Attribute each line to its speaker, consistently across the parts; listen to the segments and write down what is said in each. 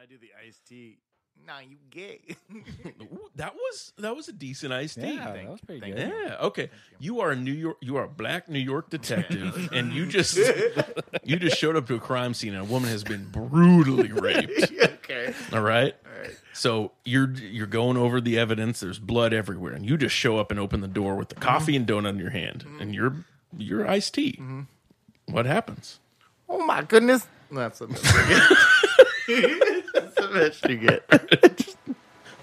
Speaker 1: I do the iced tea. Nah, you gay.
Speaker 2: Ooh, that was that was a decent iced tea.
Speaker 3: Yeah, that was pretty
Speaker 1: thank
Speaker 3: good.
Speaker 2: Yeah. Okay. You are a New York. You are a black New York detective, and you just you just showed up to a crime scene, and a woman has been brutally raped.
Speaker 1: okay.
Speaker 2: All right.
Speaker 1: right.
Speaker 2: So you're you're going over the evidence. There's blood everywhere, and you just show up and open the door with the coffee and donut in your hand, and you're you're iced tea. What happens?
Speaker 1: Oh my goodness. That's the best you get. That's the best you get.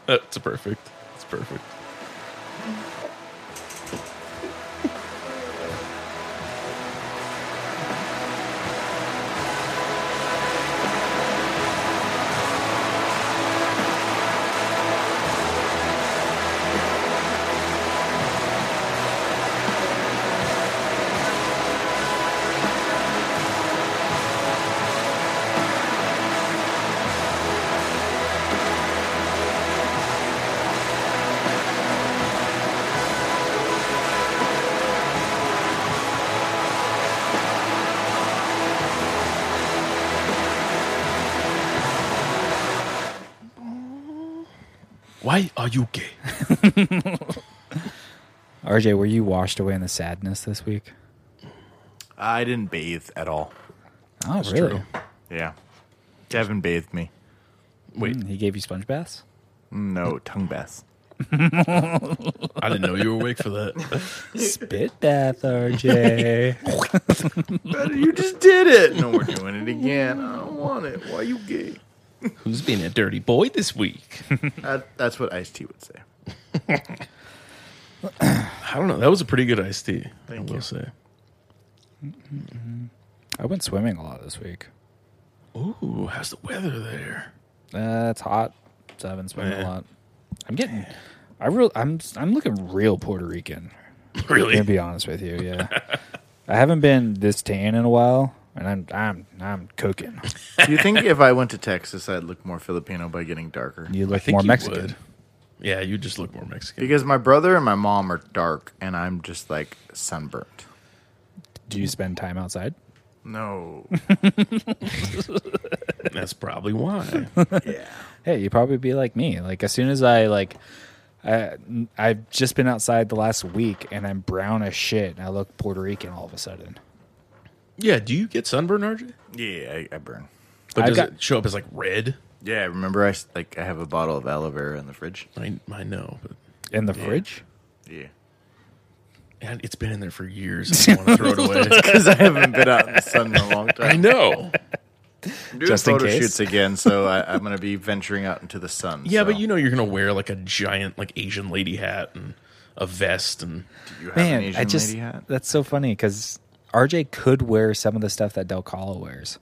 Speaker 2: That's Uh, perfect. That's perfect. Why are you gay?
Speaker 3: RJ, were you washed away in the sadness this week?
Speaker 1: I didn't bathe at all.
Speaker 3: Oh, really?
Speaker 2: true.
Speaker 1: Yeah. Kevin bathed me.
Speaker 2: Wait,
Speaker 3: Mm, He gave you sponge baths?
Speaker 1: No, tongue baths.
Speaker 2: I didn't know you were awake for that.
Speaker 3: Spit bath, RJ.
Speaker 1: Better you just did it. No, we're doing it again. I don't want it. Why you gay?
Speaker 2: Who's being a dirty boy this week?
Speaker 1: That, Uh, that's what Ice T would say.
Speaker 2: I don't know. That was a pretty good iced tea.
Speaker 1: Thank
Speaker 2: I will
Speaker 1: you.
Speaker 2: say.
Speaker 3: I went swimming a lot this week.
Speaker 2: Ooh, how's the weather there?
Speaker 3: Uh, it's hot, so I haven't swum
Speaker 2: Yeah.
Speaker 3: a lot. I'm getting, I real, I'm, I'm looking real Puerto Rican.
Speaker 2: Really?
Speaker 3: To be honest with you, yeah. I haven't been this tan in a while, and I'm, I'm, I'm cooking.
Speaker 1: Do you think if I went to Texas, I'd look more Filipino by getting darker?
Speaker 3: You
Speaker 2: I
Speaker 3: look
Speaker 2: think
Speaker 3: more
Speaker 2: you
Speaker 3: Mexican.
Speaker 2: would. Yeah, you just look more Mexican.
Speaker 1: Because my brother and my mom are dark, and I'm just like sunburnt.
Speaker 3: Do you spend time outside?
Speaker 1: No.
Speaker 2: That's probably why.
Speaker 1: yeah.
Speaker 3: Hey, you'd probably be like me. Like as soon as I like, I, I've just been outside the last week, and I'm brown as shit, and I look Puerto Rican all of a sudden.
Speaker 2: yeah. Do you get sunburn, RJ?
Speaker 1: Yeah, I, I burn.
Speaker 2: But
Speaker 3: I've
Speaker 2: does
Speaker 3: got-
Speaker 2: it show up as like red?
Speaker 1: Yeah, remember I s- like I have a bottle of aloe vera in the fridge.
Speaker 2: I I know, but
Speaker 3: In the fridge?
Speaker 1: Yeah.
Speaker 2: man, it's been in there for years. I don't want to throw it away.
Speaker 1: Because I haven't been out in the sun in a long
Speaker 2: I
Speaker 1: time.
Speaker 2: know.
Speaker 1: I'm doing
Speaker 3: Just in
Speaker 1: photo
Speaker 3: case.
Speaker 1: shoots again, so I, I'm going to be venturing out into the sun.
Speaker 2: Yeah,
Speaker 1: so.
Speaker 2: but you know you're gonna wear like a giant like Asian lady hat and a vest and
Speaker 1: Do you have an
Speaker 3: Man,
Speaker 1: Asian
Speaker 3: I just
Speaker 1: lady hat.
Speaker 3: that's so funny because RJ could wear some of the stuff that Del Cala wears.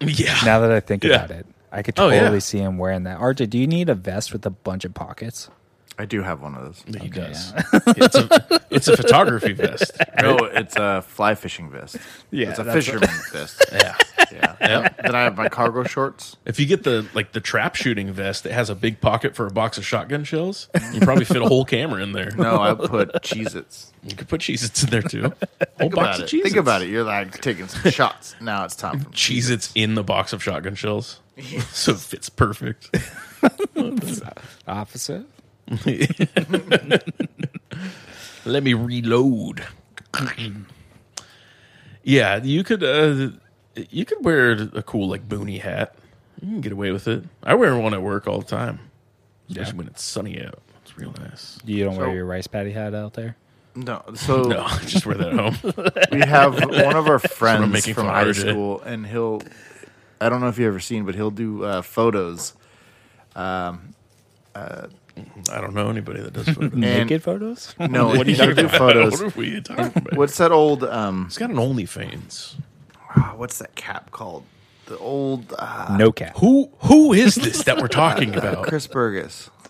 Speaker 2: yeah.
Speaker 3: Now that I think
Speaker 2: Yeah.
Speaker 3: about it, I could
Speaker 2: Oh, yeah.
Speaker 3: totally see him wearing that. RJ, do you need a vest with a bunch of pockets?
Speaker 1: I do have one of those.
Speaker 2: he does. it's a it's a photography vest.
Speaker 1: No, it's a fly fishing vest.
Speaker 3: Yeah,
Speaker 1: it's a
Speaker 3: that's-
Speaker 1: fisherman vest.
Speaker 2: Yeah.
Speaker 1: Yeah. Then I have my cargo shorts.
Speaker 2: If you get the like the trap shooting vest that has a big pocket for a box of shotgun shells, you probably fit a whole camera in there.
Speaker 1: No, I put Cheez-Its.
Speaker 2: You could put Cheez-Its in there too. whole
Speaker 1: Think about it. Think about it. You're like taking some shots. Now it's time for
Speaker 2: Cheez-Its in the box of shotgun shells. so it fits perfect.
Speaker 3: Officer,
Speaker 2: Let me reload. yeah, you could uh, you could wear a cool like boonie hat. You can get away with it. I wear one at work all the time, especially when it's sunny out. It's real nice.
Speaker 3: you don't
Speaker 1: So-
Speaker 3: wear your rice patty hat out there.
Speaker 1: No, so
Speaker 2: No, I just wear that at home.
Speaker 1: we have one of our friends
Speaker 2: making
Speaker 1: from
Speaker 2: fun
Speaker 1: high
Speaker 2: of RJ.
Speaker 1: school, and he'll. I don't know if you ever seen, but he'll do uh, photos.
Speaker 2: I don't know anybody that does photos.
Speaker 1: And-
Speaker 3: Naked photos?
Speaker 1: No, what do you do photos?
Speaker 2: What are we talking about?
Speaker 1: What's that old? Um,
Speaker 2: He's got an OnlyFans.
Speaker 1: ah, what's that cap called? The old uh,
Speaker 3: no cap.
Speaker 2: Who who is this that we're talking about?
Speaker 1: Chris Burgess.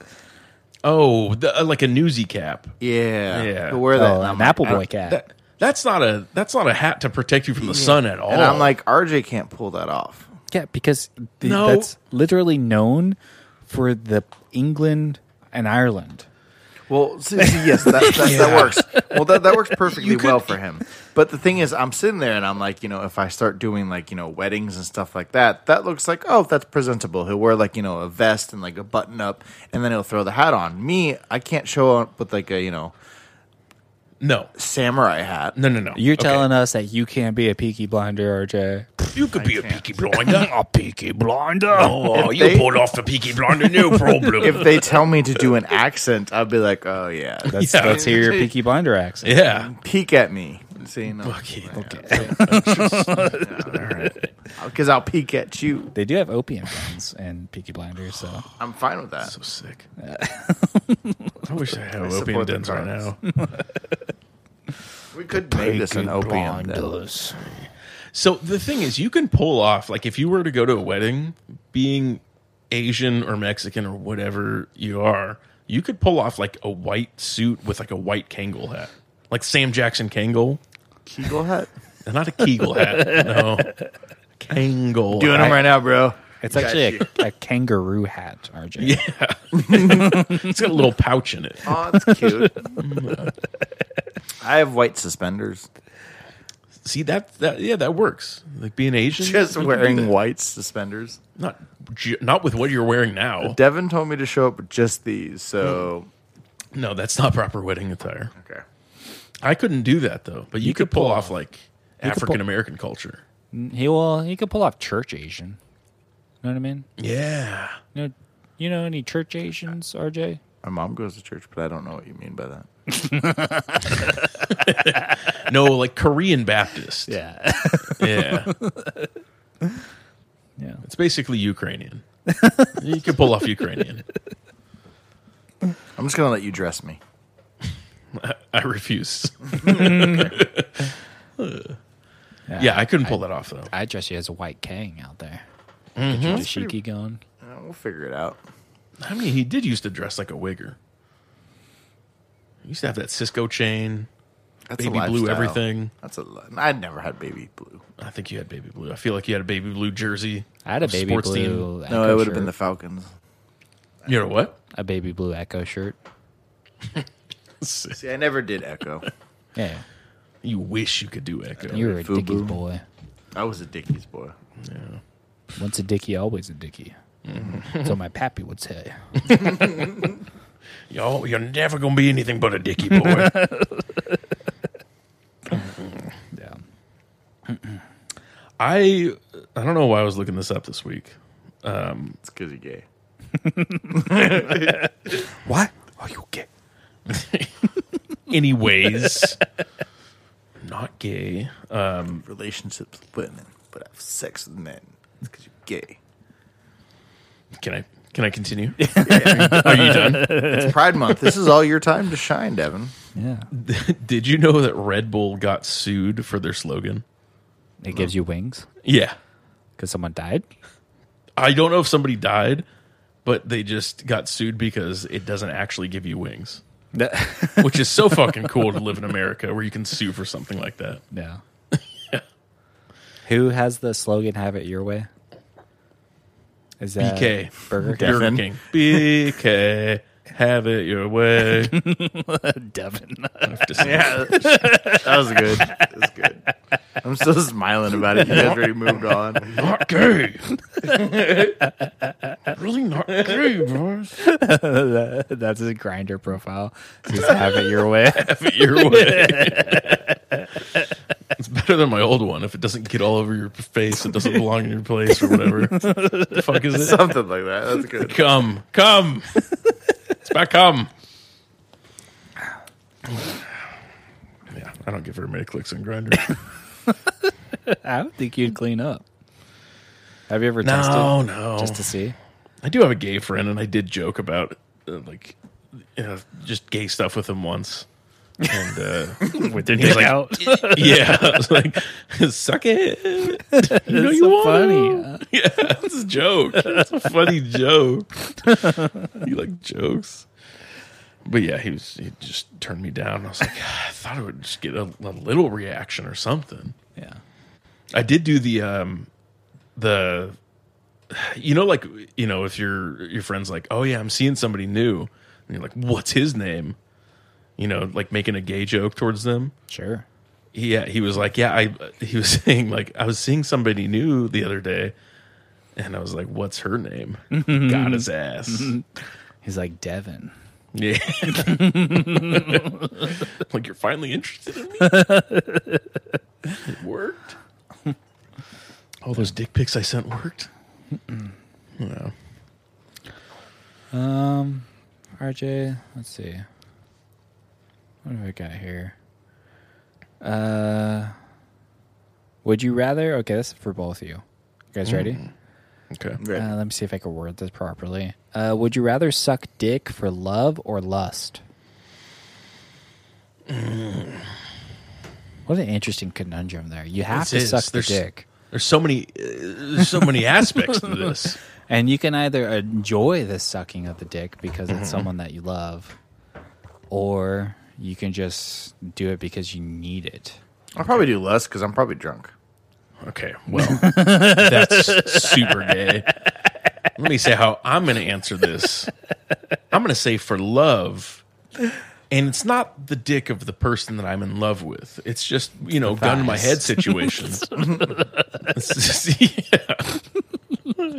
Speaker 2: Oh, the, uh, like a newsy cap.
Speaker 1: Yeah,
Speaker 2: Yeah.
Speaker 1: He'll wear that.
Speaker 3: Oh,
Speaker 1: and
Speaker 3: an
Speaker 1: I'm like-
Speaker 3: apple boy
Speaker 1: I-
Speaker 3: cat.
Speaker 2: That, that's not a that's not a hat to protect you from the sun at all.
Speaker 1: And I'm like, RJ can't pull that off.
Speaker 3: yeah, because the,
Speaker 2: No.
Speaker 3: that's literally known for the England and Ireland.
Speaker 1: Well, see, see, yes, that, that, that works. Well, that, that works perfectly well for him. But the thing is, I'm sitting there and I'm like, you know, if I start doing like, you know, weddings and stuff like that, that looks like, oh, that's presentable. He'll wear like, you know, a vest and like a button up and then he'll throw the hat on. Me, I can't show up with like a, you know,
Speaker 2: No,
Speaker 1: samurai hat.
Speaker 2: no, no, no.
Speaker 3: You're
Speaker 2: Okay.
Speaker 3: telling us that you can't be a Peaky Blinder, RJ.
Speaker 2: you could be a Peaky Blinder. a Peaky Blinder. Oh,
Speaker 1: If they-
Speaker 2: off the Peaky Blinder, no problem.
Speaker 1: If they tell me to do an accent, I'll be like, oh, yeah.
Speaker 3: That's,
Speaker 2: Yeah.
Speaker 3: Let's hear your Peaky Blinder accent.
Speaker 2: yeah.
Speaker 1: Peek at me. See, no.
Speaker 2: Okay.
Speaker 1: Because I'll peek at you.
Speaker 3: They do have opium guns and Peaky Blinders, so
Speaker 1: I'm fine with that.
Speaker 2: So sick. I wish I had opium
Speaker 1: support the
Speaker 2: dens right now.
Speaker 1: cause. We could make this an opium. den.
Speaker 2: So the thing is, you can pull off like if you were to go to a wedding, being Asian or Mexican or whatever you are, you could pull off like a white suit with like a white Kangol hat, like Sam Jackson Kangol,
Speaker 1: Kegel hat?
Speaker 2: not a Kegel hat, no, Kangol.
Speaker 1: Doing
Speaker 2: hat.
Speaker 1: them right now, bro.
Speaker 3: It's actually a, a kangaroo hat, RJ.
Speaker 2: It's got a little pouch in it.
Speaker 1: Oh, that's cute. I have white suspenders.
Speaker 2: See that? That yeah, that works. Like being Asian,
Speaker 1: Just wearing white suspenders.
Speaker 2: not ju- not with what you're wearing now.
Speaker 1: Devin told me to show up with just these, so
Speaker 2: No, that's not proper wedding attire.
Speaker 1: Hmm. okay.
Speaker 2: I couldn't do that though. But you, could, pull, off like
Speaker 3: could pull-
Speaker 2: African American culture.
Speaker 3: He will. He could pull off church Asian. You know what I mean?
Speaker 2: Yeah.
Speaker 3: You know, you know any church Asians, RJ?
Speaker 1: My mom goes to church, but I don't know what you mean by that.
Speaker 2: No, like Korean Baptist.
Speaker 3: Yeah.
Speaker 2: Yeah.
Speaker 3: yeah.
Speaker 2: It's basically Ukrainian. You can pull off Ukrainian.
Speaker 1: I'm just gonna let you dress me.
Speaker 2: I refuse. Yeah, I couldn't pull that off though.
Speaker 3: I dress you as a white king out there. Get your dashiki going.
Speaker 1: Uh, We'll figure it out.
Speaker 2: I mean, he did used to dress like a wigger. He used to have that Cisco chain,
Speaker 1: That's a
Speaker 2: baby blue
Speaker 1: lifestyle.
Speaker 2: everything.
Speaker 1: That's a. li- I'd never had baby blue.
Speaker 2: I think you had baby blue. I feel like you had a baby blue jersey.
Speaker 3: I had a baby
Speaker 2: Sports team.
Speaker 3: blue. Echo
Speaker 1: No, it would have
Speaker 3: shirt.
Speaker 1: been the Falcons.
Speaker 2: You know what?
Speaker 3: a baby blue echo shirt.
Speaker 1: See, I never did Echo.
Speaker 3: Yeah,
Speaker 2: You wish you could do echo.
Speaker 3: you were a
Speaker 1: Fubu.
Speaker 3: Dickie's boy.
Speaker 1: I was a Dickies boy.
Speaker 3: Once a Dickie, always a Dickie.
Speaker 1: Mm-hmm.
Speaker 3: So my pappy would say.
Speaker 2: Yo, you're never gonna be anything but a dicky boy.
Speaker 3: Yeah.
Speaker 2: I I don't know why I was looking this up this week.
Speaker 1: It's because you're gay.
Speaker 2: What are you gay? Anyways, not gay.
Speaker 1: Relationships with women, but I have sex with men. It's because you're gay.
Speaker 2: Can I can I continue? Are you done?
Speaker 1: It's Pride Month. This is all your time to shine, Devin.
Speaker 3: Yeah.
Speaker 2: Did you know that Red Bull got sued for their slogan?
Speaker 3: It gives you wings
Speaker 2: Yeah,
Speaker 3: because someone died.
Speaker 2: I don't know if somebody died, but they just got sued because it doesn't actually give you wings, which is so fucking cool to live in America where you can sue for something like that.
Speaker 3: Yeah. Who has the slogan "Have it your way"? Is that
Speaker 2: BK.
Speaker 3: Burger King?
Speaker 2: Burger
Speaker 1: Devin.
Speaker 2: King, BK, have it your way.
Speaker 3: Devin.
Speaker 1: Yeah, that was good. That was good. I'm still smiling about it. You guys already moved on.
Speaker 2: not gay. really not gay, boys.
Speaker 3: That's his grinder profile. Just have it your way.
Speaker 2: Have it your way. it's better than my old one. If it doesn't get all over your face, it doesn't belong in your place or whatever. the fuck is it?
Speaker 1: Something like that. That's good.
Speaker 2: Come, come. It's about come. Yeah, I don't get very many clicks on Grinder.
Speaker 3: I don't think you'd clean up. Have you ever tested
Speaker 2: No, no.
Speaker 3: just to see?
Speaker 2: I do have a gay friend, and I did joke about uh, like you know, just gay stuff with him once. And uh,
Speaker 3: With
Speaker 2: He's like, yeah, I was like, suck it. You know you
Speaker 3: so
Speaker 2: want
Speaker 3: funny,
Speaker 2: to.
Speaker 3: huh?
Speaker 2: Yeah, it's a joke. It's a funny joke. you like jokes, but yeah, he was. He just turned me down. I was like, I thought I would just get a, a little reaction or something.
Speaker 3: Yeah.
Speaker 2: I did do the um the you know like you know if your your friends like oh yeah I'm seeing somebody new and you're like, what's his name? You know, like making a gay joke towards them.
Speaker 3: Sure.
Speaker 2: Yeah, he was like, yeah, I. He was saying like, I was seeing somebody new the other day, and I was like, what's her name? Got his ass.
Speaker 3: He's like Devin.
Speaker 2: Yeah. like you're finally interested in me. it worked. All those dick pics I sent worked. Yeah.
Speaker 3: Um, RJ, let's see. What have I got here? Uh, would you rather? Okay, this is for both of you. You guys ready?
Speaker 2: Mm. Okay.
Speaker 1: Right.
Speaker 3: Uh, let me see if I can word this properly. Uh, would you rather suck dick for love or lust? what an interesting conundrum there. You have
Speaker 2: This
Speaker 3: to
Speaker 2: is-
Speaker 3: suck the
Speaker 2: there's-
Speaker 3: dick,
Speaker 2: There's so many uh, there's so many aspects to this.
Speaker 3: and you can either enjoy the sucking of the dick because
Speaker 1: Mm-hmm.
Speaker 3: it's someone that you love, or you can just do it because you need it.
Speaker 1: I'll probably do less because I'm probably drunk.
Speaker 2: Okay. Well, that's super gay. Let me say how I'm going to answer this. I'm going to say for love. And it's not the dick of the person that I'm in love with. It's just, you know, gun to my
Speaker 3: thighs.
Speaker 2: head situations. It's just- yeah.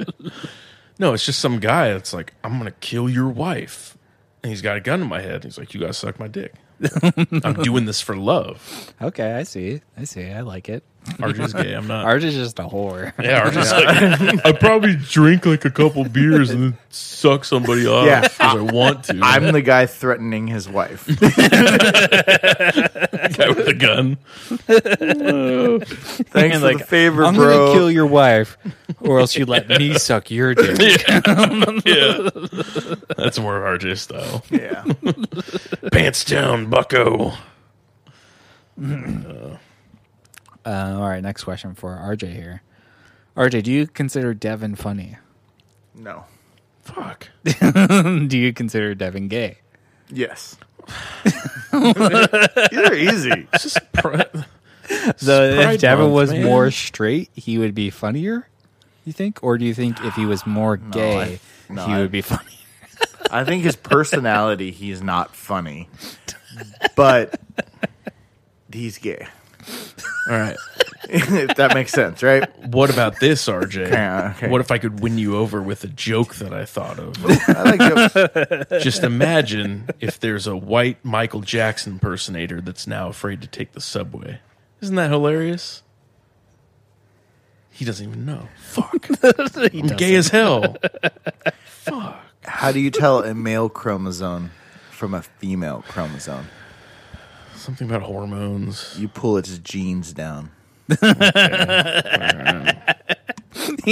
Speaker 2: No, it's just some guy that's like, I'm going to kill your wife. And he's got a gun to my head. He's like, you got to suck my dick. I'm doing this for love.
Speaker 3: Okay, I see. I see. I like it.
Speaker 2: RJ's gay. I'm not.
Speaker 3: Art is just a whore.
Speaker 2: Yeah, or just like I probably drink like a couple beers and then suck somebody off
Speaker 1: Yeah.
Speaker 2: because I want to.
Speaker 1: I'm the guy threatening his wife.
Speaker 2: the guy with the gun.
Speaker 1: Thanks for the favor,
Speaker 3: I'm
Speaker 1: bro.
Speaker 3: gonna kill your wife, or else you let me suck your dick.
Speaker 2: Yeah, that's more RJ style.
Speaker 1: Yeah.
Speaker 2: Pants down, Bucko.
Speaker 3: Uh, all right, next question for RJ here. RJ, do you consider Devin funny?
Speaker 1: No.
Speaker 2: Fuck.
Speaker 3: do you consider Devin gay?
Speaker 1: Yes. These are easy.
Speaker 2: This is pri-
Speaker 3: So if
Speaker 2: Pride
Speaker 3: Devin
Speaker 2: Month,
Speaker 3: was
Speaker 2: man.
Speaker 3: more straight, he would be funnier. You think, or do you think if he was more gay,
Speaker 1: no,
Speaker 3: he
Speaker 1: I-
Speaker 3: would be funny?
Speaker 1: I think his personality, he's not funny, but he's gay.
Speaker 2: All right.
Speaker 1: if that makes sense, right?
Speaker 2: What about this, RJ?
Speaker 1: Yeah, okay.
Speaker 2: What if I could win you over with a joke that I thought of?
Speaker 1: I like jokes.
Speaker 2: Just imagine if there's a white Michael Jackson impersonator that's now afraid to take the subway. Isn't that hilarious? He doesn't even know. Fuck. I'm gay as hell.
Speaker 1: How do you tell a male chromosome from a female chromosome?
Speaker 2: Something about hormones.
Speaker 1: You pull its genes down.
Speaker 3: He,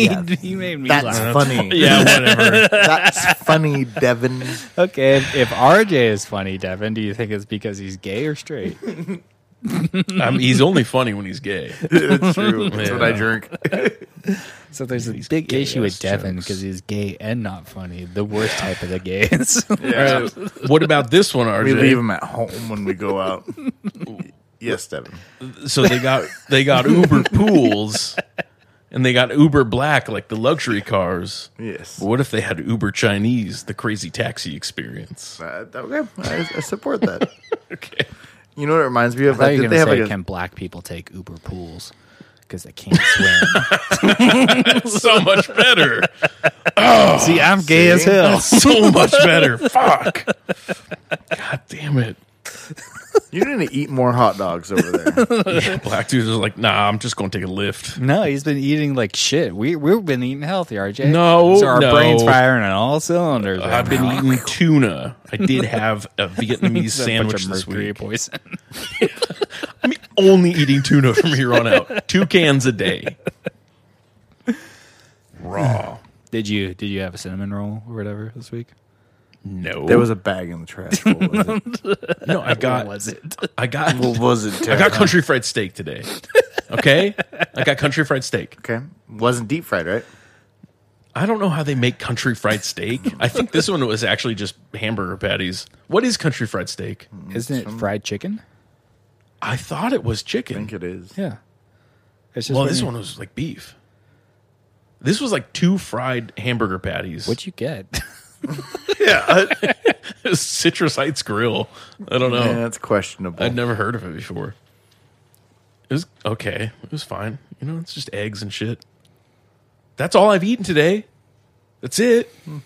Speaker 1: Yeah.
Speaker 3: he made me
Speaker 1: That's
Speaker 3: laugh.
Speaker 1: funny.
Speaker 2: Yeah, whatever.
Speaker 1: That's funny, Devin.
Speaker 3: Okay, if, if RJ is funny, Devin, do you think it's because he's gay or straight?
Speaker 2: I mean, he's only funny when hehe's gay.
Speaker 1: It's true. That's what I
Speaker 2: Yeah.
Speaker 1: drink.
Speaker 3: So there's a big issue with
Speaker 2: gay-ass
Speaker 3: Devin
Speaker 2: jokes.
Speaker 3: because he's gay and not funny. The worst type of the gays.
Speaker 2: All right, what about this one, RJ?
Speaker 1: We leave them at home when we go out. yes, Devin.
Speaker 2: so they got they got Uber pools, and they got Uber Black, like the luxury cars.
Speaker 1: Yes.
Speaker 2: What if they had Uber Chinese, the crazy taxi experience?
Speaker 1: Uh, okay, I, I support that.
Speaker 2: Okay.
Speaker 1: You know what it reminds me of?
Speaker 3: I thought
Speaker 1: Like,
Speaker 3: you were
Speaker 1: did they have
Speaker 3: going to say,
Speaker 1: like a,
Speaker 3: can black people take Uber pools? Because they can't swim.
Speaker 2: so much better.
Speaker 3: Oh, See, I'm gay as hell.
Speaker 2: so much better. Fuck. God damn it.
Speaker 1: you need to eat more hot dogs over there.
Speaker 2: Black dudes are like, nah, I'm just gonna take a lift.
Speaker 3: No, he's been eating like shit. We, we've been eating healthy, RJ.
Speaker 2: No,
Speaker 3: So our
Speaker 2: no.
Speaker 3: brain's firing on all cylinders. right
Speaker 2: I've been
Speaker 3: now.
Speaker 2: eating tuna. I did have a Vietnamese
Speaker 3: It's a bunch
Speaker 2: sandwich
Speaker 3: of
Speaker 2: this
Speaker 3: mercury
Speaker 2: week.
Speaker 3: poison.
Speaker 2: I'm only eating tuna from here on out. Two cans a day. Raw.
Speaker 3: Did you did you have a cinnamon roll or whatever this week?
Speaker 2: No.
Speaker 1: there was a bag in the trash. What was it?
Speaker 2: no, I
Speaker 3: Or
Speaker 2: got
Speaker 3: was it?
Speaker 2: I got
Speaker 1: What was it
Speaker 2: I got
Speaker 1: Tara?
Speaker 2: country fried steak today. Okay? I got country fried steak.
Speaker 1: Okay, wasn't deep fried, right?
Speaker 2: I don't know how they make country fried steak. I think this one was actually just hamburger patties. What is country fried steak?
Speaker 3: Isn't it fried chicken?
Speaker 2: I thought it was
Speaker 1: I think
Speaker 2: chicken.
Speaker 1: it is.
Speaker 3: Yeah. It's just
Speaker 2: Well,
Speaker 3: when
Speaker 2: this
Speaker 3: you-
Speaker 2: one was like beef. This was like two fried hamburger patties.
Speaker 3: What'd you get?
Speaker 2: yeah. Citrus Heights Grill. I don't know.
Speaker 1: Yeah, that's questionable.
Speaker 2: I'd never heard of it before. It was okay. It was fine. You know, it's just eggs and shit. That's all I've eaten today. That's it.
Speaker 1: Hmm.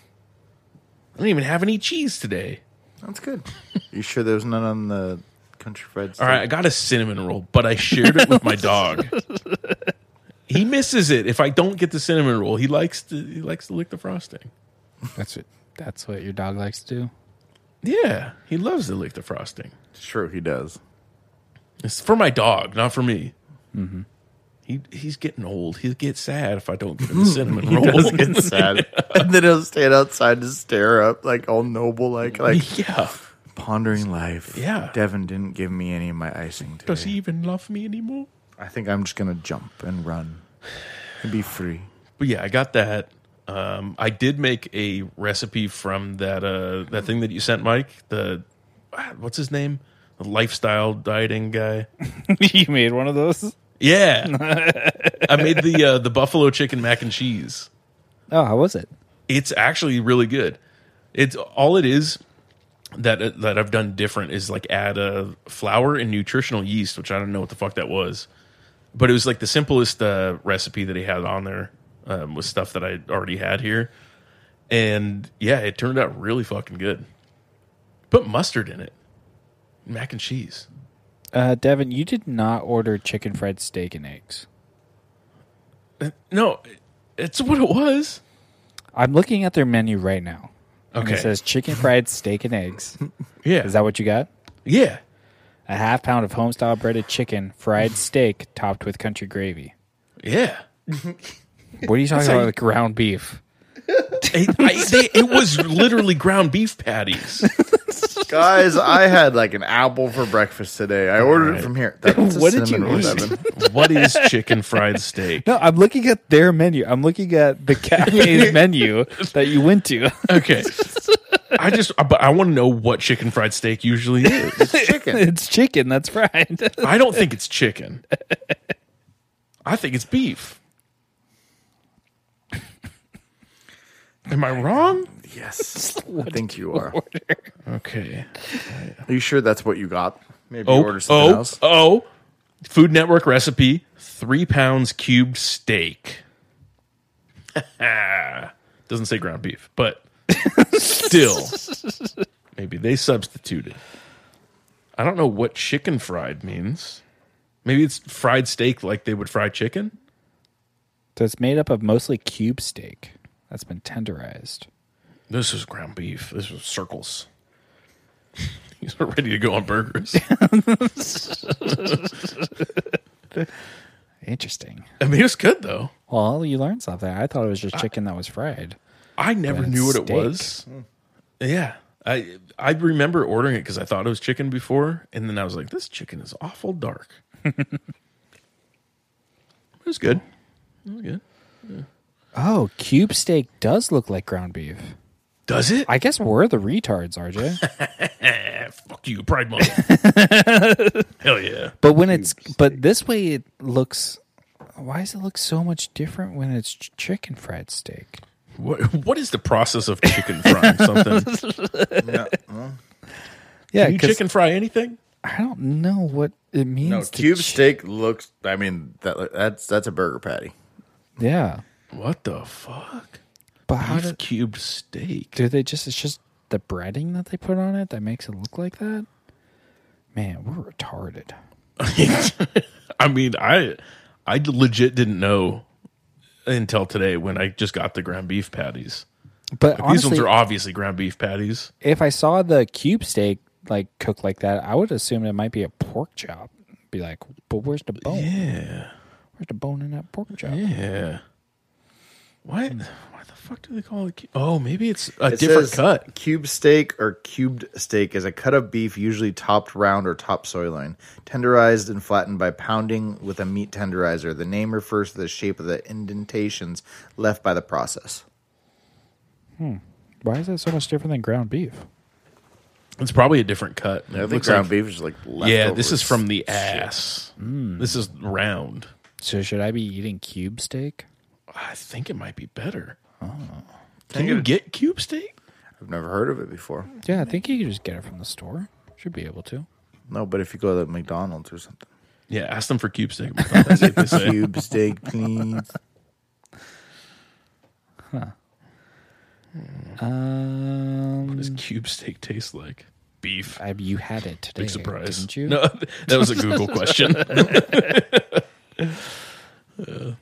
Speaker 2: I don't even have any cheese today.
Speaker 1: That's good. You sure there was none on the country fried?
Speaker 2: All right, I got a cinnamon roll, but I shared it with my dog. He misses it if I don't get the cinnamon roll. He likes to he likes to lick the frosting.
Speaker 3: That's what that's what your dog likes to do.
Speaker 2: Yeah, he loves to lick the frosting.
Speaker 1: Sure, he does.
Speaker 2: It's for my dog, not for me.
Speaker 1: Mm-hmm.
Speaker 2: He he's getting old. He'll get sad if I don't give him the cinnamon roll.
Speaker 1: Does get sad, and then he'll stand outside to stare up, like all noble, like like
Speaker 2: yeah.
Speaker 1: pondering life.
Speaker 2: Yeah.
Speaker 1: Devin didn't give me any of my icing today.
Speaker 2: Does he even love me anymore?
Speaker 1: I think I'm just gonna jump and run and be free.
Speaker 2: But yeah, I got that. Um, I did make a recipe from that uh, that thing that you sent, Mike. The ah, what's his name? The lifestyle dieting guy.
Speaker 3: you made one of those?
Speaker 2: Yeah, I made the uh, the buffalo chicken mac and cheese.
Speaker 3: Oh, how was it?
Speaker 2: It's actually really good. It's all it is that that I've done different is like add uh, flour and nutritional yeast, which I don't know what the fuck that was, but it was like the simplest uh, recipe that he had on there um, was stuff that I already had here, and yeah, it turned out really fucking good. Put mustard in it, mac and cheese.
Speaker 3: Uh, Devin, you did not order chicken fried steak and eggs.
Speaker 2: No, it's what it was.
Speaker 3: I'm looking at their menu right now. And
Speaker 2: Okay.
Speaker 3: it says chicken fried steak and eggs.
Speaker 2: Yeah,
Speaker 3: Is that what you got?
Speaker 2: yeah.
Speaker 3: A half pound of homestyle breaded chicken, fried steak, topped with country gravy.
Speaker 2: Yeah.
Speaker 3: What are you talking
Speaker 2: how
Speaker 3: about
Speaker 2: you-
Speaker 3: with ground beef?
Speaker 2: It, I- they- it was literally ground beef patties.
Speaker 1: Guys, I had like an apple for breakfast today. I ordered it from here. That,
Speaker 3: What did you eat?
Speaker 1: Devin.
Speaker 2: What is chicken fried steak?
Speaker 3: No, I'm looking at their menu. I'm looking at the cafe's menu that you went to.
Speaker 2: Okay. I just, but I want to know what chicken fried steak usually is.
Speaker 1: Chicken.
Speaker 3: it's chicken that's fried.
Speaker 2: I don't think it's chicken. I think it's beef. Am I wrong?
Speaker 1: Yes, I think you are.
Speaker 2: Okay.
Speaker 1: Are you sure that's what you got? Maybe you
Speaker 2: Oh,
Speaker 1: ordered something
Speaker 2: oh,
Speaker 1: else.
Speaker 2: oh. Food Network recipe three pounds cubed steak. Doesn't say ground beef, but still. Maybe they substituted. I don't know what chicken fried means. Maybe it's fried steak like they would fry chicken.
Speaker 3: So it's made up of mostly cube steak that's been tenderized.
Speaker 2: This is ground beef. This is circles. He's ready to go on burgers.
Speaker 3: Interesting.
Speaker 2: I mean, it's good though.
Speaker 3: Well, you learned something. I thought it was just chicken that was fried.
Speaker 2: I never
Speaker 3: But
Speaker 2: knew what it
Speaker 3: steak.
Speaker 2: was. Yeah. I I remember ordering it because I thought it was chicken before, and then I was like, "This chicken is awful dark." it was good. It was good.
Speaker 3: Oh, cube steak does look like ground beef.
Speaker 2: Does it?
Speaker 3: I guess we're the retards, RJ.
Speaker 2: Eh, fuck you, Pride Month. Hell yeah!
Speaker 3: but when it's but this way it looks why does it look so much different when it's ch- chicken fried steak?
Speaker 2: What what is the process of chicken frying something?
Speaker 3: Yeah,
Speaker 2: Can you
Speaker 3: 'cause
Speaker 2: chicken fry anything?
Speaker 3: I don't know what it means.
Speaker 1: No,
Speaker 3: to
Speaker 1: cube
Speaker 3: chi-
Speaker 1: steak looks. I mean, that that's that's a burger patty.
Speaker 3: Yeah,
Speaker 2: What the fuck?
Speaker 3: but how do,
Speaker 2: Beef cubed steak.
Speaker 3: do they just? It's just the breading that they put on it that makes it look like that. Man, we're retarded.
Speaker 2: I mean, I I legit didn't know until today when I just got the ground beef patties.
Speaker 3: But
Speaker 2: These
Speaker 3: honestly,
Speaker 2: ones are obviously ground beef patties.
Speaker 3: if I saw the cube steak like cooked like that, I would assume it might be a pork chop. Be like, but where's the bone?
Speaker 2: Yeah.
Speaker 3: Where's the bone in that pork chop?
Speaker 2: Yeah. Why? Hmm. Why the fuck do they call it? cu- Oh, maybe it's a
Speaker 1: It
Speaker 2: different
Speaker 1: says
Speaker 2: cut.
Speaker 1: Cube steak or cubed steak is a cut of beef usually topped round or top sirloin, tenderized and flattened by pounding with a meat tenderizer. The name refers to the shape of the indentations left by the process.
Speaker 3: Why is that so much different than ground beef?
Speaker 2: It's probably a different cut. It
Speaker 1: I think
Speaker 2: looks
Speaker 1: ground
Speaker 2: like-
Speaker 1: beef is like
Speaker 2: Yeah, this is from the ass. This is round.
Speaker 3: So should I be eating cube steak?
Speaker 2: Oh. I think it might be better. Can you get cube steak?
Speaker 1: I've never heard of it before.
Speaker 3: Yeah, I think you can just get it from the store. Should be able to.
Speaker 1: No, but if you go to McDonald's or something,
Speaker 2: Yeah, ask them for cube steak. That's what they say.
Speaker 1: cube steak, please.
Speaker 3: Um,
Speaker 2: What does cube steak taste like? Beef.
Speaker 3: Um, Mm. I, you had it today.
Speaker 2: Big surprise.
Speaker 3: didn't you?
Speaker 2: No, that was a Google question. Uh,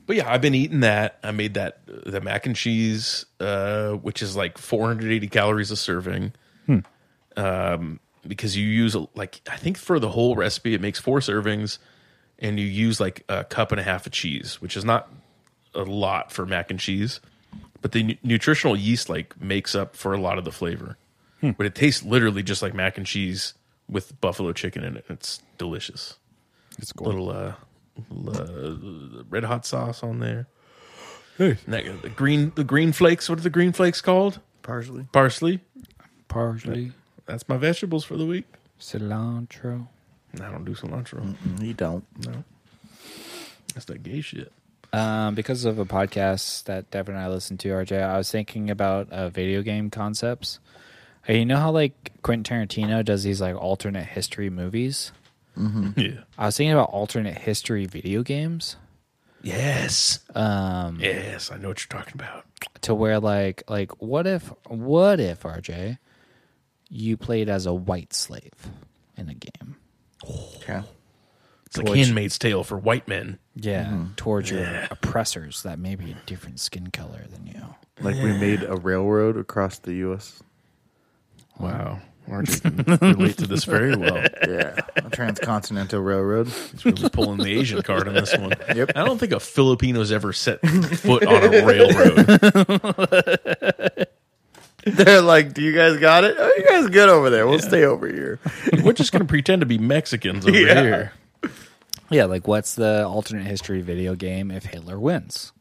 Speaker 2: but yeah, I've been eating that. I made that the mac and cheese, uh, which is like 480 calories a serving.
Speaker 3: Hmm.
Speaker 2: Um, because you use like I think for the whole recipe, it makes four servings, and you use like a cup and a half of cheese, which is not a lot for mac and cheese. But the nu- nutritional yeast like makes up for a lot of the flavor but it tastes literally just like mac and cheese with buffalo chicken in it. It's delicious.
Speaker 3: It's
Speaker 2: Little uh, little, uh, red hot sauce on there. And that- the green the green flakes. What are the green flakes called?
Speaker 1: Partially.
Speaker 2: Parsley.
Speaker 3: Parsley,
Speaker 2: That's my vegetables for the week.
Speaker 3: cilantro.
Speaker 2: I don't do cilantro.
Speaker 1: Mm, You don't.
Speaker 2: No, that's that gay shit.
Speaker 3: Um, because of a podcast that Devin and I listened to, RJ, I was thinking about uh, video game concepts. Uh, You know how like Quentin Tarantino does these like alternate history movies.
Speaker 2: Yeah.
Speaker 3: I was thinking about alternate history video games
Speaker 2: Yes. Um. Yes, I know what you're talking about.
Speaker 3: to where like like what if what if RJ you played as a white slave in a game?
Speaker 1: Okay.
Speaker 2: It's like Handmaid's Tale for white men.
Speaker 3: Yeah, Mm-hmm. towards your oppressors that may be a different skin color than you.
Speaker 1: Like we made a railroad across the U.S.
Speaker 2: Wow. Aren't you relate to this very well?
Speaker 1: Yeah, a transcontinental railroad.
Speaker 2: He's really pulling the Asian card on this one.
Speaker 1: Yep.
Speaker 2: I don't think a Filipino's ever set foot on a railroad.
Speaker 1: They're like, "Do you guys got it? Oh, you guys good over there? We'll stay over here."
Speaker 2: We're just going to pretend to be Mexicans over
Speaker 1: Yeah.
Speaker 2: here.
Speaker 3: Yeah, like what's the alternate history video game if Hitler wins?
Speaker 2: Well,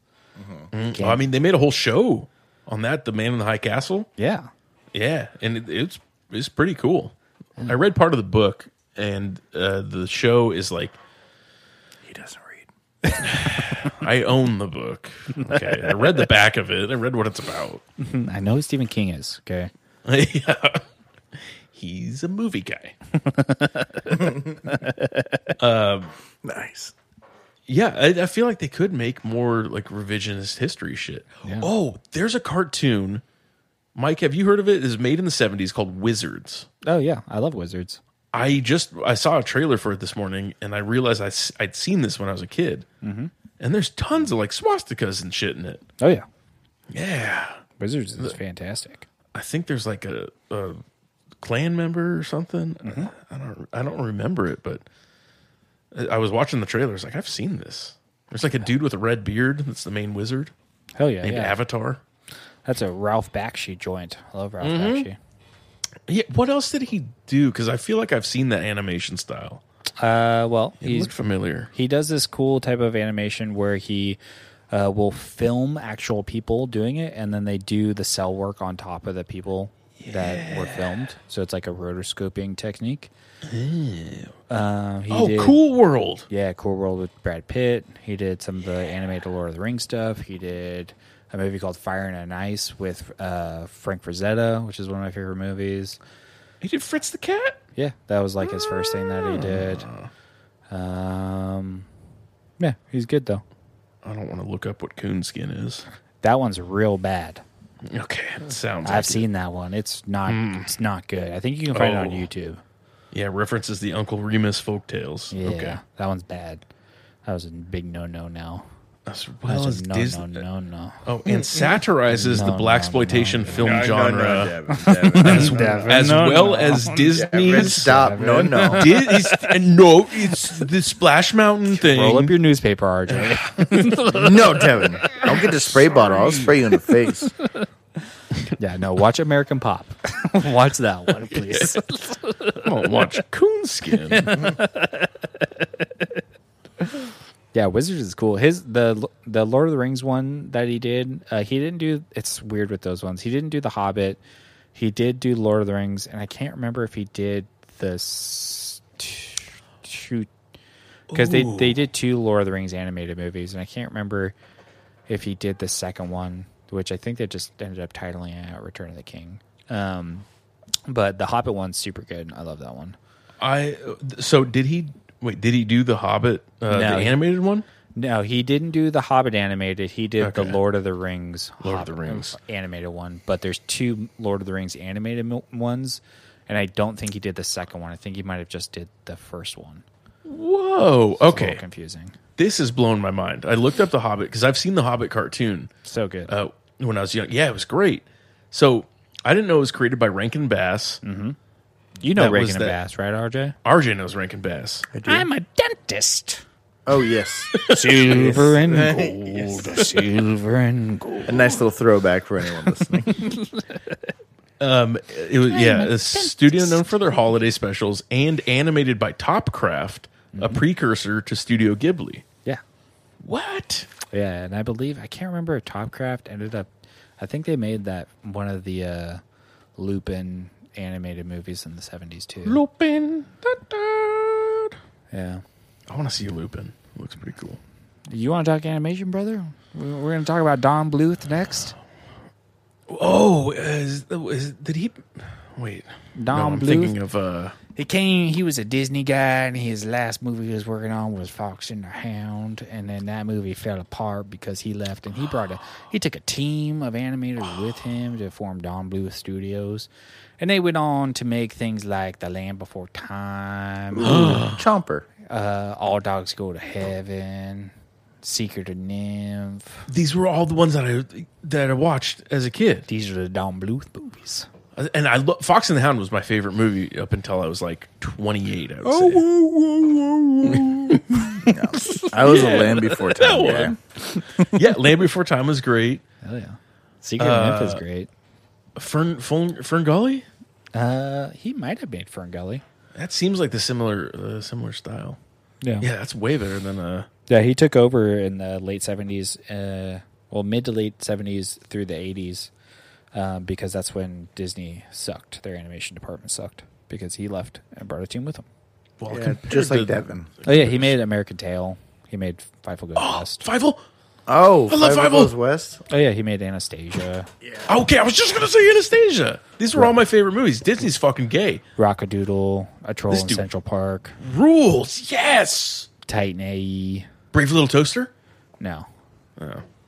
Speaker 2: Mm-hmm. I mean, they made a whole show on that, The Man in the High Castle.
Speaker 3: Yeah.
Speaker 2: Yeah, and it, it's it's pretty cool. I read part of the book, and uh, the show is like
Speaker 1: He doesn't read.
Speaker 2: I own the book. Okay, I read the back of it. I read what it's about.
Speaker 3: Hmm. I know who Stephen King is, okay?
Speaker 2: yeah. He's a movie guy.
Speaker 1: Nice.
Speaker 2: Yeah, I, I feel like they could make more like revisionist history shit.
Speaker 3: Yeah.
Speaker 2: Oh, there's a cartoon. Mike, have you heard of it? It's made in the 70s called Wizards.
Speaker 3: Oh yeah, I love wizards.
Speaker 2: I just I saw a trailer for it this morning and I realized I, s- I'd seen this when I was a kid. Mm-hmm. And there's tons of like swastikas and shit in it.
Speaker 3: Oh yeah.
Speaker 2: Yeah.
Speaker 3: Wizards is fantastic.
Speaker 2: I think there's like a, a clan member or something. I don't I don't remember it, but I I was watching the trailers like I've seen this. There's like a dude with a red beard that's the main wizard
Speaker 3: Hell yeah.
Speaker 2: named
Speaker 3: yeah.
Speaker 2: Avatar.
Speaker 3: That's a Ralph Bakshi joint. I love Ralph Bakshi.
Speaker 2: Yeah, what else did he do? Because I feel like I've seen that animation style.
Speaker 3: Uh, well,
Speaker 2: It
Speaker 3: he's
Speaker 2: looked familiar.
Speaker 3: he does this cool type of animation where he uh, will film actual people doing it, and then they do the cell work on top of the people that were filmed. So it's like a rotoscoping technique. Uh, he
Speaker 2: Oh,
Speaker 3: did-
Speaker 2: Cool World.
Speaker 3: Yeah, Cool World with Brad Pitt. He did some of the animated Lord of the Rings stuff. He did a movie called Fire and Ice with uh, Frank Frazetta, which is one of my favorite movies.
Speaker 2: He did Fritz the Cat.
Speaker 3: Yeah, that was like his first thing that he did.
Speaker 2: Ah.
Speaker 3: Um, yeah, he's good though.
Speaker 2: I don't want to look up what coonskin is.
Speaker 3: That one's real bad.
Speaker 2: Okay, it sounds. like
Speaker 3: I've seen that one. It's not. It's not good. I think you can find it on
Speaker 2: Oh.
Speaker 3: YouTube.
Speaker 2: It. Yeah, references the Uncle Remus folktales.
Speaker 3: Yeah,
Speaker 2: Okay,
Speaker 3: that one's bad. That was a big no no now.
Speaker 2: as
Speaker 3: That
Speaker 2: well as
Speaker 3: was a no
Speaker 2: Disney.
Speaker 3: no no no.
Speaker 2: Oh, and satirizes the black exploitation film genre,
Speaker 1: Devin,
Speaker 2: as
Speaker 3: No,
Speaker 2: well
Speaker 3: no.
Speaker 2: as
Speaker 1: Devin,
Speaker 2: Disney's.
Speaker 1: stop. No, no.
Speaker 2: Di- it's- and no, it's the Splash Mountain thing.
Speaker 3: Roll up your newspaper, RJ.
Speaker 1: No, Devin. Don't get the spray bottle. I'll spray you in the face.
Speaker 3: yeah, no. Watch American Pop. watch that one, please.
Speaker 2: Don't watch coonskin.
Speaker 3: Yeah, Wizards is cool. His the the Lord of the Rings one that he did, uh, he didn't do. It's weird with those ones. He didn't do the Hobbit. He did do Lord of the Rings, and I can't remember if he did the s- t- two because they they did two Lord of the Rings animated movies, and I can't remember if he did the second one, which I think they just ended up titling it Return of the King. Um, but the Hobbit one's super good. I love that one.
Speaker 2: I so did he wait? Did he do the Hobbit, uh, the
Speaker 3: No.
Speaker 2: animated one?
Speaker 3: No, he didn't do the Hobbit animated. He did the
Speaker 2: Okay.
Speaker 3: Lord of the Rings,
Speaker 2: Lord of the
Speaker 3: Hobbit
Speaker 2: Rings.
Speaker 3: animated one. But there's two Lord of the Rings animated mo- ones, and I don't think he did the second one. I think he might have just did the first one.
Speaker 2: Whoa.
Speaker 3: A
Speaker 2: Okay,
Speaker 3: little confusing.
Speaker 2: this has blown my mind. I looked up the Hobbit because I've seen the Hobbit cartoon
Speaker 3: So good.
Speaker 2: uh, when I was young. Yeah, it was great. So I didn't know it was created by Rankin Bass.
Speaker 3: you know
Speaker 2: that was
Speaker 3: Reagan and
Speaker 2: the-
Speaker 3: Bass, right, RJ?
Speaker 2: RJ knows Rankin Bass.
Speaker 3: I'm a dentist.
Speaker 1: Oh yes,
Speaker 3: Silver and gold, silver and gold.
Speaker 1: a nice little throwback for anyone listening.
Speaker 2: It was yeah, a studio known for their holiday specials and animated by Topcraft, a precursor to Studio Ghibli.
Speaker 3: Yeah,
Speaker 2: What?
Speaker 3: Yeah, and I believe I can't remember if Topcraft ended up. I think they made that one of the uh, Lupin animated movies in the seventies too.
Speaker 2: Lupin. Da-da.
Speaker 3: yeah,
Speaker 2: I want to see Lupin. Looks pretty cool.
Speaker 3: you want to talk animation, brother? We- We're going to talk about Don Bluth next.
Speaker 2: Oh, is, is, did he? Wait, no,
Speaker 3: Don
Speaker 2: I'm
Speaker 3: Bluth.
Speaker 2: thinking of uh,
Speaker 3: He came. He was a Disney guy, and his last movie he was working on was Fox and the Hound, and then that movie fell apart because he left, and he brought a he took a team of animators with him to form Don Bluth Studios, and they went on to make things like The Land Before Time,
Speaker 1: Chomper.
Speaker 3: uh, All Dogs Go to Heaven, Secret of Nymph.
Speaker 2: these were all the ones that I that I watched as a kid,
Speaker 3: These are the Don Bluth movies.
Speaker 2: and I lo- Fox and the Hound was my favorite movie up until I was like 28. I would say.
Speaker 1: I was a lamb before time. guy.
Speaker 2: one. yeah, Land Before Time was great.
Speaker 3: Hell yeah, Secret of Nymph is great.
Speaker 2: Fern Fern Ferngully.
Speaker 3: Uh, he might have made Ferngully.
Speaker 2: That seems like the similar uh, similar style. Yeah, that's way better than uh
Speaker 3: Yeah, he took over in the late seventies, uh, well, mid to late seventies through the eighties, um, because that's when Disney sucked. Their animation department sucked because he left and brought a team with him.
Speaker 2: well,
Speaker 1: Yeah,
Speaker 2: compared
Speaker 1: just
Speaker 2: to-
Speaker 1: like Devin.
Speaker 3: Oh yeah, he made American Tail. He made Fightful Goes West.
Speaker 2: Fievel.
Speaker 1: Oh,
Speaker 2: I love
Speaker 1: Five
Speaker 2: Five
Speaker 1: Goes
Speaker 2: O.
Speaker 1: West.
Speaker 3: Oh yeah, he made Anastasia,
Speaker 2: Okay, I was just gonna say Anastasia. These were all my favorite movies. Disney's fucking gay.
Speaker 3: Rockadoodle, A Troll
Speaker 2: This
Speaker 3: in
Speaker 2: dude-
Speaker 3: Central Park,
Speaker 2: Rules. Yes.
Speaker 3: Titan AE.
Speaker 2: Brave Little Toaster.
Speaker 3: No,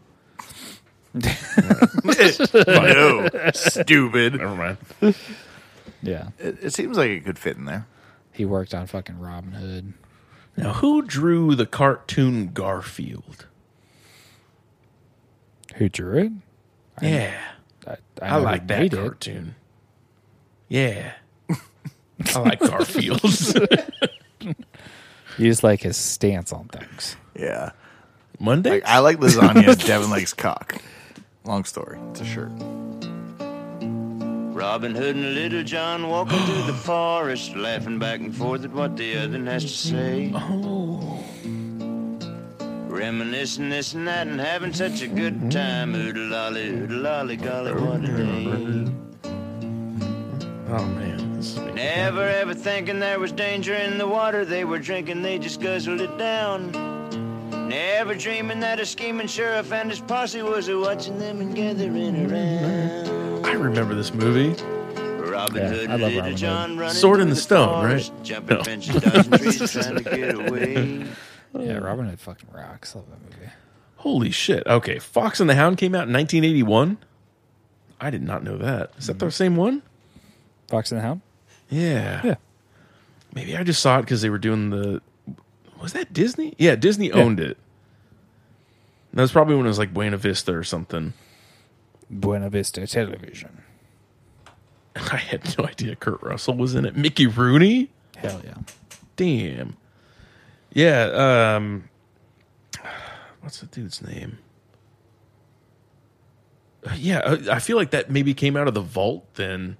Speaker 1: no, stupid.
Speaker 2: Never mind.
Speaker 3: yeah,
Speaker 1: It, it seems like it could fit in there.
Speaker 3: he worked on fucking Robin Hood.
Speaker 2: Now, who drew the cartoon Garfield?
Speaker 3: Who drew it?
Speaker 2: Yeah,
Speaker 3: I,
Speaker 2: I,
Speaker 3: know who
Speaker 2: like that
Speaker 3: made it.
Speaker 2: cartoon. Yeah, I like Garfield.
Speaker 3: You just like his stance on things.
Speaker 1: Yeah.
Speaker 2: Monday.
Speaker 1: I like lasagna. Devin likes cock. Long story. It's a shirt.
Speaker 4: Robin Hood and Little John walking through the forest, laughing back and forth at what the other has to say. Oh. Reminiscing this and that and having such a good time. Oodle lolly, oodle lolly, golly, what a day.
Speaker 2: oh man, this is making-
Speaker 4: Never ever thinking there was danger in the water they were drinking, they just guzzled it down. Never dreaming that a scheming sheriff and his posse was a watching them and gathering around.
Speaker 2: I remember this movie.
Speaker 4: Robin
Speaker 3: Yeah,
Speaker 4: Hood,
Speaker 3: I love
Speaker 4: Little
Speaker 3: Robin Hood.
Speaker 4: John running
Speaker 2: Sword
Speaker 4: through
Speaker 2: in the Stone,
Speaker 4: forest,
Speaker 2: right?
Speaker 4: Jumping
Speaker 2: No.
Speaker 4: fences, dodging trees, trying to get away.
Speaker 3: Yeah, Robin Hood fucking rocks. Love that movie.
Speaker 2: Holy shit. Okay, Fox and the Hound came out in 1981. I did not know that. Is that the same one?
Speaker 3: Fox and the Hound.
Speaker 2: Mm-hmm. Yeah.
Speaker 3: Yeah.
Speaker 2: Maybe I just saw it because they were doing the. Was that Disney? Yeah, Disney owned it. That was probably when it was like Buena Vista or something.
Speaker 3: Buena Vista Television.
Speaker 2: I had no idea Kurt Russell was in it. Mickey Rooney?
Speaker 3: Hell yeah.
Speaker 2: Damn. Yeah, um what's the dude's name? Uh, Yeah, I- I feel like that maybe came out of the vault then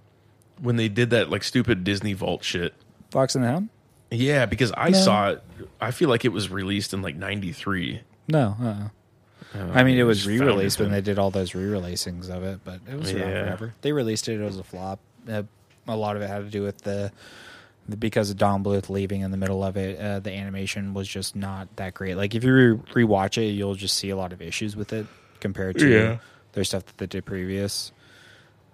Speaker 2: when they did that like stupid Disney vault shit.
Speaker 3: Fox and the Hound?
Speaker 2: Yeah, because I saw it I feel like it was released in like 93.
Speaker 3: No. Uh-uh. I mean, it was
Speaker 2: just
Speaker 3: re
Speaker 2: found
Speaker 3: released
Speaker 2: it
Speaker 3: when
Speaker 2: then.
Speaker 3: they did all those re releasings of it, but it was around
Speaker 2: Yeah.
Speaker 3: forever. They released it. It was a flop. Uh, a lot of it had to do with the. the- Because of Don Bluth leaving in the middle of it, uh, the animation was just not that great. Like if you re- rewatch it, you'll just see a lot of issues with it compared to
Speaker 2: Yeah.
Speaker 3: their stuff that they did previous.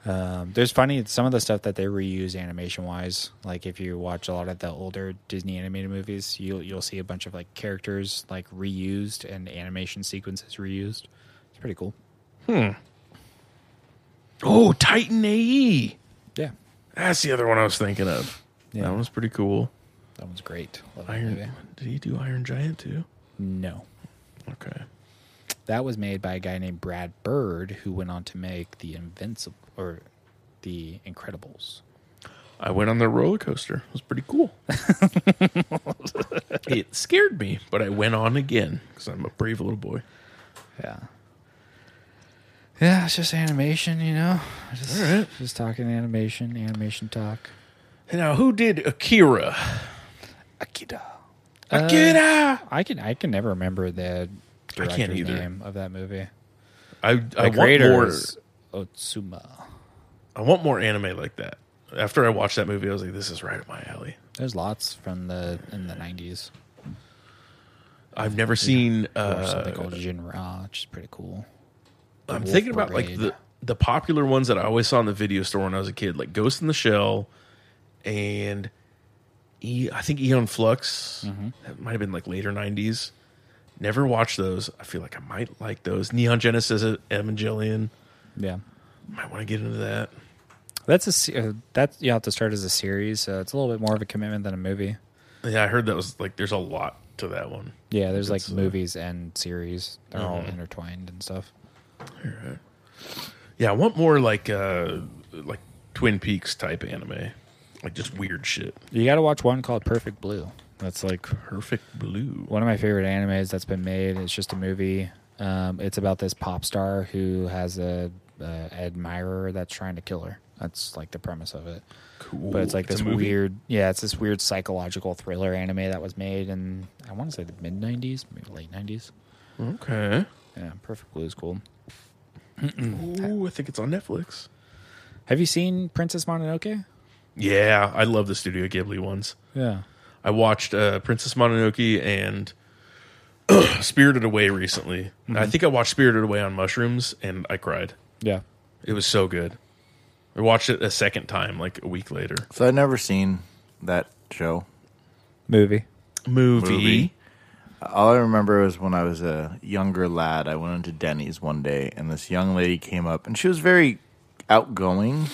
Speaker 3: Um, there's funny some of the stuff that they reuse animation wise. Like if you watch a lot of the older Disney animated movies, you'll you'll see a bunch of like characters like reused and animation sequences reused. It's pretty cool.
Speaker 2: Oh, Titan E! AE.
Speaker 3: Yeah,
Speaker 2: That's the other one I was thinking of.
Speaker 3: Yeah.
Speaker 2: That one's pretty cool.
Speaker 3: that one's great. Love that movie.
Speaker 2: Iron. Did he do Iron Giant too?
Speaker 3: No,
Speaker 2: Okay.
Speaker 3: that was made by a guy named Brad Bird, who went on to make the Invincible or the Incredibles.
Speaker 2: I went on the roller coaster. It was pretty cool. it scared me, but I went on again because I'm a brave little boy.
Speaker 3: Yeah. Yeah, it's just animation, you know. Just,
Speaker 2: All right.
Speaker 3: just talking animation, animation talk.
Speaker 2: Now, who did Akira? Uh,
Speaker 3: Akira.
Speaker 2: Akira.
Speaker 3: Uh, I can I can never remember the
Speaker 2: can't
Speaker 3: director's
Speaker 2: either. Uh,
Speaker 3: name of that movie.
Speaker 2: I I
Speaker 3: the
Speaker 2: want
Speaker 3: creator
Speaker 2: more.
Speaker 3: is Otsuma.
Speaker 2: I want more anime like that. After I watched that movie, I was like, "This is right up my alley."
Speaker 3: There's lots from the in the nineties.
Speaker 2: I've never seen.
Speaker 3: Or
Speaker 2: Uh,
Speaker 3: something called Jinra, which is pretty cool.
Speaker 2: I'm
Speaker 3: Wolf
Speaker 2: thinking about like
Speaker 3: Brigade.
Speaker 2: the the popular ones that I always saw in the video store when I was a kid, like Ghost in the Shell, and e, I think Eon Flux.
Speaker 3: Mm-hmm.
Speaker 2: That might have been like later '90s. Never watched those. I feel like I might like those. Neon Genesis uh, Evangelion.
Speaker 3: Yeah.
Speaker 2: Might want to get into that.
Speaker 3: That's a se- uh, that's you have to start as a series, so it's a little bit more of a commitment than a movie.
Speaker 2: Yeah, I heard that was like there's a lot to that one.
Speaker 3: Yeah, there's like
Speaker 2: It's, uh,
Speaker 3: movies and series. They're all intertwined and stuff.
Speaker 2: Yeah, I want more like uh like Twin Peaks type anime. Like just weird shit.
Speaker 3: You got to watch one called Perfect Blue. That's like
Speaker 2: Perfect blue.
Speaker 3: one of my favorite animes that's been made. It's just a movie. Um, it's about this pop star who has a, uh admirer that's trying to kill her. That's like the premise of it.
Speaker 2: Cool.
Speaker 3: But it's like
Speaker 2: a
Speaker 3: this
Speaker 2: movie?
Speaker 3: weird, yeah, it's this weird psychological thriller anime that was made in I want to say the mid '90s, maybe late '90s.
Speaker 2: Okay.
Speaker 3: Yeah, Perfect Blue is cool.
Speaker 2: Ooh, I think it's on Netflix.
Speaker 3: Have you seen Princess Mononoke?
Speaker 2: Yeah, I love the Studio Ghibli ones.
Speaker 3: Yeah,
Speaker 2: I watched uh, Princess Mononoke and Spirited Away recently. I think I watched Spirited Away on mushrooms and I cried.
Speaker 3: yeah.
Speaker 2: It was so good. I watched it a second time, like a week later.
Speaker 1: So I've never seen that show.
Speaker 3: Movie.
Speaker 2: Movie.
Speaker 1: Movie. All I remember is when I was a younger lad, I went into Denny's one day, and this young lady came up, and she was very outgoing.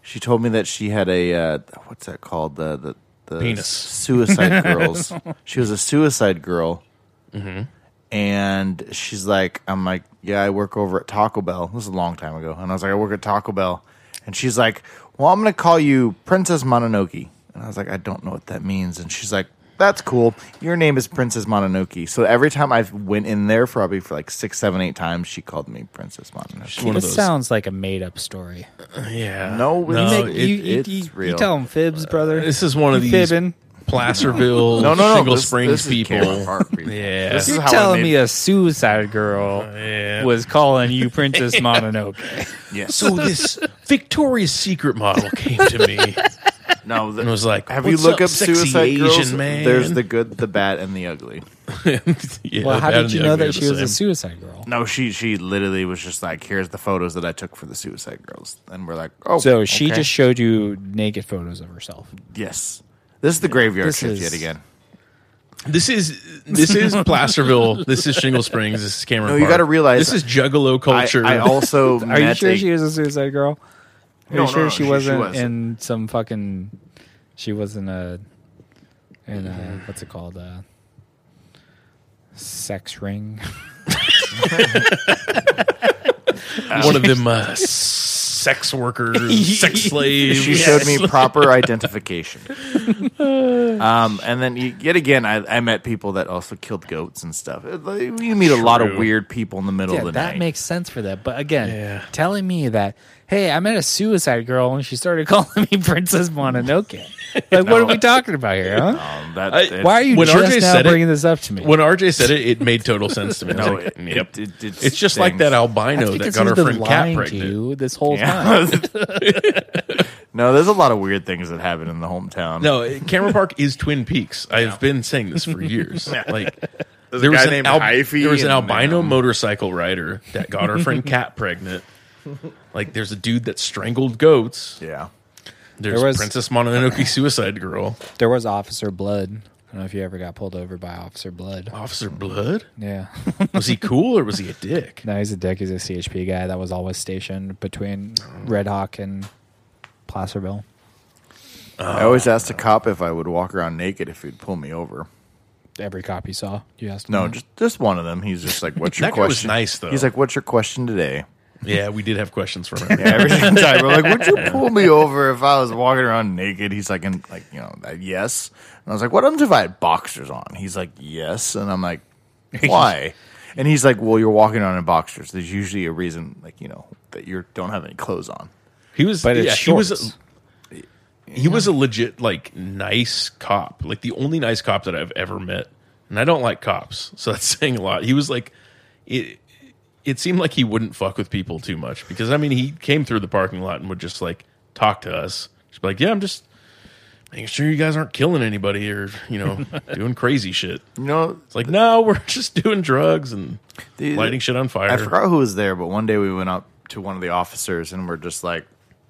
Speaker 1: She told me that she had a uh, what's that called the the, the
Speaker 2: Penis.
Speaker 1: suicide girls. She was a suicide girl, and she's like, I'm like, yeah, I work over at Taco Bell. This is a long time ago, and I was like, I work at Taco Bell, and she's like, well, I'm gonna call you Princess Mononoke, and I was like, I don't know what that means, and she's like. That's cool. Your name is Princess Mononoke. So every time I went in there, probably for like six, seven, eight times, she called me Princess Mononoke.
Speaker 2: One of
Speaker 3: This
Speaker 2: those.
Speaker 3: sounds like a made-up story.
Speaker 2: yeah.
Speaker 1: No,
Speaker 2: no
Speaker 1: it's-
Speaker 2: Oh, it- Uh,
Speaker 1: you- you- it's
Speaker 3: you,
Speaker 1: real.
Speaker 3: tell them fibs, brother.
Speaker 2: This is one of these
Speaker 3: Fibbing.
Speaker 2: Placerville,
Speaker 1: No, no, no.
Speaker 2: Single
Speaker 1: This-
Speaker 2: Springs
Speaker 1: this is Cameron
Speaker 2: people.
Speaker 1: Park people.
Speaker 2: yeah.
Speaker 1: This is
Speaker 3: You're
Speaker 1: how I
Speaker 3: telling
Speaker 1: made-
Speaker 3: me a suicide girl
Speaker 2: yeah.
Speaker 3: was calling you Princess Mononoke.
Speaker 1: Yes.
Speaker 2: so this Victoria's Secret model came to me.
Speaker 1: no, the,
Speaker 2: and was like,
Speaker 1: have you
Speaker 2: "What's
Speaker 1: look
Speaker 2: up,
Speaker 1: up
Speaker 2: sexy
Speaker 1: suicide
Speaker 2: Asian
Speaker 1: girls?
Speaker 2: man?"
Speaker 1: There's the good, the bad, and the ugly.
Speaker 2: Yeah,
Speaker 3: well,
Speaker 2: the
Speaker 3: how
Speaker 2: bad and
Speaker 3: did you
Speaker 2: the
Speaker 3: know
Speaker 2: ugly are
Speaker 3: that she
Speaker 2: the
Speaker 3: was
Speaker 2: same.
Speaker 3: a suicide girl?
Speaker 1: No, she she literally was just like, here's the photos that I took for the suicide girls, and we're like, oh,
Speaker 3: So she
Speaker 1: okay.
Speaker 3: just showed you naked photos of herself.
Speaker 1: yes. This is the graveyard
Speaker 3: This
Speaker 1: shift
Speaker 3: is-
Speaker 1: yet again.
Speaker 2: This is this is Placerville. This is Shingle Springs. This is Cameron.
Speaker 1: No, you
Speaker 2: Park.
Speaker 1: gotta realize-
Speaker 2: this is Juggalo
Speaker 1: I,
Speaker 2: culture.
Speaker 1: I also
Speaker 3: Are you
Speaker 1: met
Speaker 3: sure
Speaker 1: a-
Speaker 3: she was a suicide girl? Are
Speaker 1: No, no,
Speaker 3: you sure
Speaker 1: no,
Speaker 3: she,
Speaker 1: she- she
Speaker 3: wasn't
Speaker 1: wasn't.
Speaker 3: in some fucking? She wasn't a. In a, what's it called? Uh sex ring.
Speaker 2: one of them uh, s- sex workers, sex slaves.
Speaker 1: She showed me proper identification. um, and then y- yet again, I, I met people that also killed goats and stuff. It- like, You meet a lot of
Speaker 2: True.
Speaker 1: weird people in the middle
Speaker 3: Yeah,
Speaker 1: of the
Speaker 3: that
Speaker 1: night.
Speaker 3: makes sense for that. But again,
Speaker 2: Yeah.
Speaker 3: telling me that, hey, I met a suicide girl and she started calling me Princess Mononoke. Like, what are we talking about here? Huh?
Speaker 1: um, that,
Speaker 2: I-
Speaker 1: it's-
Speaker 3: Why are you
Speaker 2: When
Speaker 3: just
Speaker 2: RJ
Speaker 3: now
Speaker 2: said it-
Speaker 3: bringing this up to me?
Speaker 2: When RJ said it, it made total sense to me. I
Speaker 1: No,
Speaker 2: was like,
Speaker 1: it-
Speaker 2: yep.
Speaker 1: it- it-
Speaker 2: it's just like that
Speaker 1: stings.
Speaker 3: I
Speaker 2: albino
Speaker 3: think
Speaker 2: that
Speaker 3: it's
Speaker 2: got her
Speaker 3: who's been
Speaker 2: friend cat
Speaker 3: lying to
Speaker 2: pregnant.
Speaker 3: you this whole time.
Speaker 1: Yeah. no, there's a lot of weird things that happen in the hometown.
Speaker 2: No, Cameron Park is Twin Peaks. I've been saying this for years. Like
Speaker 1: There's
Speaker 2: there
Speaker 1: a
Speaker 2: was
Speaker 1: guy
Speaker 2: an
Speaker 1: named
Speaker 2: al-
Speaker 1: Hyphy
Speaker 2: there was an
Speaker 1: and,
Speaker 2: albino
Speaker 1: um,
Speaker 2: motorcycle rider that got our friend Cat pregnant. Like there's a dude that strangled goats.
Speaker 1: Yeah.
Speaker 2: There's
Speaker 3: was-
Speaker 2: Princess Mononoke Suicide Girl.
Speaker 3: There was Officer Blood. I don't know if you ever got pulled over by Officer Blood.
Speaker 2: Officer Blood?
Speaker 3: Yeah.
Speaker 2: Was he cool or was he a dick?
Speaker 3: no, he's a dick. He's a CHP guy that was always stationed between Red Hawk and Placerville.
Speaker 1: I
Speaker 2: Oh,
Speaker 1: always asked a cop if I would walk around naked if he'd pull me over.
Speaker 3: Every cop you saw, you asked. him
Speaker 1: No,
Speaker 3: that.
Speaker 1: just just one of them. He's just like, "What's your
Speaker 2: Mm-hmm. That guy was
Speaker 1: question?"
Speaker 2: nice, though.
Speaker 1: He's like, "What's your question today?"
Speaker 2: Yeah, we did have questions from him.
Speaker 1: Every single time, I'm like, "Would you pull me over if I was walking around naked?" He's like, "And like, you know, like, yes." And I was like, "What happens if I had boxers on?" He's like, "Yes," and I'm like, "Why?" and he's like, "Well, you're walking around in boxers. There's usually a reason, like you know, that you don't have any clothes on."
Speaker 2: He was
Speaker 3: But it's
Speaker 2: yeah, he was
Speaker 3: shorts.
Speaker 2: a, he was a legit like nice cop. Like the only nice cop that I've ever met. And I don't like cops, so that's saying a lot. He was like it it seemed like he wouldn't fuck with people too much because I mean he came through the parking lot and would just like talk to us. Just be like, "Yeah, I'm just making sure you guys aren't killing anybody or, you know, doing crazy shit."
Speaker 1: You know,
Speaker 2: It's like, "No, we're just doing drugs and
Speaker 1: The-
Speaker 2: lighting shit on fire."
Speaker 1: I forgot who was there, but one day we went up to one of the officers and we're just like,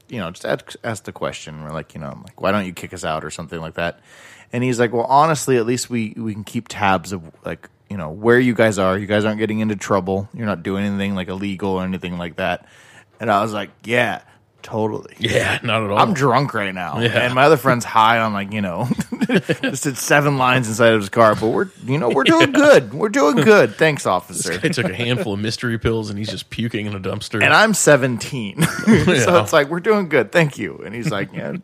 Speaker 1: you know, just ask, ask the question. We're like, you know, I'm like, why don't you kick us out or something like that? And he's like, well, honestly, at least we we can keep tabs of like, you know, where you guys are. You guys aren't getting into trouble. You're not doing anything like illegal or anything like that. And I was like, yeah, totally.
Speaker 2: Yeah, not at all.
Speaker 1: I'm drunk right now, and my other friend's high on like you know, just did seven lines inside of his car. But we're you know we're doing good. We're doing good. Thanks, officer.
Speaker 2: I took a handful of mystery pills and he's just puking in a dumpster.
Speaker 1: and I'm 17. so it's like, we're doing good. Thank you. And he's like, yeah,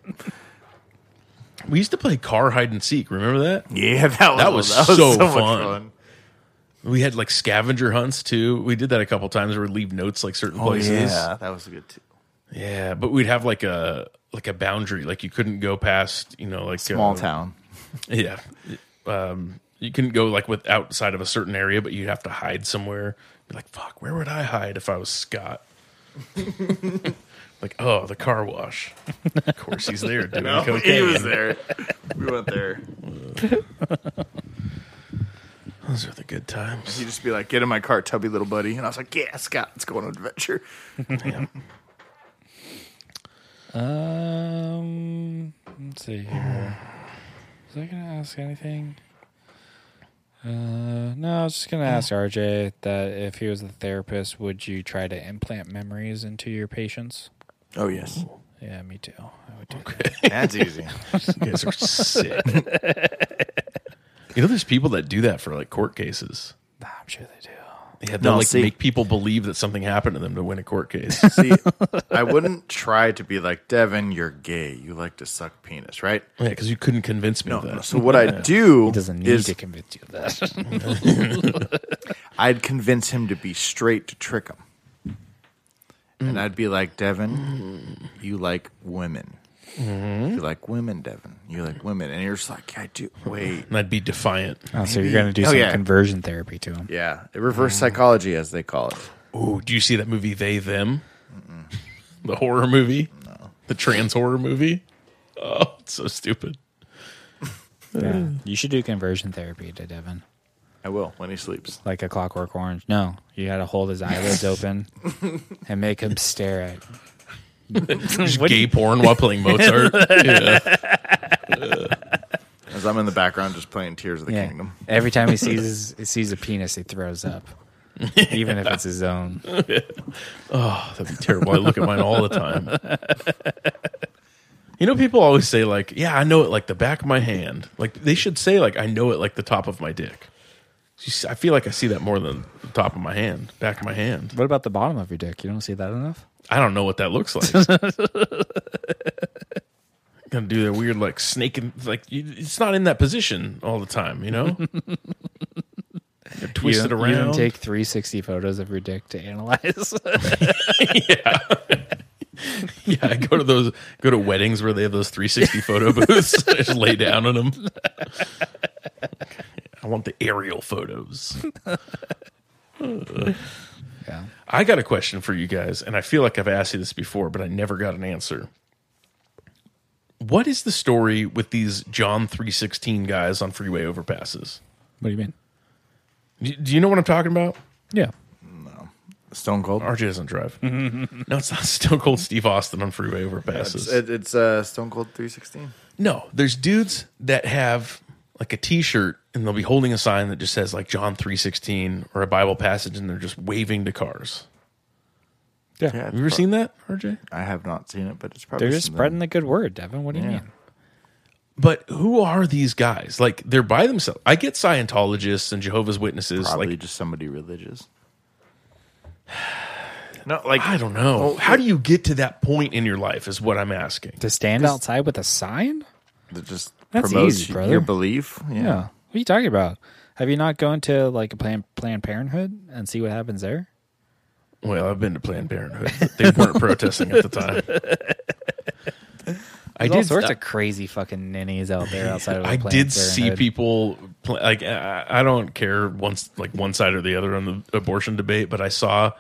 Speaker 2: We used to play car hide and seek. Remember that?
Speaker 1: yeah that was,
Speaker 2: That was
Speaker 1: that
Speaker 2: so
Speaker 1: much
Speaker 2: fun. We had like scavenger hunts too. We did that a couple times where we'd leave notes like certain
Speaker 1: Oh,
Speaker 2: places.
Speaker 1: yeah, that was good too.
Speaker 2: Yeah, but we'd have like a like a boundary. Like you couldn't go past, you know, like
Speaker 1: Small
Speaker 2: uh,
Speaker 1: town.
Speaker 2: Yeah. Um you couldn't go like with outside of a certain area, but you'd have to hide somewhere. You're like, fuck, where would I hide if I was Scott? like, oh, the car wash. Of course he's there doing cocaine.
Speaker 1: there. We went there.
Speaker 2: Those are the good times.
Speaker 1: He'd just be like, get in my car, tubby little buddy. And I was like, yeah, Scott, let's go on an adventure.
Speaker 3: Um, let's see here. Was I gonna ask anything? Uh, no, I was just gonna ask RJ that if he was a therapist, would you try to implant memories into your patients?
Speaker 1: Oh, yes.
Speaker 3: Yeah, me too. I would do that.
Speaker 1: That's easy.
Speaker 2: You guys are sick. you know, there's people that do that for like court cases.
Speaker 3: Nah, I'm sure they do.
Speaker 2: Yeah, they'll
Speaker 1: No,
Speaker 2: like
Speaker 1: see-
Speaker 2: make people believe that something happened to them to win a court case.
Speaker 1: See, I wouldn't try to be like, Devin, you're gay. You like to suck penis, right?
Speaker 2: yeah, because you couldn't convince me
Speaker 1: No.
Speaker 2: of that.
Speaker 1: So what I do
Speaker 3: He doesn't need
Speaker 1: is
Speaker 3: to convince you of that.
Speaker 1: I'd convince him to be straight to trick him. And I'd be like, Devin, you like women. You like women, Devin. You like women. And you're just like, I do. Wait.
Speaker 2: and I'd be defiant.
Speaker 3: oh, so you're gonna do
Speaker 1: Oh,
Speaker 3: some
Speaker 1: yeah.
Speaker 3: conversion therapy to him?
Speaker 1: Yeah. Reverse psychology, as they call it.
Speaker 2: Ooh, do you see that movie They Them? The horror movie? The trans horror movie? Oh, it's so stupid.
Speaker 3: Yeah. You should do conversion therapy to Devin,
Speaker 1: I will when he sleeps.
Speaker 3: like a Clockwork Orange. No, you gotta hold his eyelids open and make him stare at
Speaker 2: Just gay porn while playing Mozart. yeah.
Speaker 1: As I'm in the background just playing Tears of the Kingdom.
Speaker 3: Every time he sees his, he sees a penis, he throws up, even if it's his own.
Speaker 2: Oh, that'd be terrible. I look at mine all the time. You know, people always say like, "Yeah, I know it like the back of my hand." Like they should say like, "I know it like the top of my dick." You see- I feel like I see that more than the top of my hand, back of my hand.
Speaker 3: What about the bottom of your dick? You don't see that enough.
Speaker 2: I don't know what that looks like. Gonna do that weird like snake and like you, it's not in that position all the time, you know. You twist
Speaker 3: you
Speaker 2: it
Speaker 3: don't-
Speaker 2: around.
Speaker 3: You don't take three sixty photos of your dick to analyze.
Speaker 2: Yeah, I go to those go to weddings where they have those 360 photo booths. I just lay down on them. I want the aerial photos.
Speaker 3: yeah.
Speaker 2: I got a question for you guys, and I feel like I've asked you this before, but I never got an answer. What is the story with these John 316 guys on freeway overpasses?
Speaker 3: What do you mean?
Speaker 2: Y- Do you know what I'm talking about?
Speaker 3: Yeah.
Speaker 1: Stone Cold.
Speaker 2: RJ doesn't drive. no, it's not Stone Cold Steve Austin on freeway overpasses.
Speaker 1: It's, it, it's uh, Stone Cold 316.
Speaker 2: No, there's dudes that have like a T-shirt and they'll be holding a sign that just says like John three sixteen or a Bible passage, and they're just waving to cars.
Speaker 3: Yeah.
Speaker 1: Yeah,
Speaker 2: Have you ever seen that, RJ?
Speaker 1: I have not seen it, but it's probably
Speaker 3: They're just
Speaker 1: something-
Speaker 3: spreading the good word, Devin. What do you
Speaker 1: Yeah.
Speaker 3: mean?
Speaker 2: But who are these guys? Like they're by themselves. I get Scientologists and Jehovah's Witnesses.
Speaker 1: probably
Speaker 2: Like
Speaker 1: just somebody religious. No, like
Speaker 2: I don't know.
Speaker 1: Oh,
Speaker 2: How do you get to that point in your life? Is what I'm asking.
Speaker 3: To stand outside with a sign?
Speaker 1: That just
Speaker 3: That's
Speaker 1: promotes
Speaker 3: easy,
Speaker 1: y-
Speaker 3: brother.
Speaker 1: your belief. Yeah.
Speaker 3: Yeah. What are you talking about? Have you not gone to like a Planned, planned Parenthood and see what happens there?
Speaker 2: Well, I've been to Planned Parenthood. but They weren't protesting at the time. I
Speaker 3: There's all sorts
Speaker 2: I-
Speaker 3: of crazy fucking ninnies out there outside of. the
Speaker 2: I
Speaker 3: Planned
Speaker 2: did see
Speaker 3: Parenthood.
Speaker 2: people pl- like I, I don't care once like one side or the other on the abortion debate, but I saw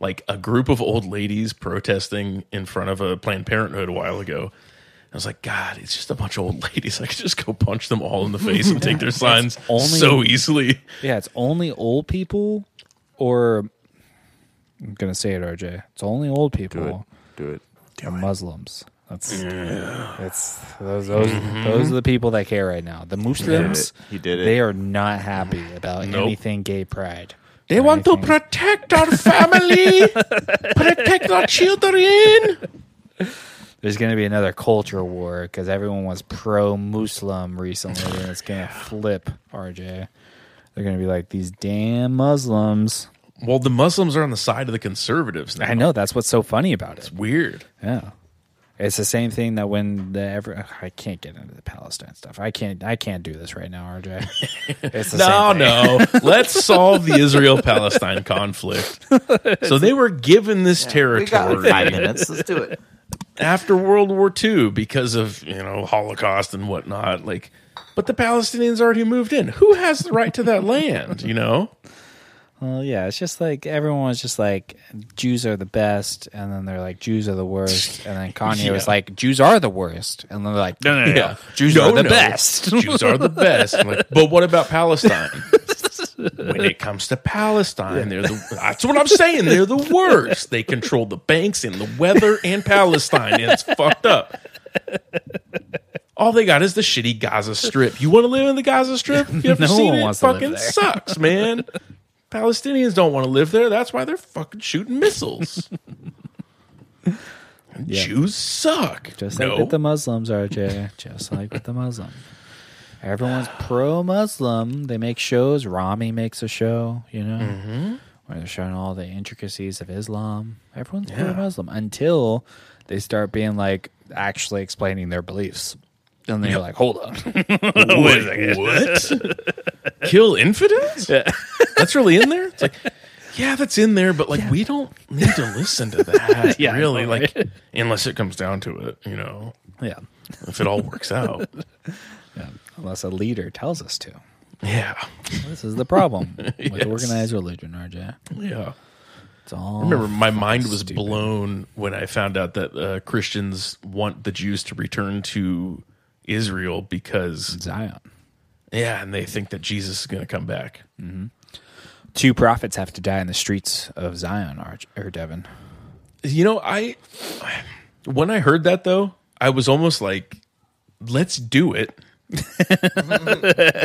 Speaker 2: like a group of old ladies protesting in front of a Planned Parenthood a while ago. I was like, God, it's just a bunch of old ladies. I could just go punch them all in the face and take their signs
Speaker 3: only-
Speaker 2: so easily.
Speaker 3: Yeah, it's only old people, or I'm gonna say it, RJ. It's only old
Speaker 1: Do it.
Speaker 3: people
Speaker 1: Do it. Do
Speaker 3: and
Speaker 1: it.
Speaker 3: Muslims. That's that's those those
Speaker 1: Mm-hmm.
Speaker 3: those are the people that care right now. The Muslims,
Speaker 1: He did it. Mm-hmm.
Speaker 3: They are not happy about
Speaker 2: Nope.
Speaker 3: anything gay pride.
Speaker 2: They want to
Speaker 3: think-
Speaker 2: protect our family, protect our children.
Speaker 3: There's going to be another culture war because everyone was pro Muslim recently, and it's going to flip. RJ, they're going to be like these damn Muslims.
Speaker 2: Well, the Muslims are on the side of the conservatives now.
Speaker 3: I know that's what's so funny about it.
Speaker 2: Weird.
Speaker 3: Yeah. It's the same thing that when the ever ugh, I can't get into the Palestine stuff. I can't I can't do this right now, RJ. It's the
Speaker 2: No,
Speaker 3: same thing.
Speaker 2: no. Let's solve the Israel Palestine conflict. So they were given this
Speaker 1: We got like
Speaker 2: territory
Speaker 1: five minutes. Let's do it.
Speaker 2: after World War II because of, you know, Holocaust and whatnot. Like but the Palestinians already moved in. Who has the right to that land, you know?
Speaker 3: Well, yeah, it's just like everyone was just like Jews are the best, and then they're like Jews are the worst, and then Kanye was
Speaker 2: Yeah.
Speaker 3: like Jews are the worst, and they're like no, no, no, Jews
Speaker 2: No,
Speaker 3: are the
Speaker 2: no.
Speaker 3: best.
Speaker 2: Jews are the best. I'm like, but what about Palestine? When it comes to Palestine, they're the, that's what I'm saying. They're the worst. They control the banks and the weather and Palestine, and it's fucked up. All they got is the shitty Gaza Strip. You want to live in the Gaza Strip? You ever
Speaker 3: No
Speaker 2: seen
Speaker 3: one
Speaker 2: it?
Speaker 3: wants to live
Speaker 2: fucking
Speaker 3: there.
Speaker 2: sucks, man. Palestinians don't want to live there. That's why they're fucking shooting missiles. Jews suck.
Speaker 3: Just
Speaker 2: no.
Speaker 3: like with the Muslims, RJ. Just like with the Muslim. Everyone's pro Muslim. They make shows. Rami makes a show, you know,
Speaker 2: Mm-hmm.
Speaker 3: where they're showing all the intricacies of Islam. Everyone's pro Muslim until they start being like actually explaining their beliefs. And then you're like, hold on.
Speaker 2: Wait, what? Kill infidels? That's really in there? It's like, yeah, that's in there, but like, we don't need to listen to that.
Speaker 3: Yeah, I
Speaker 2: really.
Speaker 3: know,
Speaker 2: like, unless it comes down to it, you know,
Speaker 3: yeah.
Speaker 2: if it all works out.
Speaker 3: Unless a leader tells us to.
Speaker 2: Yeah.
Speaker 3: This is the problem with
Speaker 2: Yes.
Speaker 3: organized religion, RJ.
Speaker 2: Yeah.
Speaker 3: It's all.
Speaker 2: Remember, my mind was blown when I found out that uh, Christians want the Jews to return to Israel because,
Speaker 3: Zion.
Speaker 2: yeah, and they think that Jesus is going to come back.
Speaker 3: Two prophets have to die in the streets of Zion, Arch- or Devon.
Speaker 2: You know, I when I heard that though, I was almost like, let's do it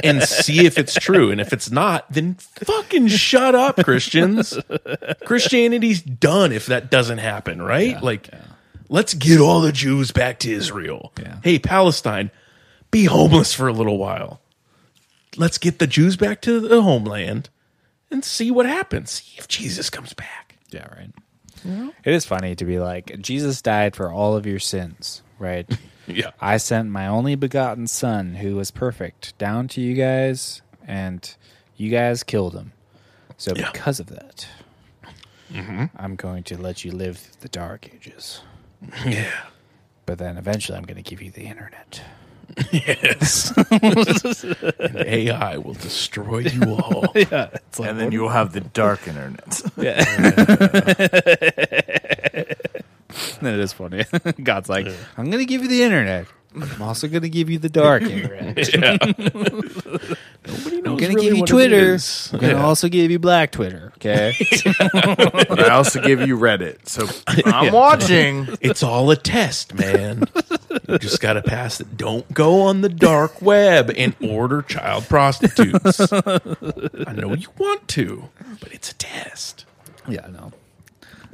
Speaker 2: and see if it's true. And if it's not, then fucking shut up, Christians. Christianity's done if that doesn't happen, right? like, let's get all the Jews back to Israel.
Speaker 3: Yeah.
Speaker 2: Hey, Palestine, be homeless for a little while. Let's get the Jews back to the homeland and see what happens. See if Jesus comes back.
Speaker 3: Yeah, right. It is funny to be like, Jesus died for all of your sins, right?
Speaker 2: Yeah.
Speaker 3: I sent my only begotten son, who was perfect, down to you guys, and you guys killed him. So,
Speaker 2: Yeah.
Speaker 3: because of that, I'm going to let you live through the dark ages.
Speaker 2: Yeah.
Speaker 3: But then eventually, I'm going to give you the internet.
Speaker 2: Yes. and AI will destroy you all.
Speaker 3: It's like,
Speaker 1: And then you'll have the dark internet.
Speaker 3: it is funny. God's like, I'm going to give you the internet. but I'm also going to give you the dark internet.
Speaker 2: Nobody knows
Speaker 3: gonna
Speaker 2: really
Speaker 3: give you
Speaker 2: what it
Speaker 3: Twitter.
Speaker 2: is.
Speaker 3: I'm gonna
Speaker 2: Yeah.
Speaker 3: also give you Black Twitter. Okay.
Speaker 1: But I also give you Reddit. So I'm watching.
Speaker 2: It's all a test, man. you just got to pass it. Don't go on the dark web and order child prostitutes. I know you want to, but it's a test.
Speaker 3: yeah, I know.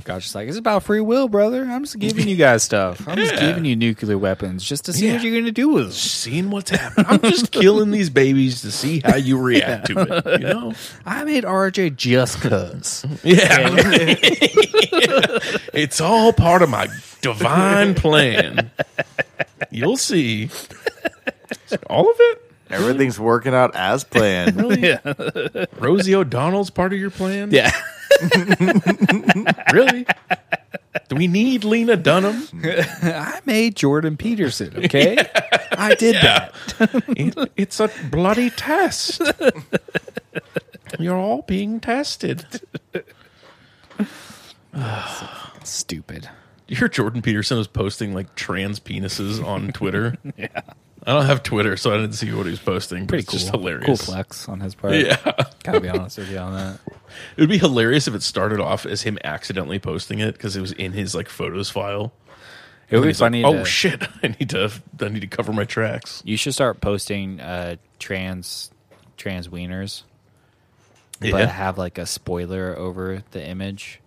Speaker 3: God's just like, it's about free will, brother. I'm just giving you guys stuff. I'm just
Speaker 2: Yeah.
Speaker 3: giving you nuclear weapons just to see what
Speaker 2: Yeah.
Speaker 3: you're gonna do with them.
Speaker 2: Seeing what's happening. I'm just killing these babies to see how you react to it. You know?
Speaker 3: I made RJ just cause.
Speaker 2: Yeah. it's all part of my divine plan. You'll see. All of it?
Speaker 1: Everything's working out as planned.
Speaker 2: Really? Yeah. Rosie O'Donnell's part of your plan?
Speaker 3: yeah.
Speaker 2: Really? Do we need Lena Dunham?
Speaker 3: I made Jordan Peterson, okay? I did that.
Speaker 2: It- it's a bloody test. You're all being tested.
Speaker 3: Stupid.
Speaker 2: You hear Jordan Peterson was posting like trans penises on Twitter? yeah. I don't have Twitter, so I didn't see what he was posting. But
Speaker 3: Pretty
Speaker 2: it's
Speaker 3: cool.
Speaker 2: just hilarious.
Speaker 3: Cool flex on his part.
Speaker 2: Yeah.
Speaker 3: Gotta be honest with you on that.
Speaker 2: It would be hilarious if it started off as him accidentally posting it because it was in his like photos file.
Speaker 3: It
Speaker 2: And
Speaker 3: would be
Speaker 2: he's like,
Speaker 3: funny.
Speaker 2: oh
Speaker 3: to-
Speaker 2: shit! I need to I need to cover my tracks.
Speaker 3: You should start posting uh, trans trans wieners, but
Speaker 2: Yeah.
Speaker 3: have like a spoiler over the image.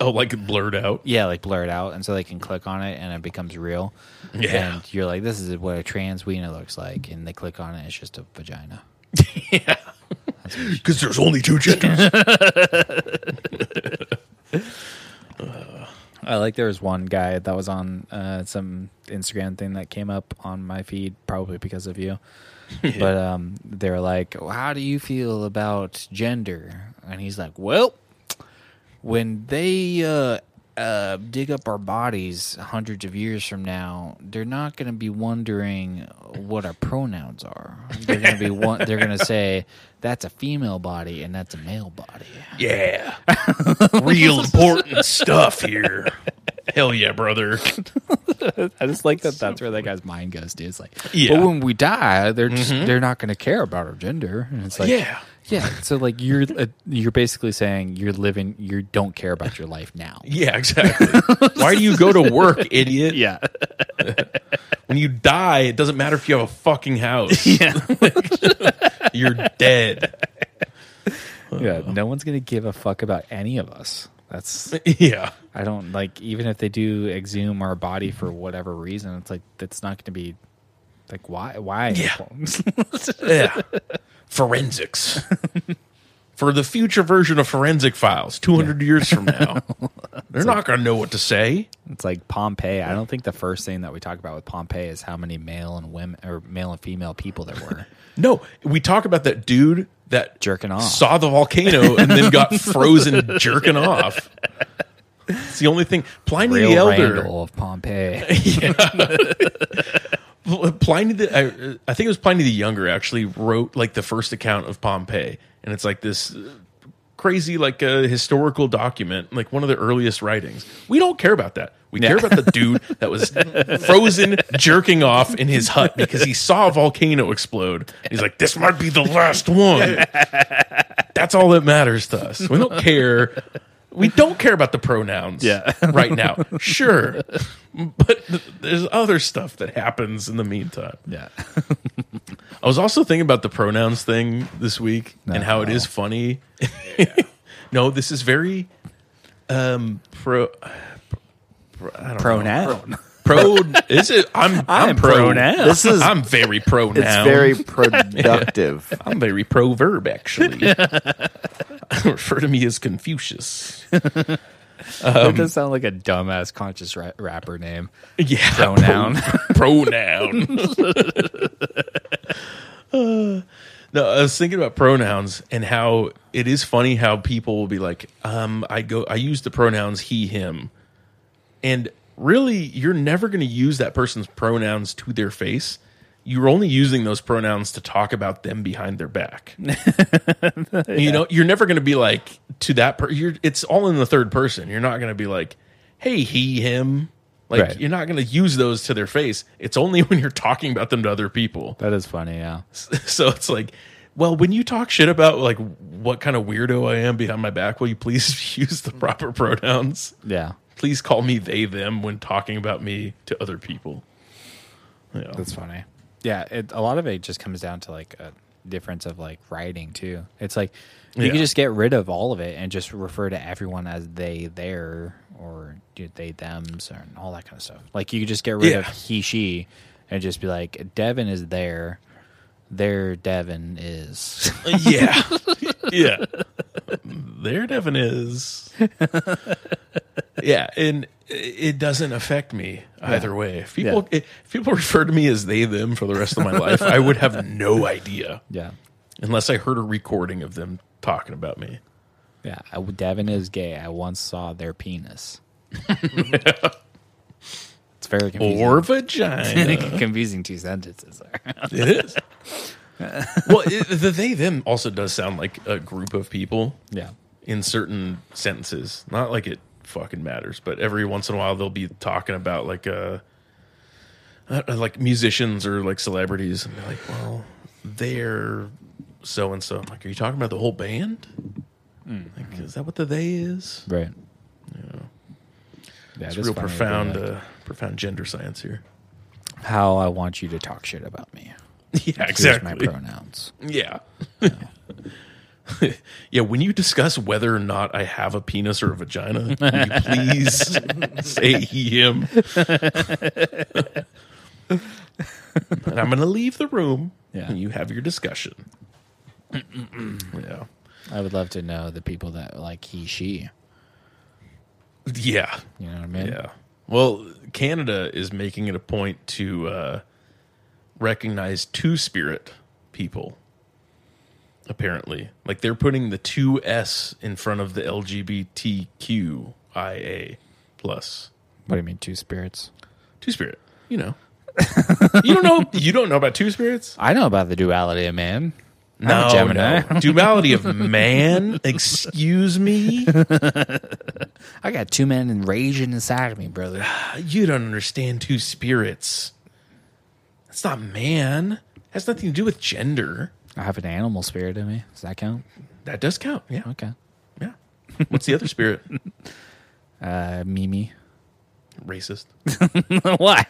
Speaker 2: oh, like blurred out.
Speaker 3: Yeah, like blur it out, and so they can click on it, and it becomes real.
Speaker 2: Yeah.
Speaker 3: and you're like, this is what a trans wiener looks like, and they click on it, it's just a vagina.
Speaker 2: Because there's only two genders.
Speaker 3: I like there was one guy that was on uh, some Instagram thing that came up on my feed, probably because of you. But um, they were like, "How do you feel about gender?" And he's like, "Well, when they uh, uh, dig up our bodies hundreds of years from now, they're not going to be wondering what our pronouns are. They're going to be one. They're going to say that's a female body and that's a male body."
Speaker 2: yeah. Real important stuff here. Hell yeah, brother.
Speaker 3: I just like that. That's where that guy's mind goes, dude. It's like,
Speaker 2: Yeah. Mm-hmm.
Speaker 3: but when we die, they're just they're not going to care about our gender, and it's like,
Speaker 2: yeah.
Speaker 3: yeah. So like you're uh, you're basically saying you're living, you don't care about your life now.
Speaker 2: Yeah, exactly. Why do you go to work, idiot?
Speaker 3: Yeah,
Speaker 2: When you die, it doesn't matter if you have a fucking house.
Speaker 3: yeah,
Speaker 2: You're dead.
Speaker 3: yeah. No one's going to give a fuck about any of us. That's
Speaker 2: Yeah.
Speaker 3: I don't like even if they do exhume our body for whatever reason, it's like that's not going to be like why why
Speaker 2: Yeah. Yeah. Forensics. For the future version of forensic files, 200 years from now, they're not going to know what to say.
Speaker 3: It's like Pompeii. I don't think the first thing that we talk about with Pompeii is how many male and women or male and female people there were.
Speaker 2: No, we talk about that dude that
Speaker 3: Jerking off.
Speaker 2: saw the volcano and then got frozen jerking off. It's the only thing. Pliny
Speaker 3: Real
Speaker 2: the Elder.
Speaker 3: Randall of Pompeii.
Speaker 2: Pliny the I, I think it was Pliny the Younger actually wrote like the first account of Pompeii, and it's like this uh, crazy like uh, historical document, like one of the earliest writings. We don't care about that. We care about the dude that was frozen jerking off in his hut because he saw a volcano explode. He's like, "This might be the last one." That's all that matters to us. We don't care. We don't care about the pronouns
Speaker 3: Yeah.
Speaker 2: right now. Sure. But th- there's other stuff that happens in the meantime.
Speaker 3: yeah.
Speaker 2: I was also thinking about the pronouns thing this week and how it is funny. no, this is very um pro
Speaker 3: Pronoun. Um,
Speaker 2: pro is it I'm I'm,
Speaker 3: I'm
Speaker 2: pro
Speaker 3: pronoun.
Speaker 1: This is
Speaker 2: I'm very pro now.
Speaker 1: it's very productive.
Speaker 2: I'm very pro verb actually. Refer to me as Confucius.
Speaker 3: that does sound like a dumbass conscious ra- rapper name.
Speaker 2: Yeah.
Speaker 3: Pronoun.
Speaker 2: Pro- pronoun. Uh, no, I was thinking about pronouns and how it is funny how people will be like, um, I go I use the pronouns he, him. And really you're never gonna use that person's pronouns to their face. You're only using those pronouns to talk about them behind their back. You know, you're never going to be like to that per You're it's all in the third person. You're not going to be like, "Hey, he, him." Like
Speaker 3: Right.
Speaker 2: you're not going to use those to their face. It's only when you're talking about them to other people.
Speaker 3: That is funny, yeah.
Speaker 2: So it's like Well, when you talk shit about like what kind of weirdo I am behind my back, will you please use the proper pronouns?
Speaker 3: Yeah,
Speaker 2: Please call me they them when talking about me to other people. Yeah.
Speaker 3: that's funny. Yeah, it, a lot of it just comes down to like a difference of like writing too. It's like you
Speaker 2: Yeah.
Speaker 3: could just get rid of all of it and just refer to everyone as they, their, or do they, them's, or and all that kind of stuff. Like you could just get rid of
Speaker 2: Yeah.
Speaker 3: he, she, and just be like Devin is there, their Devin is.
Speaker 2: yeah. yeah. There Devin is. yeah, and it doesn't affect me either way. If people if people refer to me as they them for the rest of my life, I would have no idea
Speaker 3: yeah,
Speaker 2: unless I heard a recording of them talking about me.
Speaker 3: yeah. I, Devin is gay. I once saw their penis. It's very confusing.
Speaker 2: Or vagina.
Speaker 3: confusing two sentences there.
Speaker 2: It is. well, it, the they them also does sound like a group of people
Speaker 3: yeah.
Speaker 2: in certain sentences. Not like it fucking matters, but every once in a while they'll be talking about like uh, uh like musicians or like celebrities and they're like, "Well, they're so and so." I'm like, "Are you talking about the whole band?" Like, is Hmm. that what the they is?
Speaker 3: Right. Yeah, it
Speaker 2: It's
Speaker 3: is
Speaker 2: real
Speaker 3: funny, but,
Speaker 2: profound,
Speaker 3: like,
Speaker 2: uh, profound gender science here.
Speaker 3: how I want you to talk shit about me.
Speaker 2: Yeah,
Speaker 3: Here's my pronouns.
Speaker 2: Yeah. yeah, when you discuss whether or not I have a penis or a vagina, will you please say he, him. and I'm going to leave the room
Speaker 3: Yeah.
Speaker 2: and you have your discussion. yeah.
Speaker 3: I would love to know the people that like he, she.
Speaker 2: Yeah.
Speaker 3: You know what I mean?
Speaker 2: Yeah. Well, Canada is making it a point to uh, recognize two spirit people, apparently. Like they're putting the two S in front of the LGBTQIA plus.
Speaker 3: What do you mean, two spirits?
Speaker 2: Two spirit, you know. you don't know you don't know about two spirits? Oh,
Speaker 3: I know about the duality of man. I'm a Gemini.
Speaker 2: no. Duality of man. Excuse me.
Speaker 3: I got two men enraging inside of me, brother.
Speaker 2: You don't understand two spirits. That's not man. Has nothing to do with gender.
Speaker 3: I have an animal spirit in me. Does that count?
Speaker 2: That does count. Yeah.
Speaker 3: Okay.
Speaker 2: Yeah. What's the other spirit?
Speaker 3: Uh, Mimi.
Speaker 2: Racist.
Speaker 3: Why?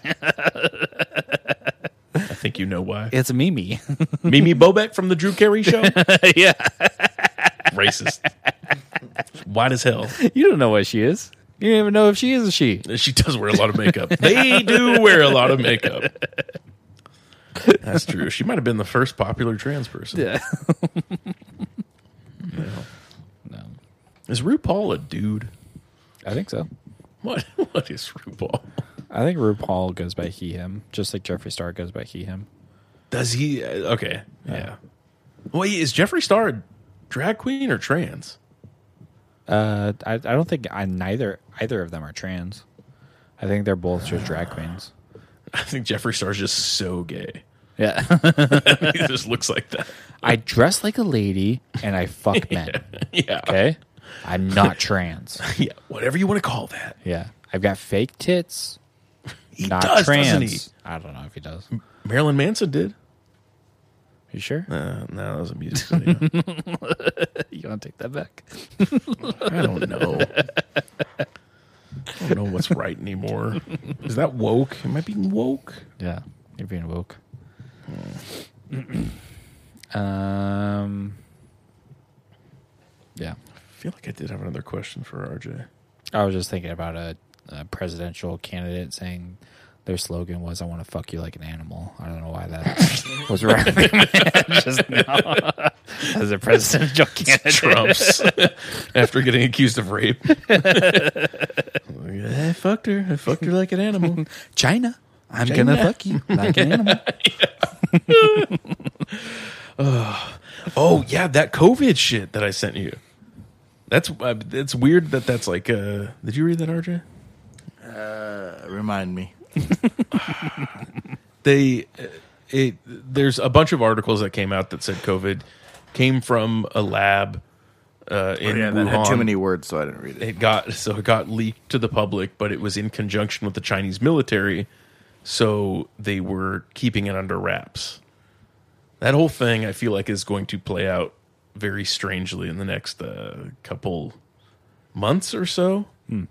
Speaker 2: I think you know why.
Speaker 3: It's a Mimi.
Speaker 2: Mimi Bobek from the Drew Carey show.
Speaker 3: yeah.
Speaker 2: Racist. White as hell.
Speaker 3: You don't know what she is. You don't even know if she is a she.
Speaker 2: She does wear a lot of makeup. They do wear a lot of makeup. That's true. She might have been the first popular trans person.
Speaker 3: Yeah.
Speaker 2: No. Is RuPaul a dude?
Speaker 3: I think so.
Speaker 2: What? What is RuPaul?
Speaker 3: I think RuPaul goes by he, him, just like Jeffree Star goes by he, him.
Speaker 2: Does he? uh, Okay. Yeah. Wait, is Jeffree Star a drag queen or trans?
Speaker 3: Uh, I, I don't think I neither either of them are trans. I think they're both just drag queens.
Speaker 2: I think Jeffree Star's just so gay.
Speaker 3: Yeah,
Speaker 2: he just looks like that.
Speaker 3: I dress like a lady and I fuck men.
Speaker 2: Yeah.
Speaker 3: Okay, I'm not trans.
Speaker 2: Yeah. Whatever you want to call that.
Speaker 3: Yeah, I've got fake tits.
Speaker 2: He
Speaker 3: Not
Speaker 2: does,
Speaker 3: trans.
Speaker 2: doesn't he?
Speaker 3: I don't know if he does.
Speaker 2: Marilyn Manson did.
Speaker 3: You sure?
Speaker 2: Uh, no, that was a music video.
Speaker 3: You want to take that back?
Speaker 2: I don't know. I don't know what's right anymore. Is that woke? Am I being woke?
Speaker 3: Yeah, you're being woke. um. Yeah.
Speaker 2: I feel like I did have another question for RJ.
Speaker 3: I was just thinking about a, a presidential candidate saying their slogan was "I want to fuck you like an animal." I don't know why that was wrapping my head just now as a presidential candidate.
Speaker 2: Trumps after getting accused of rape. I fucked her. I fucked her like an animal.
Speaker 3: China, I'm gonna
Speaker 2: China.
Speaker 3: fuck you like an animal.
Speaker 2: Oh yeah, that COVID shit that I sent you. That's uh, it's weird that that's like. Uh, did you read that, RJ?
Speaker 1: Uh, remind me.
Speaker 2: they uh, it there's a bunch of articles that came out that said COVID came from a lab uh, in
Speaker 1: yeah, that
Speaker 2: Wuhan.
Speaker 1: had too many words, so I didn't read it.
Speaker 2: It got so it got leaked to the public, but it was in conjunction with the Chinese military, so they were keeping it under wraps. that whole thing I feel like is going to play out very strangely in the next uh, couple months or so.
Speaker 3: Hmm.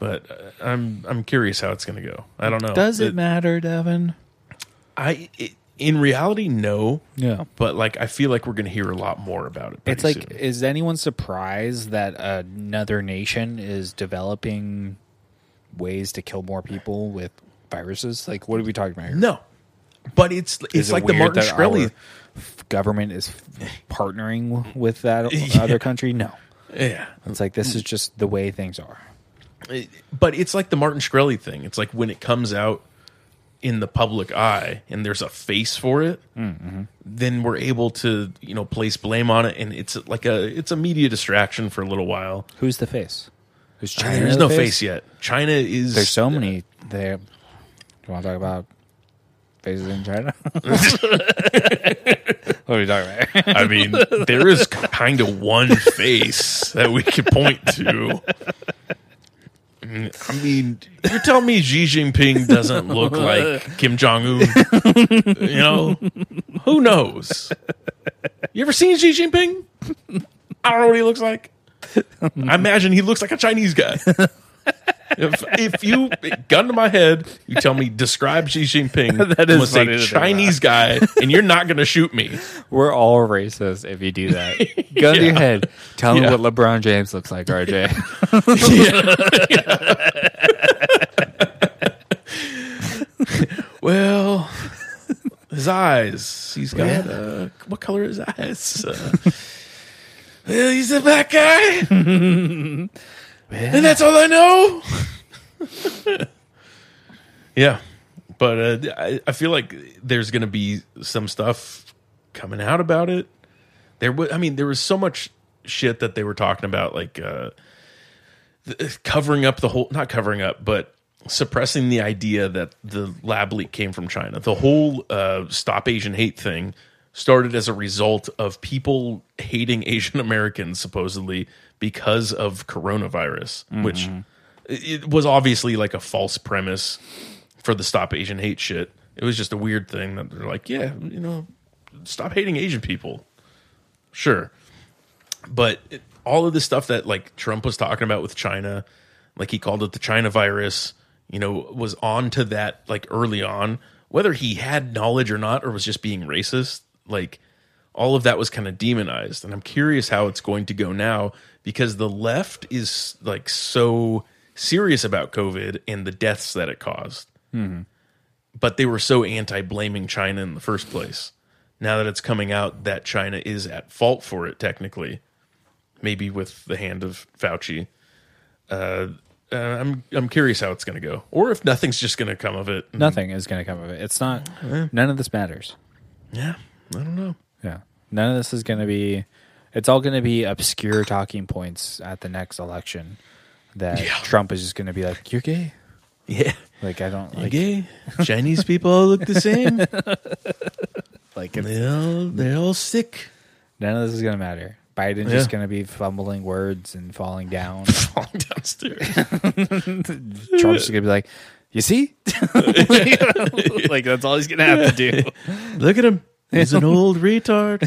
Speaker 2: But uh, I'm I'm curious how it's going to go. I don't know.
Speaker 3: Does it matter, Devin?
Speaker 2: I it, in reality, no.
Speaker 3: Yeah.
Speaker 2: But like, I feel like we're going to hear a lot more about it.
Speaker 3: It's
Speaker 2: pretty
Speaker 3: like,
Speaker 2: soon.
Speaker 3: is anyone surprised that another nation is developing ways to kill more people with viruses? Like, what are we talking about here?
Speaker 2: no. But it's it's
Speaker 3: Is it
Speaker 2: like the
Speaker 3: weird
Speaker 2: Martin
Speaker 3: that our
Speaker 2: Shkreli
Speaker 3: f- government is f- partnering with that
Speaker 2: Yeah.
Speaker 3: other country. No,
Speaker 2: Yeah.
Speaker 3: it's like this is just the way things are.
Speaker 2: It- but it's like the Martin Shkreli thing. It's like when it comes out in the public eye and there's a face for it, then we're able to, you know, place blame on it and it's like a it's a media distraction for a little while.
Speaker 3: Who's the face? Who's China?
Speaker 2: There's
Speaker 3: the
Speaker 2: no face yet. China is
Speaker 3: There's so many. There. Do you want to talk about faces in China? what are we talking about?
Speaker 2: I mean, there is kind of one face that we could point to. I mean, you tell me Xi Jinping doesn't look like Kim Jong Un. You know, who knows? You ever seen Xi Jinping? I don't know what he looks like. I imagine he looks like a Chinese guy. If, if you gun to my head, you tell me describe Xi Jinping.
Speaker 3: That
Speaker 2: I'm
Speaker 3: is
Speaker 2: gonna say
Speaker 3: funny to think about.
Speaker 2: Chinese guy, and you're not going to shoot me.
Speaker 3: We're all racist if you do that. Gun to your
Speaker 2: Yeah.
Speaker 3: head. Tell
Speaker 2: Yeah.
Speaker 3: me what LeBron James looks like, RJ.
Speaker 2: Well, his eyes. He's got. Uh, what color is his eyes? Uh, well, he's a black guy. And that's all I know. yeah. But uh, I, I feel like there's going to be some stuff coming out about it. There was, I mean, there was so much shit that they were talking about, like uh, th- covering up the whole, not covering up, but suppressing the idea that the lab leak came from China. The whole uh, stop Asian hate thing started as a result of people hating Asian Americans, supposedly because of coronavirus, which it was obviously like a false premise for the stop Asian hate shit. It was just a weird thing that they're like, yeah, you know, stop hating Asian people. Sure. But it, all of this stuff that like Trump was talking about with China, like he called it the China virus, you know, was on to that like early on, whether he had knowledge or not, or was just being racist, like all of that was kind of demonized. And I'm curious how it's going to go now because the left is like so serious about COVID and the deaths that it caused but they were so anti blaming China in the first place. Now that it's coming out that China is at fault for it, technically, maybe with the hand of Fauci. Uh, uh, I'm I'm curious how it's going to go, or if nothing's just going to come of it.
Speaker 3: Nothing is going to come of it. It's not. None of this matters.
Speaker 2: Yeah, I don't know.
Speaker 3: Yeah. None of this is going to be. It's all going to be obscure talking points at the next election. That
Speaker 2: Yeah.
Speaker 3: Trump is just going to be like, "You're gay."
Speaker 2: Yeah,
Speaker 3: Like I don't like.
Speaker 2: okay. Chinese people all look the same.
Speaker 3: Like
Speaker 2: they all they're all sick.
Speaker 3: none of this is going to matter. Biden's just
Speaker 2: Yeah.
Speaker 3: going to be fumbling words and falling down.
Speaker 2: Falling downstairs.
Speaker 3: Trump's going to be like, "You see." like that's all he's going to have to do.
Speaker 2: Look at him. He's an old retard.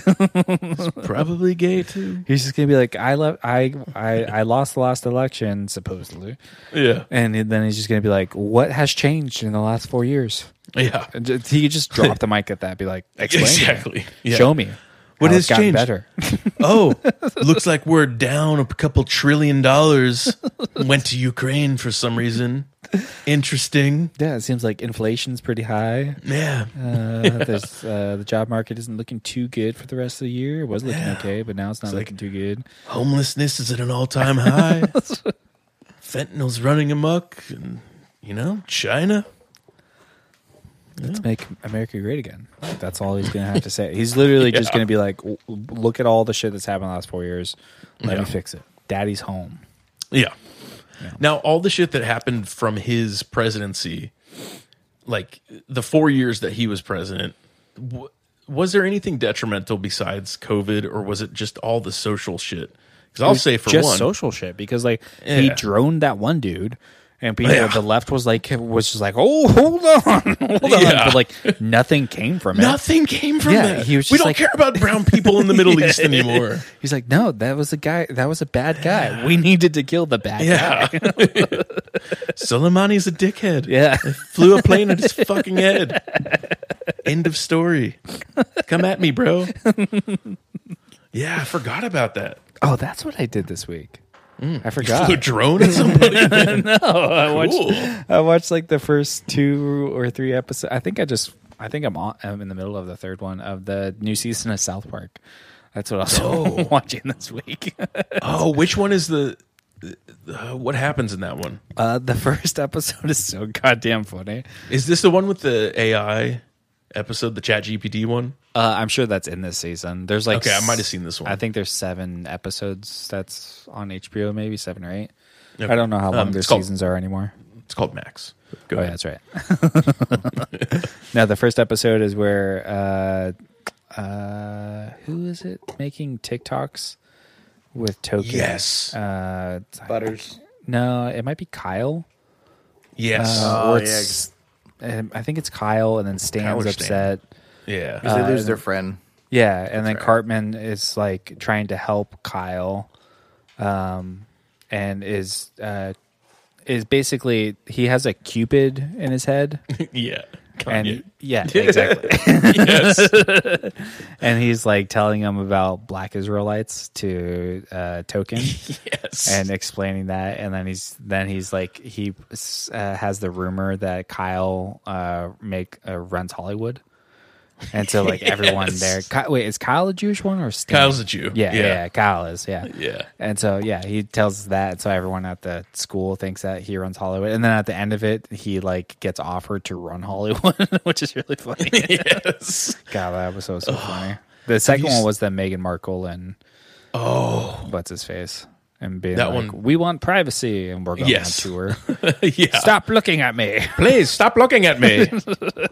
Speaker 2: He's probably gay too.
Speaker 3: He's just gonna be like, I left, I, I, I lost the last election supposedly,
Speaker 2: Yeah,
Speaker 3: and then he's just gonna be like, what has changed in the last four years?
Speaker 2: yeah.
Speaker 3: And ju- He could just drop the mic at that, be like, explain, to me.
Speaker 2: Exactly. Yeah.
Speaker 3: show me
Speaker 2: What
Speaker 3: how
Speaker 2: has
Speaker 3: it's gotten
Speaker 2: changed?"
Speaker 3: Better.
Speaker 2: oh, looks like we're down a couple trillion dollars. Went to Ukraine for some reason. Interesting.
Speaker 3: Yeah, it seems like inflation's pretty high.
Speaker 2: Yeah.
Speaker 3: Uh, there's, uh, the job market isn't looking too good for the rest of the year. It was looking okay, but now it's not looking too good.
Speaker 2: Homelessness is at an all time high. Fentanyl's running amok. And, you know, China.
Speaker 3: Let's make America great again. That's all he's gonna have to say. He's literally just
Speaker 2: Yeah.
Speaker 3: gonna be like, "W- look at all the shit that's happened the last four years. Let
Speaker 2: Yeah.
Speaker 3: me fix it. Daddy's home.
Speaker 2: Yeah. Now, all the shit that happened from his presidency, like the four years that he was president, w- was there anything detrimental besides COVID or was it just all the social shit? Because I'll say for
Speaker 3: just
Speaker 2: one,
Speaker 3: social shit because like he
Speaker 2: Yeah.
Speaker 3: droned that one dude and people the left was like was just like, oh, hold on, hold on,
Speaker 2: Yeah.
Speaker 3: but like nothing came from it.
Speaker 2: Nothing came from
Speaker 3: Yeah,
Speaker 2: that.
Speaker 3: he was
Speaker 2: we
Speaker 3: just
Speaker 2: don't
Speaker 3: like-
Speaker 2: care about brown people in the Middle East anymore.
Speaker 3: He's like, no, that was a guy. That was a bad guy. We needed to kill the bad guy.
Speaker 2: Yeah. Soleimani's a dickhead.
Speaker 3: Yeah,
Speaker 2: Flew a plane at his fucking head. End of story. Come at me, bro. Yeah, I forgot about that.
Speaker 3: Oh, that's what I did this week.
Speaker 2: Mm.
Speaker 3: I
Speaker 2: Flew a
Speaker 3: forgot.
Speaker 2: drone at somebody.
Speaker 3: Oh, I watched.
Speaker 2: Cool.
Speaker 3: I watched like the first two or three episodes. I think I just. I think I'm on, I'm in the middle of the third one of the new season of South Park. That's what I was
Speaker 2: Oh.
Speaker 3: watching this week.
Speaker 2: Oh, which one is the? Uh, what happens in that one?
Speaker 3: Uh, the first episode is so goddamn funny.
Speaker 2: Is this the one with the AI episode, the Chat GPT one?
Speaker 3: Uh, I'm sure that's in this season. There's like
Speaker 2: Okay, I might have
Speaker 3: s-
Speaker 2: seen this one.
Speaker 3: I think there's seven episodes that's on HBO, maybe seven or eight.
Speaker 2: Okay.
Speaker 3: I don't know how long
Speaker 2: Um,
Speaker 3: their
Speaker 2: it's called-
Speaker 3: seasons are anymore.
Speaker 2: It's called Max. Go
Speaker 3: Oh, yeah,
Speaker 2: ahead.
Speaker 3: that's right. now, the first episode is where uh, uh, who is it making TikToks with Token?
Speaker 2: Yes.
Speaker 3: Uh,
Speaker 1: Butters.
Speaker 3: no, it might be Kyle.
Speaker 2: Yes.
Speaker 3: Uh,
Speaker 1: Oh,
Speaker 3: or it's, um, I think it's Kyle, and then Stan's
Speaker 2: Kyle or Stan.
Speaker 3: upset.
Speaker 2: yeah.
Speaker 1: Because they lose their friend.
Speaker 3: Yeah, and then Cartman is like trying to help Kyle, um, and is uh, is basically he has a cupid in his head,
Speaker 2: Oh, yeah.
Speaker 3: and
Speaker 2: Kanye.
Speaker 3: yeah, exactly.
Speaker 2: yes.
Speaker 3: and he's like telling him about Black Israelites to uh, Token.
Speaker 2: yes.
Speaker 3: and uh, explaining that and then he's then he's like he uh, has the rumor that kyle uh make uh, runs hollywood and so like everyone
Speaker 2: Yes.
Speaker 3: there Ky- wait is kyle a jewish one or Stan?
Speaker 2: Kyle's a Jew.
Speaker 3: yeah, yeah
Speaker 2: Yeah.
Speaker 3: kyle is yeah
Speaker 2: Yeah.
Speaker 3: and so yeah he tells that so everyone at the school thinks that he runs hollywood and then at the end of it he like gets offered to run hollywood which is really funny
Speaker 2: yes.
Speaker 3: god that was so so funny the second one was the Meghan Markle and
Speaker 2: Oh.
Speaker 3: what's his face and being
Speaker 2: That
Speaker 3: like,
Speaker 2: one-
Speaker 3: we want privacy and we're going
Speaker 2: Yes.
Speaker 3: on tour.
Speaker 2: yeah.
Speaker 3: Stop looking at me.
Speaker 2: Please stop looking at me.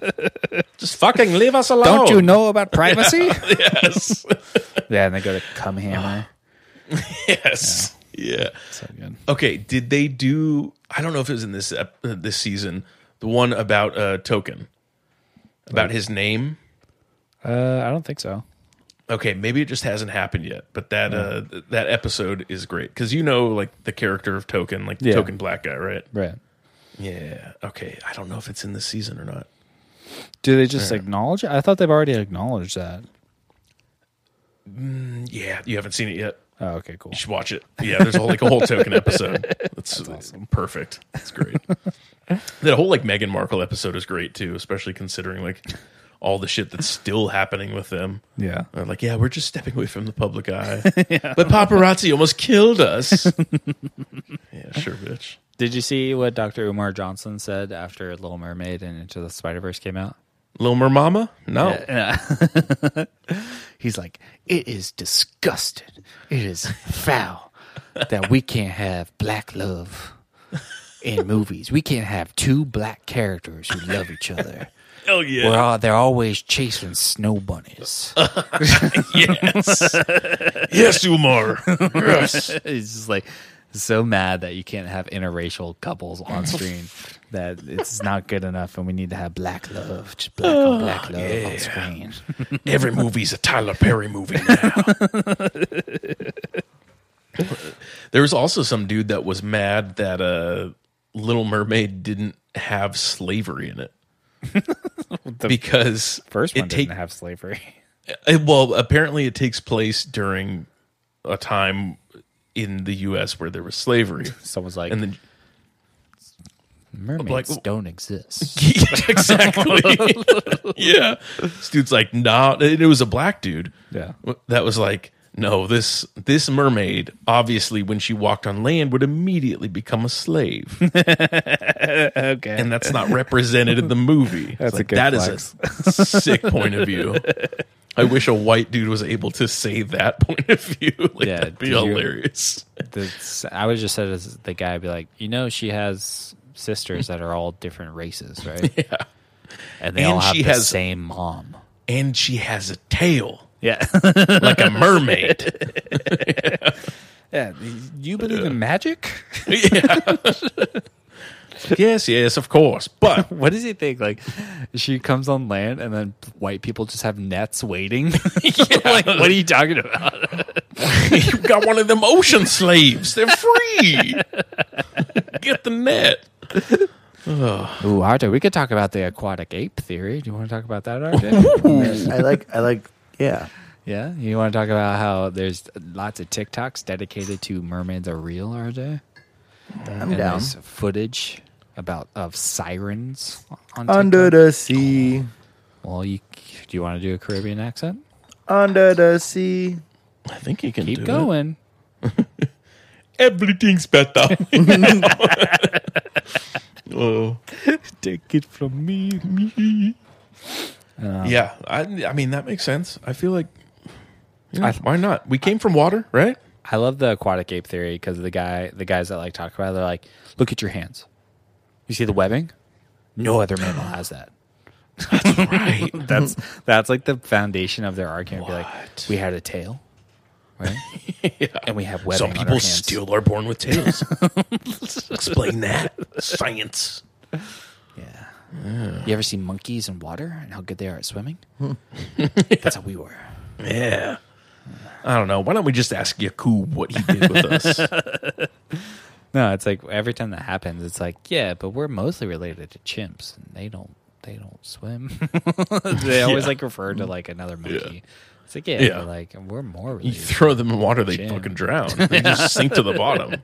Speaker 2: Just fucking leave us alone.
Speaker 3: Don't you know about privacy?
Speaker 2: Yes.
Speaker 3: yeah, and they go to cum hammer.
Speaker 2: Ah. yes. yeah.
Speaker 3: So good.
Speaker 2: Okay, did they do? I don't know if it was in this ep- uh, this season. The one about uh, Token, about his name.
Speaker 3: Uh, I don't think so.
Speaker 2: Okay, maybe it just hasn't happened yet. But that uh, th- that episode is great because you know, like the character of Token, like the
Speaker 3: Yeah.
Speaker 2: Token Black guy, right?
Speaker 3: Right.
Speaker 2: Yeah. Okay, I don't know if it's in this season or not.
Speaker 3: Do they just acknowledge it? I thought they've already acknowledged that.
Speaker 2: Yeah, you haven't seen it yet.
Speaker 3: Oh, okay, cool.
Speaker 2: You should watch it. Yeah, there's a, like a whole Token episode. That's, perfect. That's great. that whole like Meghan Markle episode is great too, especially considering like all the shit that's still happening with them.
Speaker 3: Yeah.
Speaker 2: They're like, yeah, we're just stepping away from the public eye. But paparazzi almost killed us. yeah, sure, bitch.
Speaker 3: Did you see what Dr. Umar Johnson said after Little Mermaid and Into the Spider Verse came out?
Speaker 2: Little Mermama? No.
Speaker 3: He's like, it is disgusting. It is foul that we can't have black love in movies. We can't have two black characters who love each other.
Speaker 2: Hell
Speaker 3: We're
Speaker 2: yeah.
Speaker 3: all, they're always chasing snow bunnies.
Speaker 2: yes. yes, Umar. Yes.
Speaker 3: He's just like so mad that you can't have interracial couples on screen. that it's not good enough, and we need to have black love, just black
Speaker 2: Oh,
Speaker 3: on black love on screen.
Speaker 2: Every movie's a Tyler Perry movie now. there was also some dude that was mad that uh, Little Mermaid didn't have slavery in it. because
Speaker 3: First
Speaker 2: it
Speaker 3: one
Speaker 2: take-
Speaker 3: didn't have slavery.
Speaker 2: Uh, well, apparently it takes place during a time in the U.S. where there was slavery,
Speaker 3: Someone's like,
Speaker 2: and then
Speaker 3: mermaids
Speaker 2: like-
Speaker 3: don't exist.
Speaker 2: exactly, yeah. This dude's like, nah, and it was a black dude.
Speaker 3: Yeah.
Speaker 2: that was like, no, this this mermaid obviously when she walked on land would immediately become a slave,
Speaker 3: Okay,
Speaker 2: and that's not represented in the movie.
Speaker 3: That's a good
Speaker 2: that is a sick point of view. I wish a white dude was able to say that point of view. Like,
Speaker 3: Yeah,
Speaker 2: that'd be
Speaker 3: did you-
Speaker 2: hilarious.
Speaker 3: That's- I would just said as the guy be like, you know, she has sisters that are all different races, right? Yeah, and they
Speaker 2: And
Speaker 3: all have
Speaker 2: she
Speaker 3: the
Speaker 2: has-
Speaker 3: same mom.
Speaker 2: and she has a tail
Speaker 3: Yeah,
Speaker 2: like a mermaid.
Speaker 3: yeah. You believe in magic?
Speaker 2: yeah. yes, yes, of course. But
Speaker 3: What does he think? Like, she comes on land, and then white people just have nets waiting. like, what are you talking about?
Speaker 2: you got one of them ocean slaves. They're free. Get the net.
Speaker 3: Ooh, RJ, we could talk about the aquatic ape theory. Do you want to talk about that, RJ?
Speaker 1: I like. I like. Yeah.
Speaker 3: yeah, you want to talk about how there's lots of TikToks dedicated to mermaids are real, RJ?
Speaker 1: I'm
Speaker 3: and
Speaker 1: down.
Speaker 3: there's footage about of sirens on
Speaker 1: Under
Speaker 3: TikTok.
Speaker 1: the sea.
Speaker 3: Well, you do you want to do a Caribbean accent?
Speaker 1: Under the sea.
Speaker 2: I think you can
Speaker 3: Keep
Speaker 2: do it.
Speaker 3: going.
Speaker 2: Everything's better. oh.
Speaker 3: Take it from me. Um,
Speaker 2: Yeah, I, I mean that makes sense. I feel like yeah,
Speaker 3: I-
Speaker 2: why not? We came from water, right?
Speaker 3: I love the aquatic ape theory because the guy, the guys that like talk about, it, they're like, look at your hands. You see the webbing? No other mammal has that.
Speaker 2: Right.
Speaker 3: That's that's like the foundation of their argument. Be
Speaker 2: What?
Speaker 3: like, we had a tail, right? And we have webbing.
Speaker 2: Some
Speaker 3: on our
Speaker 2: people
Speaker 3: hands."
Speaker 2: still are born with tails. Explain that science.
Speaker 3: Yeah. You ever see monkeys in water and how good they are at swimming? That's how we were.
Speaker 2: Yeah.
Speaker 3: Uh.
Speaker 2: I don't know. Why don't we just ask Yakub what he did with us?
Speaker 3: No, it's like every time that happens, it's like, yeah, but we're mostly related to chimps, and they don't they don't swim. they always
Speaker 2: Yeah.
Speaker 3: like refer to like another monkey. It's like, yeah,
Speaker 2: Yeah.
Speaker 3: but, like we're more
Speaker 2: You
Speaker 3: related.
Speaker 2: throw them in water, they
Speaker 3: Jam.
Speaker 2: fucking drown. They just sink to the bottom.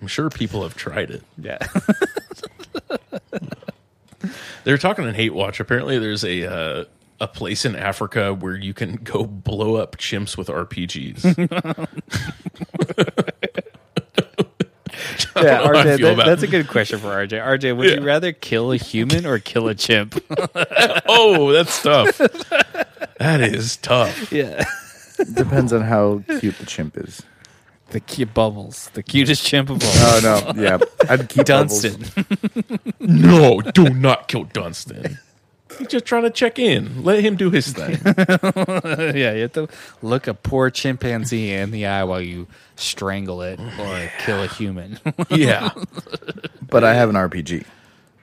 Speaker 2: I'm sure people have tried it.
Speaker 3: yeah,
Speaker 2: They were talking on Hate Watch. Apparently, there's a uh, a place in Africa where you can go blow up chimps with RPGs.
Speaker 3: yeah.
Speaker 2: how I
Speaker 3: RJ,
Speaker 2: feel
Speaker 3: that-
Speaker 2: about-
Speaker 3: that's a good question for RJ. RJ, would
Speaker 2: Yeah.
Speaker 3: you rather kill a human or kill a chimp?
Speaker 2: oh, that's tough. That is tough.
Speaker 3: yeah,
Speaker 1: Depends on how cute the chimp is.
Speaker 3: the cute bubbles, the cutest chimp of all.
Speaker 1: Oh no. Yeah. I'd keep
Speaker 3: Dunstan.
Speaker 2: No, do not kill Dunstan. He's just trying to check in. Let him do his thing.
Speaker 3: yeah, you have to look a poor chimpanzee in the eye while you strangle it or kill a human.
Speaker 2: Yeah,
Speaker 1: But I have an RPG.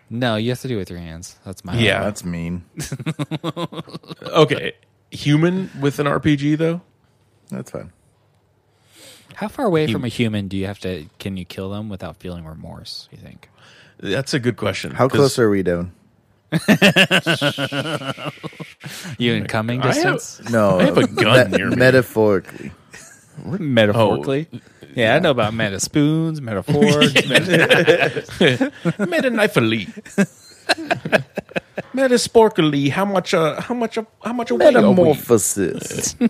Speaker 3: no, you have to do it with your hands. That's my
Speaker 2: yeah.
Speaker 1: That's mean.
Speaker 2: okay. Human with an RPG though.
Speaker 1: That's fine.
Speaker 3: How far away from a human do you have to? Can you kill them without feeling remorse? You think?
Speaker 2: That's a good question.
Speaker 1: How
Speaker 2: 'cause
Speaker 1: close are we doing?
Speaker 3: You in coming
Speaker 2: Oh I have-
Speaker 3: distance?
Speaker 1: No.
Speaker 2: I have a gun
Speaker 1: me-
Speaker 2: near me.
Speaker 1: Metaphorically.
Speaker 3: Metaphorically.
Speaker 2: Oh,
Speaker 3: yeah, I know about meta spoons, metaphors. meta-
Speaker 2: Meta knifely. Meta sporkily. How much? Uh, how much? Uh, how much? Away are we?
Speaker 1: Metamorphosis.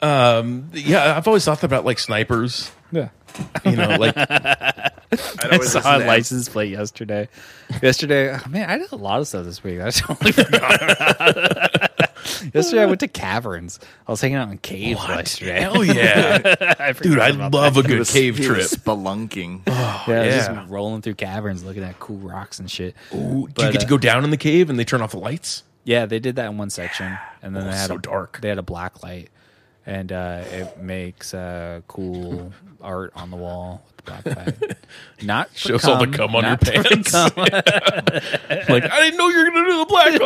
Speaker 2: Yeah, I've always thought about like snipers.
Speaker 3: yeah.
Speaker 2: You know, like
Speaker 3: I saw a license plate yesterday. Yesterday, oh, man, I did a lot of stuff this week. I totally forgot. yesterday, I went to caverns. I was hanging out in caves yesterday.
Speaker 2: hell oh, yeah,
Speaker 3: I forgot
Speaker 2: dude! I
Speaker 3: about
Speaker 2: love a good cave
Speaker 1: He
Speaker 2: trip.
Speaker 1: was Spelunking.
Speaker 3: that. Yeah, I was
Speaker 2: yeah.
Speaker 3: just rolling through caverns, looking at cool rocks and shit.
Speaker 2: Ooh, do you
Speaker 3: But,
Speaker 2: get to
Speaker 3: uh,
Speaker 2: go down in the cave and they turn off the lights?
Speaker 3: Yeah, they did that in one section, and then
Speaker 2: Oh,
Speaker 3: they had
Speaker 2: so
Speaker 3: a,
Speaker 2: dark.
Speaker 3: They had a black light, and uh, it makes uh, cool art on the wall with the black light. Not for
Speaker 2: Shows all the cum on your
Speaker 3: not for
Speaker 2: pants.
Speaker 3: cum.
Speaker 2: Like I didn't know you were gonna do the black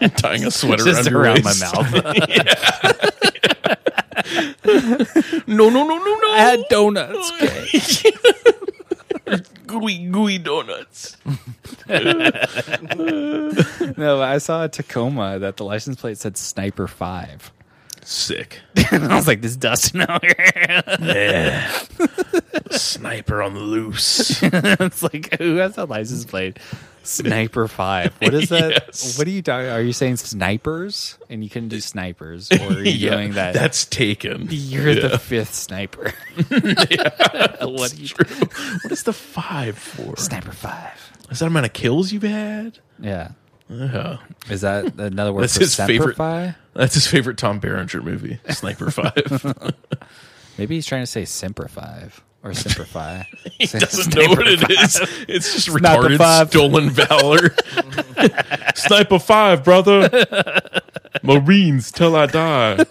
Speaker 2: light. Tying a sweater around,
Speaker 3: just
Speaker 2: your
Speaker 3: around my
Speaker 2: waist.
Speaker 3: mouth.
Speaker 2: No, no, no, no, no.
Speaker 3: I had donuts. Okay.
Speaker 2: gooey, gooey donuts.
Speaker 3: No, I saw a Tacoma that the license plate said Sniper Five.
Speaker 2: Sick.
Speaker 3: and I was like, "This Dustin out here."
Speaker 2: Yeah. Sniper on the loose.
Speaker 3: it's like, who has a license plate? Sniper Five. What is that?
Speaker 2: Yes.
Speaker 3: What are you talking? Are you saying snipers? And you couldn't do snipers, or are you
Speaker 2: Yeah,
Speaker 3: doing that?
Speaker 2: That's taken.
Speaker 3: You're
Speaker 2: Yeah.
Speaker 3: the fifth sniper. what do you
Speaker 2: True. What is the five for?
Speaker 3: Sniper five.
Speaker 2: Is that amount of kills you've had?
Speaker 3: Yeah.
Speaker 2: Yeah.
Speaker 3: Is that another word
Speaker 2: That's
Speaker 3: for
Speaker 2: his favorite-
Speaker 3: semperfi?
Speaker 2: That's his favorite Tom Berenger movie, Sniper Five.
Speaker 3: Maybe he's trying to say simperfi or simperfi.
Speaker 2: he doesn't know what it is. It's just
Speaker 3: Sniper
Speaker 2: retarded
Speaker 3: Five.
Speaker 2: stolen valor. Sniper Five, brother. Marines till I die.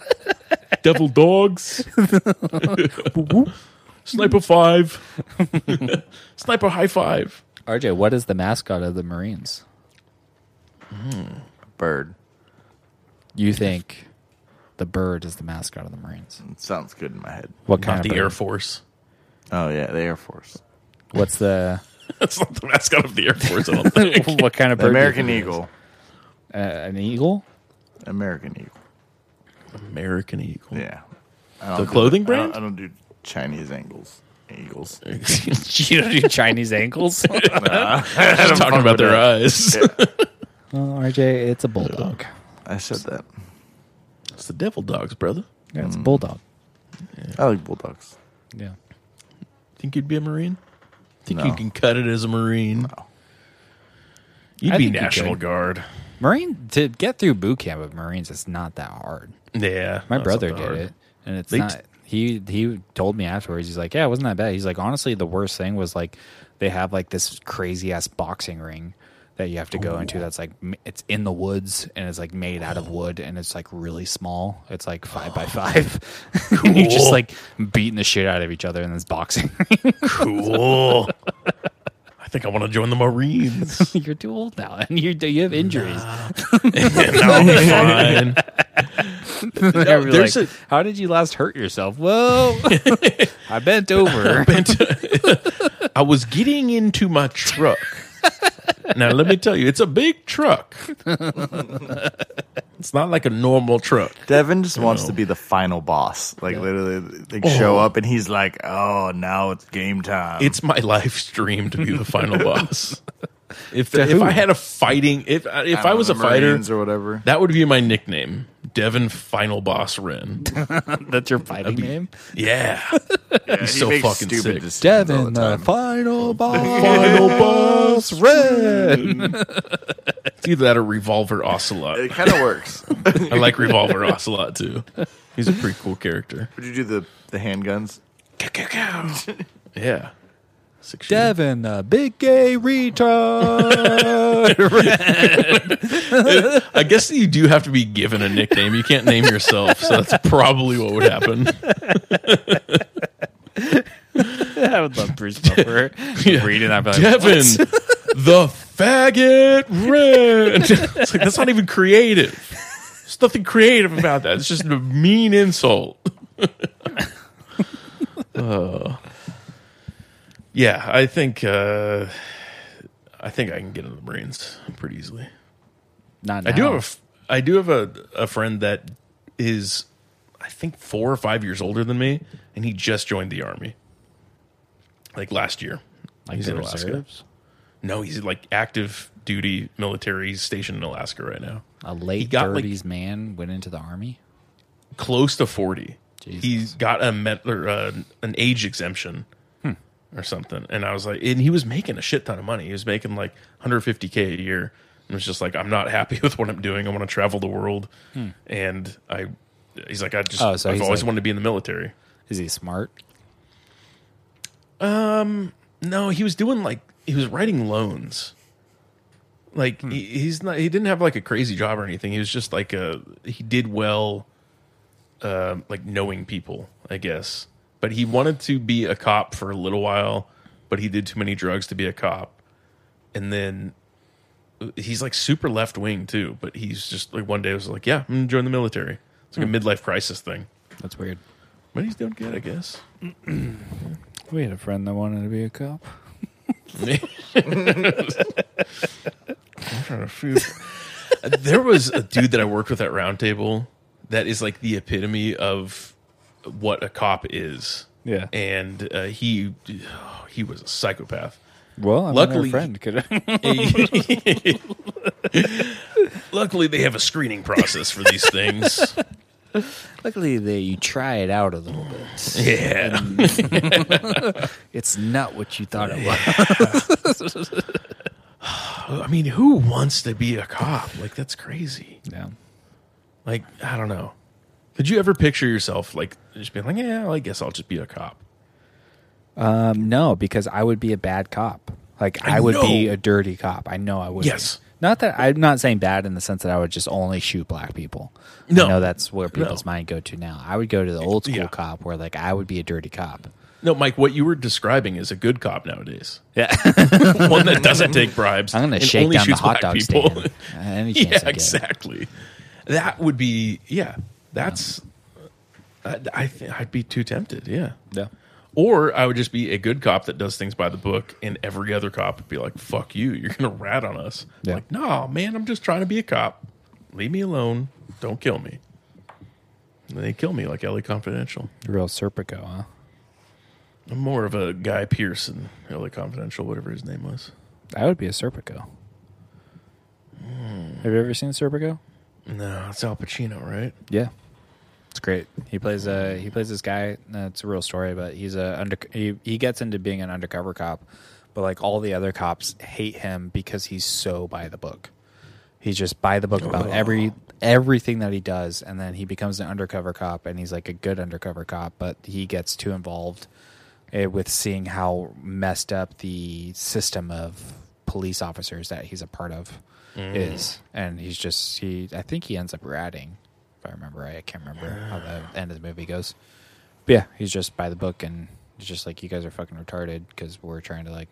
Speaker 2: Devil dogs. Sniper five. Sniper high five.
Speaker 3: RJ, what is the mascot of the Marines?
Speaker 1: Bird.
Speaker 3: You think the bird is the mascot of the Marines?
Speaker 1: It sounds good in my head.
Speaker 3: What kind
Speaker 2: Not
Speaker 3: of
Speaker 2: the
Speaker 3: bird?
Speaker 2: Air Force.
Speaker 1: Oh yeah, the Air Force.
Speaker 3: What's the
Speaker 2: That's not the mascot of the Air Force, I don't think.
Speaker 3: what kind of
Speaker 1: The
Speaker 3: bird? do you
Speaker 1: American
Speaker 3: think it is?
Speaker 1: Eagle.
Speaker 3: Uh, an eagle?
Speaker 1: American Eagle.
Speaker 2: American Eagle.
Speaker 1: Yeah.
Speaker 2: The
Speaker 1: I don't,
Speaker 2: clothing brand?
Speaker 1: I don't do Chinese angles. Eagles.
Speaker 3: you don't do Chinese ankles?
Speaker 2: Just talking about their eyes.
Speaker 3: well, RJ, it's a bulldog.
Speaker 1: I said that.
Speaker 2: It's the devil dogs, brother.
Speaker 3: Yeah, it's a bulldog.
Speaker 1: I like bulldogs.
Speaker 3: Yeah.
Speaker 2: Think you'd be a Marine? Think
Speaker 1: No.
Speaker 2: you can cut it as a Marine? You'd
Speaker 3: I
Speaker 2: be
Speaker 3: think you
Speaker 2: National
Speaker 3: could.
Speaker 2: Guard.
Speaker 3: Marine to get through boot camp of Marines it's not that hard.
Speaker 2: Yeah.
Speaker 3: My
Speaker 2: that's
Speaker 3: brother
Speaker 2: not
Speaker 3: did
Speaker 2: hard.
Speaker 3: it, and it's
Speaker 2: They
Speaker 3: not. He he told me afterwards. He's like, yeah, it wasn't that bad. He's like, honestly, the worst thing was like they have like this crazy ass boxing ring that you have to go into. That's like m- it's in the woods and it's like made out of wood and it's like really small. It's like five by five. you just
Speaker 2: Cool.
Speaker 3: like beating the shit out of each other in this boxing. ring.
Speaker 2: Cool. I think I want to join the Marines.
Speaker 3: You're too old now, and you you have injuries.
Speaker 2: That'll be fine.
Speaker 3: They're
Speaker 2: there's
Speaker 3: like,
Speaker 2: a-
Speaker 3: How did you last hurt yourself? Well, I bent over.
Speaker 2: I was getting into my truck. now let me tell you, it's a big truck. it's not like a normal truck.
Speaker 1: Devin just wants to be the final boss. Like literally, they show up and he's like, "Oh, now it's game time."
Speaker 2: Oh. It's my live stream to be the final boss. If
Speaker 3: To
Speaker 2: if
Speaker 3: who?
Speaker 2: I had a fighting if uh, if I,
Speaker 1: don't
Speaker 2: was
Speaker 1: know,
Speaker 2: a
Speaker 1: the
Speaker 2: fighter,
Speaker 1: Marines or whatever.
Speaker 2: that would be my nickname, Devin Final Boss Ren.
Speaker 3: That's your fighting name.
Speaker 2: Yeah, he's so
Speaker 1: makes
Speaker 2: fucking
Speaker 1: stupid
Speaker 2: sick.
Speaker 1: decisions all
Speaker 3: Devin,
Speaker 1: the
Speaker 3: the
Speaker 1: time.
Speaker 3: final boss.
Speaker 2: Final Boss.
Speaker 3: Red.
Speaker 2: It's either that or Revolver Ocelot.
Speaker 1: It kind of works. Would
Speaker 2: I like Revolver Ocelot too. He's a pretty cool character.
Speaker 1: you do the the handguns?
Speaker 2: Yeah. Six shooter.
Speaker 3: Devin, uh, the big gay retard.
Speaker 2: I guess you do have to be given a nickname. You can't name yourself, so that's probably what would happen.
Speaker 3: I would love Bruce Buffer reading that. Like,
Speaker 2: Devin, the faggot red. It's like that's not even creative. There's nothing creative about that. It's just a mean insult. Uh, yeah, I think uh, I think I can get into the Marines pretty easily.
Speaker 3: Not
Speaker 2: I do
Speaker 3: now.
Speaker 2: have a f- I do have a, a friend that is I think four or five years older than me, and he just joined the army like last year.
Speaker 3: Like
Speaker 2: he's
Speaker 3: the
Speaker 2: in Alaska.
Speaker 3: reserves?
Speaker 2: No, he's like active duty military. He's stationed in Alaska right now.
Speaker 3: A late
Speaker 2: got, like-
Speaker 3: 30s man went into the army.
Speaker 2: Close to forty.
Speaker 3: Jesus.
Speaker 2: He's got a met, or, uh, an age exemption or something. And I was like, and he was making a shit ton of money. He was making like 150k a year. And was just like, I'm not happy with what I'm doing. I want to travel the world. And I, he's like, I just,
Speaker 3: Hmm. Oh, so
Speaker 2: I've
Speaker 3: he's
Speaker 2: always
Speaker 3: like-
Speaker 2: wanted to be in the military.
Speaker 3: Is he smart?
Speaker 2: No, he was doing like he was writing loans. Like he, he's not. He didn't have like a crazy job or anything. He was just like a. He did well, uh, like knowing people, I guess. But he wanted to be a cop for a little while, but he did too many drugs to be a cop, and then uh, he's like super left wing too. But he's just like one day was like, yeah, I'm gonna join the military. It's like a midlife crisis thing.
Speaker 3: That's weird.
Speaker 2: But he's doing good, I guess.
Speaker 3: We had a friend that wanted to be a cop.
Speaker 2: there was a dude that I worked with at Roundtable that is like the epitome of what a cop is.
Speaker 3: Yeah.
Speaker 2: and uh, he he was a psychopath.
Speaker 3: Well, I
Speaker 2: Luckily-
Speaker 3: luckily, friend could.
Speaker 2: Luckily, they have a screening process for these things.
Speaker 3: luckily, they you try it out a little bit.
Speaker 2: yeah,
Speaker 3: It's not what you thought it was.
Speaker 2: I mean, who wants to be a cop? Like that's crazy.
Speaker 3: Yeah.
Speaker 2: Like I don't know. Could you ever picture yourself like just being like, yeah, well, I guess I'll just be a cop?
Speaker 3: Um, no, because I would be a bad cop. Like I,
Speaker 2: I
Speaker 3: would be
Speaker 2: know.
Speaker 3: a dirty cop. I know I would. be.
Speaker 2: Yes.
Speaker 3: Not that I'm not saying bad in the sense that I would just only shoot black people.
Speaker 2: No.
Speaker 3: I know that's where people's mind go to now. I would go to the old school
Speaker 2: Yeah.
Speaker 3: cop where like I would be a dirty cop.
Speaker 2: No, Mike, what you were describing is a good cop nowadays.
Speaker 3: Yeah.
Speaker 2: One that doesn't take bribes.
Speaker 3: I'm going
Speaker 2: and
Speaker 3: to shake
Speaker 2: only
Speaker 3: down the
Speaker 2: shoots black
Speaker 3: hot dog
Speaker 2: people.
Speaker 3: stand. uh, Any chance I
Speaker 2: yeah,
Speaker 3: get.
Speaker 2: exactly. That would be yeah. That's I, I th- I'd be too tempted. Yeah.
Speaker 3: Yeah.
Speaker 2: Or I would just be a good cop that does things by the book, and every other cop would be like, "Fuck you! You're gonna rat on us."
Speaker 3: Yeah.
Speaker 2: Like, no, man, I'm just trying to be a cop. Leave me alone. Don't kill me. And they kill me like LA Confidential.
Speaker 3: Real Serpico, huh?
Speaker 2: I'm more of a Guy Pearson, LA Confidential, whatever his name was.
Speaker 3: I would be a Serpico. Have you ever seen Serpico?
Speaker 2: No, it's Al Pacino, right?
Speaker 3: Yeah, it's great. He plays a he plays this guy. uh, It's a real story, but he's a under he, he gets into being an undercover cop, but like all the other cops hate him because he's so by the book. He's just by the book about every everything that he does, and then he becomes an undercover cop, and he's like a good undercover cop, but he gets too involved eh, with seeing how messed up the system of police officers that he's a part of is, and he's just he. I think he ends up ratting, if I remember right. I can't remember how the end of the movie goes. But yeah, he's just by the book, and it's just like you guys are fucking retarded because we're trying to like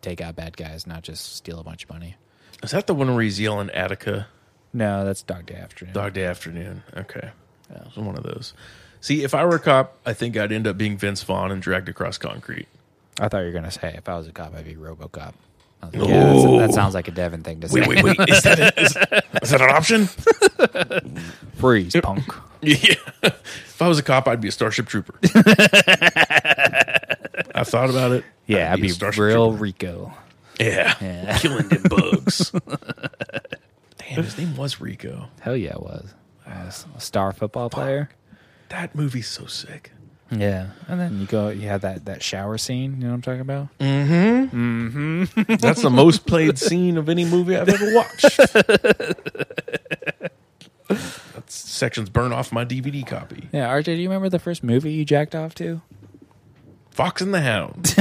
Speaker 3: take out bad guys, not just steal a bunch of money.
Speaker 2: Is that the one where he's yelling Attica?
Speaker 3: No, that's Dog Day Afternoon.
Speaker 2: Dog Day Afternoon. Okay. Yeah. It was one of those. See, if I were a cop, I think I'd end up being Vince Vaughn and dragged across concrete.
Speaker 3: I thought you were gonna say if I was a cop, I'd be RoboCop. I was like, yeah, that's- that sounds like a Devin thing to say.
Speaker 2: Wait, wait. Is that, a, is, is that an option?
Speaker 3: Freeze, punk.
Speaker 2: Yeah. If I was a cop, I'd be a Starship Trooper. I thought about it.
Speaker 3: Yeah, I'd be,
Speaker 2: a Starship
Speaker 3: real Rico.
Speaker 2: Trooper. Yeah. Killing them bugs. Damn, his name was Rico.
Speaker 3: Hell yeah, it was. I was a star football player.
Speaker 2: That movie's so sick.
Speaker 3: Yeah, and then you go, you have that that shower scene. You know what I'm talking about?
Speaker 2: That's the most played scene of any movie I've ever watched. That's sections burn off my DVD copy.
Speaker 3: Yeah, RJ, do you remember the first movie you jacked off to?
Speaker 2: Fox and the Hound.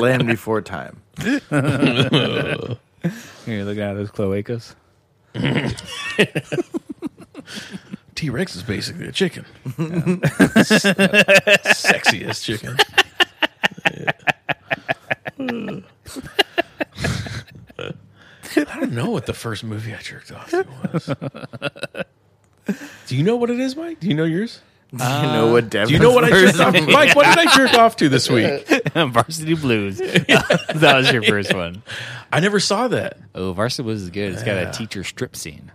Speaker 1: Land before time.
Speaker 3: You're looking at those cloacas.
Speaker 2: T Rex is basically a chicken. Sexiest chicken. I don't know what the first movie I jerked off to was. Do you know what it is, Mike? Do you know yours?
Speaker 1: Do you know what Devin's
Speaker 2: Uh, Do you know what I jerked
Speaker 1: version
Speaker 2: off? Mike, what did I jerk off to this week?
Speaker 3: Varsity Blues. that was your first one.
Speaker 2: I never saw that.
Speaker 3: Oh, Varsity Blues is good. It's got a teacher strip scene.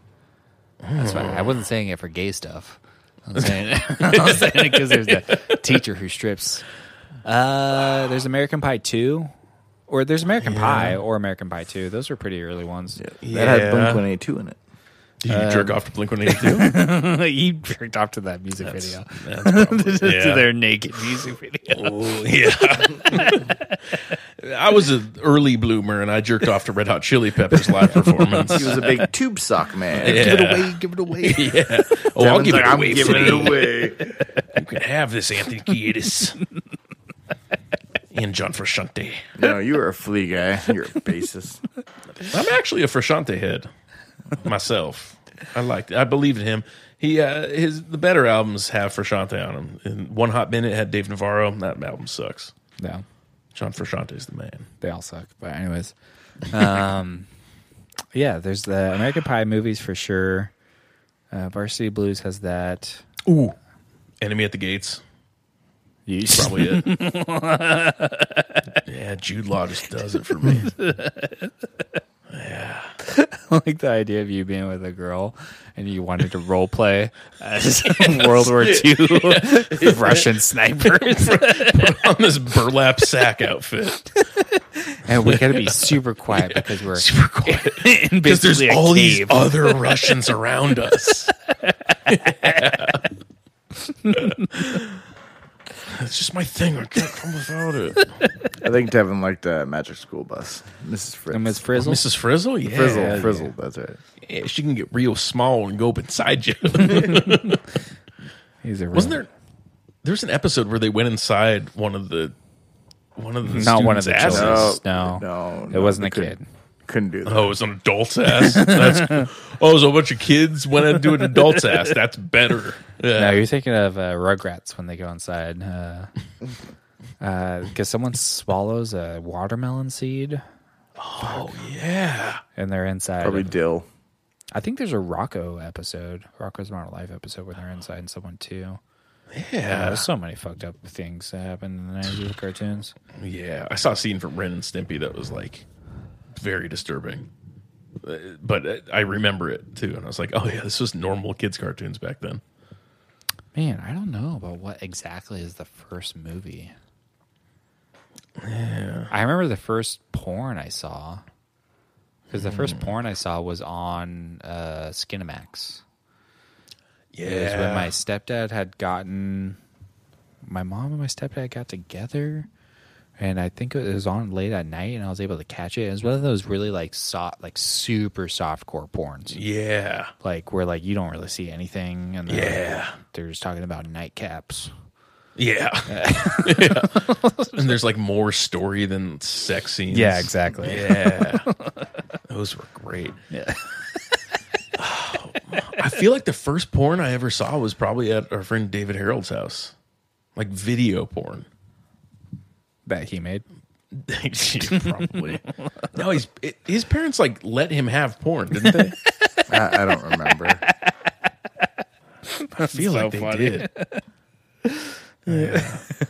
Speaker 3: That's why I wasn't saying it for gay stuff. I'm saying it, I'm saying it because there's the teacher who strips. Uh, there's American Pie two, or there's American Pie or American Pie two. Those were pretty early ones.
Speaker 1: That
Speaker 2: Yeah.
Speaker 1: had Blink 182 in it.
Speaker 2: Did you jerk off to Blink 182?
Speaker 3: you jerked off to that music video.
Speaker 2: That's probably, yeah.
Speaker 3: naked music video.
Speaker 2: Oh, yeah. I was an early bloomer and I jerked off to Red Hot Chili Peppers live performance.
Speaker 1: He was a big tube sock man.
Speaker 2: Yeah.
Speaker 1: Give it away, give it away.
Speaker 2: yeah. Oh, I'll
Speaker 1: Devin's
Speaker 2: give
Speaker 1: like,
Speaker 2: it
Speaker 1: I'm
Speaker 2: away.
Speaker 1: giving
Speaker 2: Fiddy.
Speaker 1: it away.
Speaker 2: You can have this, Anthony Kiedis. and John Frusciante.
Speaker 1: No, you were a flea guy. You're a bassist.
Speaker 2: I'm actually a Frusciante head myself. I liked it. I believe in him. He uh, his the better albums have Frusciante on them. And One Hot Minute had Dave Navarro. That album sucks.
Speaker 3: No,
Speaker 2: John Frusciante's the man.
Speaker 3: they all suck. But anyways, um, yeah, there's the American Pie movies for sure. Uh, Varsity Blues has that.
Speaker 2: Ooh, Enemy at the Gates. Probably it. yeah, Jude Law just does it for me.
Speaker 3: like the idea of you being with a girl and you wanted to role play as World War II Russian snipers,
Speaker 2: On this burlap sack outfit.
Speaker 3: and we got to be super quiet because we're
Speaker 2: Super quiet.
Speaker 3: in
Speaker 2: Because there's
Speaker 3: basically a
Speaker 2: all these
Speaker 3: cave.
Speaker 2: other Russians around us. It's just my thing. I can't come without it.
Speaker 1: I think Devin liked uh, Magic School Bus. Mrs. Fritz.
Speaker 3: And Miss Frizzle,
Speaker 2: Mrs. Frizzle? Yeah.
Speaker 1: Frizzle, Frizzle, that's right.
Speaker 2: Yeah, she can get real small and go up inside you.
Speaker 3: he's a real,
Speaker 2: Wasn't there there's an episode where they went inside one of the one of the
Speaker 3: not one of the
Speaker 2: students' asses.
Speaker 1: No,
Speaker 3: children? No,
Speaker 1: no,
Speaker 3: it
Speaker 1: no,
Speaker 3: wasn't
Speaker 1: they
Speaker 3: a kid.
Speaker 1: couldn't. Couldn't do that.
Speaker 2: Oh, it's an adult's ass. That's oh, so a bunch of kids went into an adult's ass. That's better.
Speaker 3: No,
Speaker 2: Yeah.
Speaker 3: you're thinking of uh, Rugrats when they go inside. Because uh, uh 'cause someone swallows a watermelon seed
Speaker 2: Oh yeah.
Speaker 3: and they're inside.
Speaker 1: Probably Dill.
Speaker 3: I think there's a Rocco episode, Rocco's Modern Life episode, where they're inside someone too.
Speaker 1: Uh.
Speaker 3: Yeah,
Speaker 2: Yeah.
Speaker 3: there's so many fucked up things that happened in the 90s with cartoons.
Speaker 2: Yeah. I saw a scene from Ren and Stimpy that was like very disturbing. Uh, But uh, I remember it too, and I was like, "Oh yeah, this was normal kids' cartoons back then."
Speaker 3: Man, I don't know about what exactly is the first movie. I remember the first porn I saw. Because the first porn I saw was on uh, Skinamax.
Speaker 2: Yeah,
Speaker 3: It was when my stepdad had gotten my mom and my stepdad got together and I think it was on late at night and I was able to catch it. It was one of those really like soft like super soft core porns.
Speaker 2: yeah,
Speaker 3: Like where like you don't really see anything and they're,
Speaker 2: yeah,
Speaker 3: they're just talking about nightcaps.
Speaker 2: yeah. Yeah. And there's like more story than sex scenes.
Speaker 3: Yeah, exactly.
Speaker 2: Yeah, those were great.
Speaker 3: Yeah.
Speaker 2: I feel like the first porn I ever saw was probably at our friend David Harold's house, like video porn.
Speaker 3: That he made.
Speaker 2: Yeah, probably. no, he's it, his parents like let him have porn, didn't they?
Speaker 1: I, I don't remember.
Speaker 2: I feel
Speaker 3: so
Speaker 2: like they
Speaker 3: funny.
Speaker 2: did.
Speaker 1: do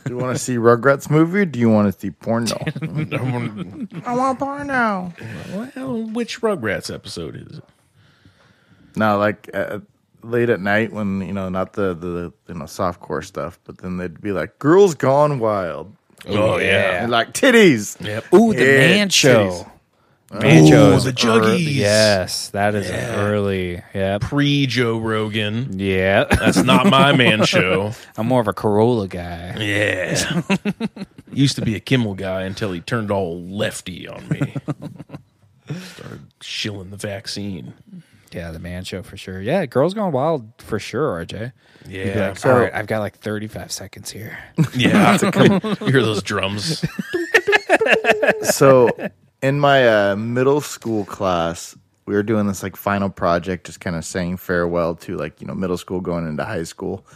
Speaker 1: you want to see Rugrats movie? Or do you want to see porno? I want porno.
Speaker 2: well, which Rugrats episode is it?
Speaker 1: No, like uh, late at night when you know not the the you know softcore stuff, but then they'd be like, "Girls Gone Wild,"
Speaker 2: Oh
Speaker 1: and like titties.
Speaker 2: Yep.
Speaker 3: Ooh, the
Speaker 1: Yeah,
Speaker 3: man show.
Speaker 2: Ooh,
Speaker 3: Man show is
Speaker 2: the
Speaker 3: ear-
Speaker 2: juggies.
Speaker 3: Yes, that is an early. Yep.
Speaker 2: Pre Joe Rogan.
Speaker 3: Yeah.
Speaker 2: That's not my man show.
Speaker 3: I'm more of a Corolla guy.
Speaker 2: Yeah. Used to be a Kimmel guy until he turned all lefty on me. Started shilling the vaccine.
Speaker 3: Yeah, the man show for sure. Yeah, girls gone wild for sure, RJ. You'd be
Speaker 2: Yeah.
Speaker 3: like, all right, I've got like 35 seconds here.
Speaker 2: yeah. you hear those drums.
Speaker 1: so in my uh, middle school class we were doing this like final project just kind of saying farewell to like you know middle school going into high school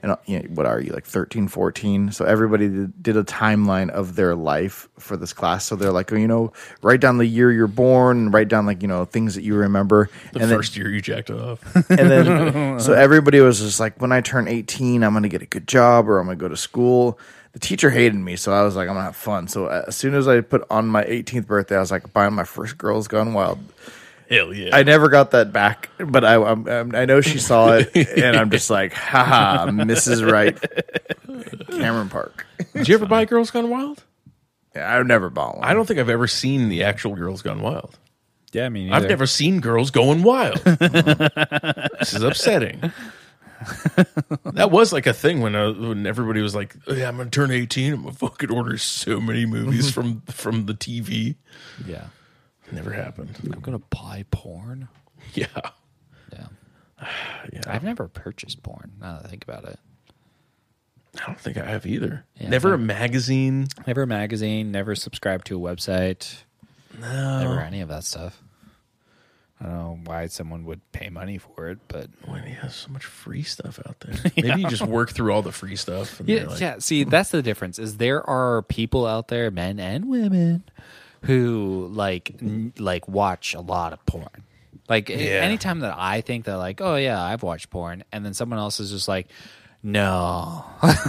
Speaker 1: and uh, you know, what are you like 13 14 so everybody did, did a timeline of their life for this class so they're like oh you know write down the year you're born and write down like you know things that you remember
Speaker 2: The
Speaker 1: and then
Speaker 2: first year you jacked off.
Speaker 1: and then so everybody was just like, when I turn 18, I'm gonna get a good job or I'm gonna go to school. The teacher hated me, so I was like, I'm gonna have fun. So uh, as soon as I put on my 18th birthday, I was like, buying my first Girls Gone Wild.
Speaker 2: Hell yeah.
Speaker 1: I never got that back, but I I'm, I'm- I know she saw it, and I'm just like, haha, Mrs. Wright, Cameron Park.
Speaker 2: Did you ever buy Girls Gone Wild?
Speaker 1: Yeah, I've never bought one.
Speaker 2: I don't think I've ever seen the actual Girls Gone Wild.
Speaker 3: Yeah, I mean,
Speaker 2: I've never seen girls going wild. this is upsetting. that was like a thing when uh, when everybody was like, "Oh, "Yeah, I'm gonna turn 18. I'm gonna fucking order so many movies from from the TV."
Speaker 3: Yeah.
Speaker 2: Never happened.
Speaker 3: I'm going to buy porn.
Speaker 2: Yeah,
Speaker 3: Yeah.
Speaker 2: yeah. I,
Speaker 3: I've never purchased porn now that I think about it.
Speaker 2: don't think I have either.
Speaker 3: Yeah,
Speaker 2: Never
Speaker 3: I-
Speaker 2: a magazine.
Speaker 3: Never a magazine, never subscribed to a website, never
Speaker 2: No.
Speaker 3: any of that stuff. I don't know why someone would pay money for it, but
Speaker 2: When you have so much free stuff out there, maybe you just work through all the free stuff. and
Speaker 3: Yeah,
Speaker 2: they're like, "Hmm."
Speaker 3: yeah. See, that's the difference. Is there are people out there, men and women, who like n- like watch a lot of porn. Like a-
Speaker 2: Yeah.
Speaker 3: anytime that I think that like, oh yeah, I've watched porn, and then someone else is just like, no,
Speaker 2: Like,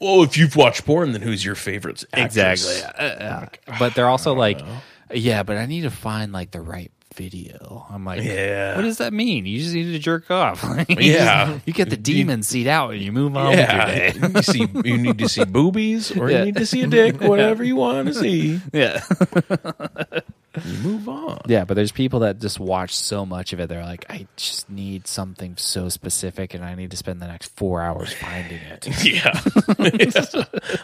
Speaker 2: oh, if you've watched porn, then who's your favorite? actress?"
Speaker 3: Uh, uh, but they're also like, yeah, but I need to find like the right video. I'm like,
Speaker 2: Yeah.
Speaker 3: What does that mean? You just need to jerk off. Like,
Speaker 2: Yeah.
Speaker 3: you get the demon seed out and you move on with your day.
Speaker 2: Yeah, you see, you need to see boobies, or
Speaker 3: Yeah.
Speaker 2: you need to see a dick, whatever you want to see.
Speaker 3: Yeah.
Speaker 2: You move on.
Speaker 3: Yeah, but there's people that just watch so much of it. They're like, I just need something so specific, and I need to spend the next four hours finding it.
Speaker 2: Yeah,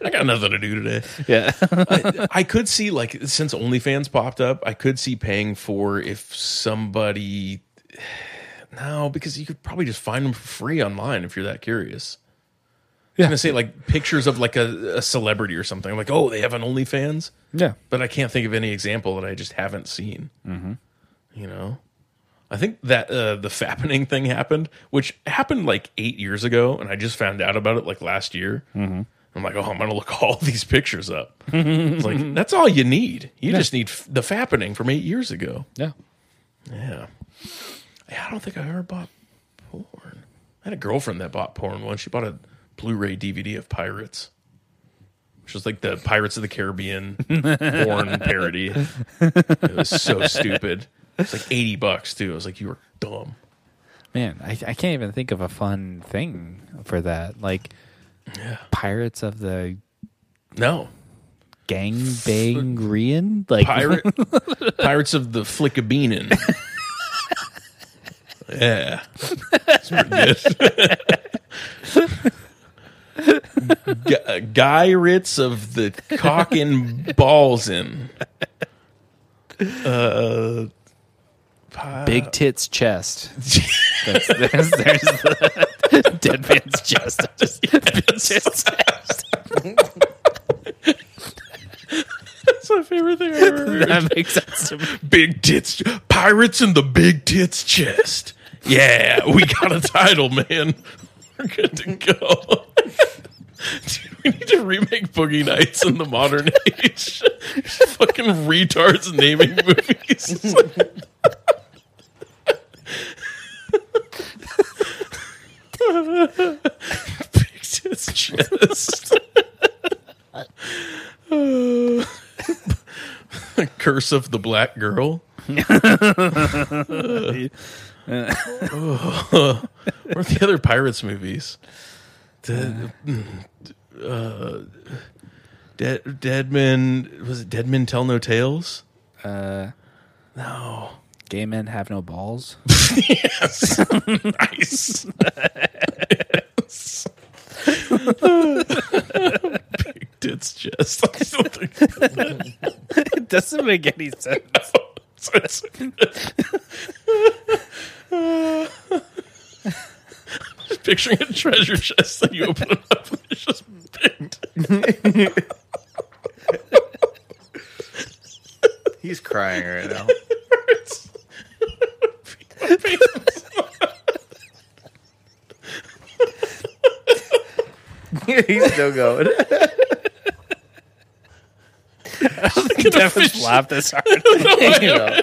Speaker 2: I got nothing to do today.
Speaker 3: yeah,
Speaker 2: I, I could see like since OnlyFans popped up, I could see paying for if somebody. No, because you could probably just find them for free online if you're that curious. I'm gonna say like pictures of like a, a celebrity or something. I'm like, oh, they have an OnlyFans,
Speaker 3: Yeah.
Speaker 2: but I can't think of any example that I just haven't seen. You know, I think that uh, the fappening thing happened, which happened like eight years ago, and I just found out about it like last year. I'm like, oh, I'm gonna look all these pictures up. it's like that's all you need. You just need f- the fappening from eight years ago.
Speaker 3: Yeah.
Speaker 2: Yeah. Yeah, I don't think I ever bought porn. I had a girlfriend that bought porn once. She bought a Blu-ray DVD of Pirates. Which was like the Pirates of the Caribbean porn parody. It was so stupid. It's like 80 bucks too. I was like, you are dumb.
Speaker 3: Man, I, I can't even think of a fun thing for that. Like Pirates of the
Speaker 2: No.
Speaker 3: Gangbangrian? Like
Speaker 2: Pirate Pirates of the Flickabeanin. yeah. That's pretty good. Gu- uh, Guy Ritz of the cock and balls in.
Speaker 3: Big Tits Chest. That's, there's, there's the Dead Man's Chest. Just, Big Tits Chest.
Speaker 2: That's my favorite thing I ever heard.
Speaker 3: That makes sense to me.
Speaker 2: Big tits, pirates in the big tits chest. Yeah, we got a title, man. We're good to go. Dude, we need to remake Boogie Nights in the modern age. Fucking retards naming movies. big tits chest. Curse of the Black Girl. Ugh. What are the other Pirates movies? The, uh, Dead Deadman was it Deadman Tell No Tales?
Speaker 3: Gay men have no balls.
Speaker 2: Yes. nice. Yes. Big tits chest. I still think
Speaker 3: It doesn't make any sense.
Speaker 2: That's Just picturing a treasure chest that you open it up and it's just big.
Speaker 1: He's crying right now. He's still going.
Speaker 3: Devin's laughed this hard.
Speaker 1: You know,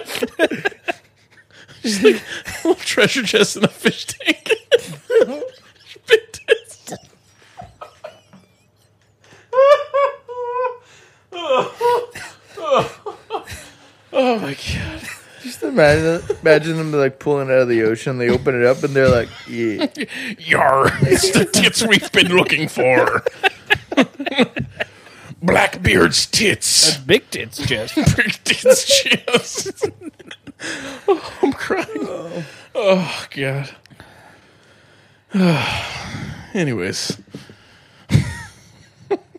Speaker 2: Little "Oh, treasure chest in a fish tank. big tits. oh my god.
Speaker 1: just imagine, imagine them like pulling it out of the ocean. They open it up and they're like, "Yeah,
Speaker 2: Yar, it's the tits we've been looking for. Blackbeard's tits.
Speaker 3: Big Tits Chest.
Speaker 2: Big tits chips. oh, I'm crying. Oh, God. Anyways,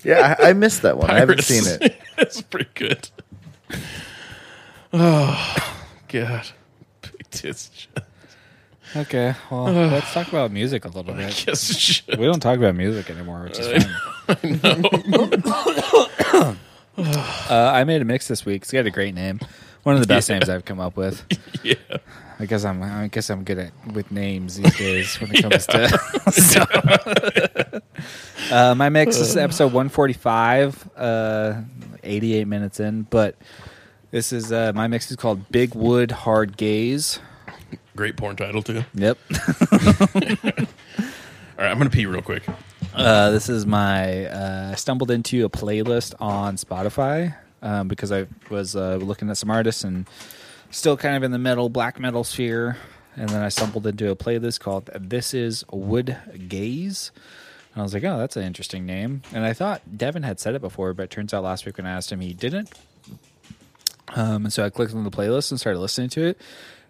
Speaker 1: yeah." I, I missed that one. I haven't
Speaker 2: Pirates.
Speaker 1: seen it.
Speaker 2: That's pretty good. Oh, God. Big tits chips.
Speaker 3: Okay, well, let's talk about music a little bit.
Speaker 2: Yes, shit.
Speaker 3: We don't talk about music anymore, which is fine. uh, I made a mix this week. It's got a great name. One of the best names I've come up with.
Speaker 2: Yeah.
Speaker 3: I guess I'm. I guess I'm good at with names these days when it comes to. so. uh, my mix this is episode 145, uh, 88 minutes in, but this is uh, my mix is called Big Wood Hard Gaze.
Speaker 2: Great porn title, too.
Speaker 3: Yep.
Speaker 2: All right, I'm going to pee real quick.
Speaker 3: Uh, this is my. Uh, I stumbled into a playlist on Spotify um, because I was uh, looking at some artists and still kind of in the metal, black metal sphere. And then I stumbled into a playlist called This Is Wood Gaze. And I was like, oh, that's an interesting name. And I thought Devin had said it before, but it turns out last week when I asked him, he didn't. Um, and so I clicked on the playlist and started listening to it.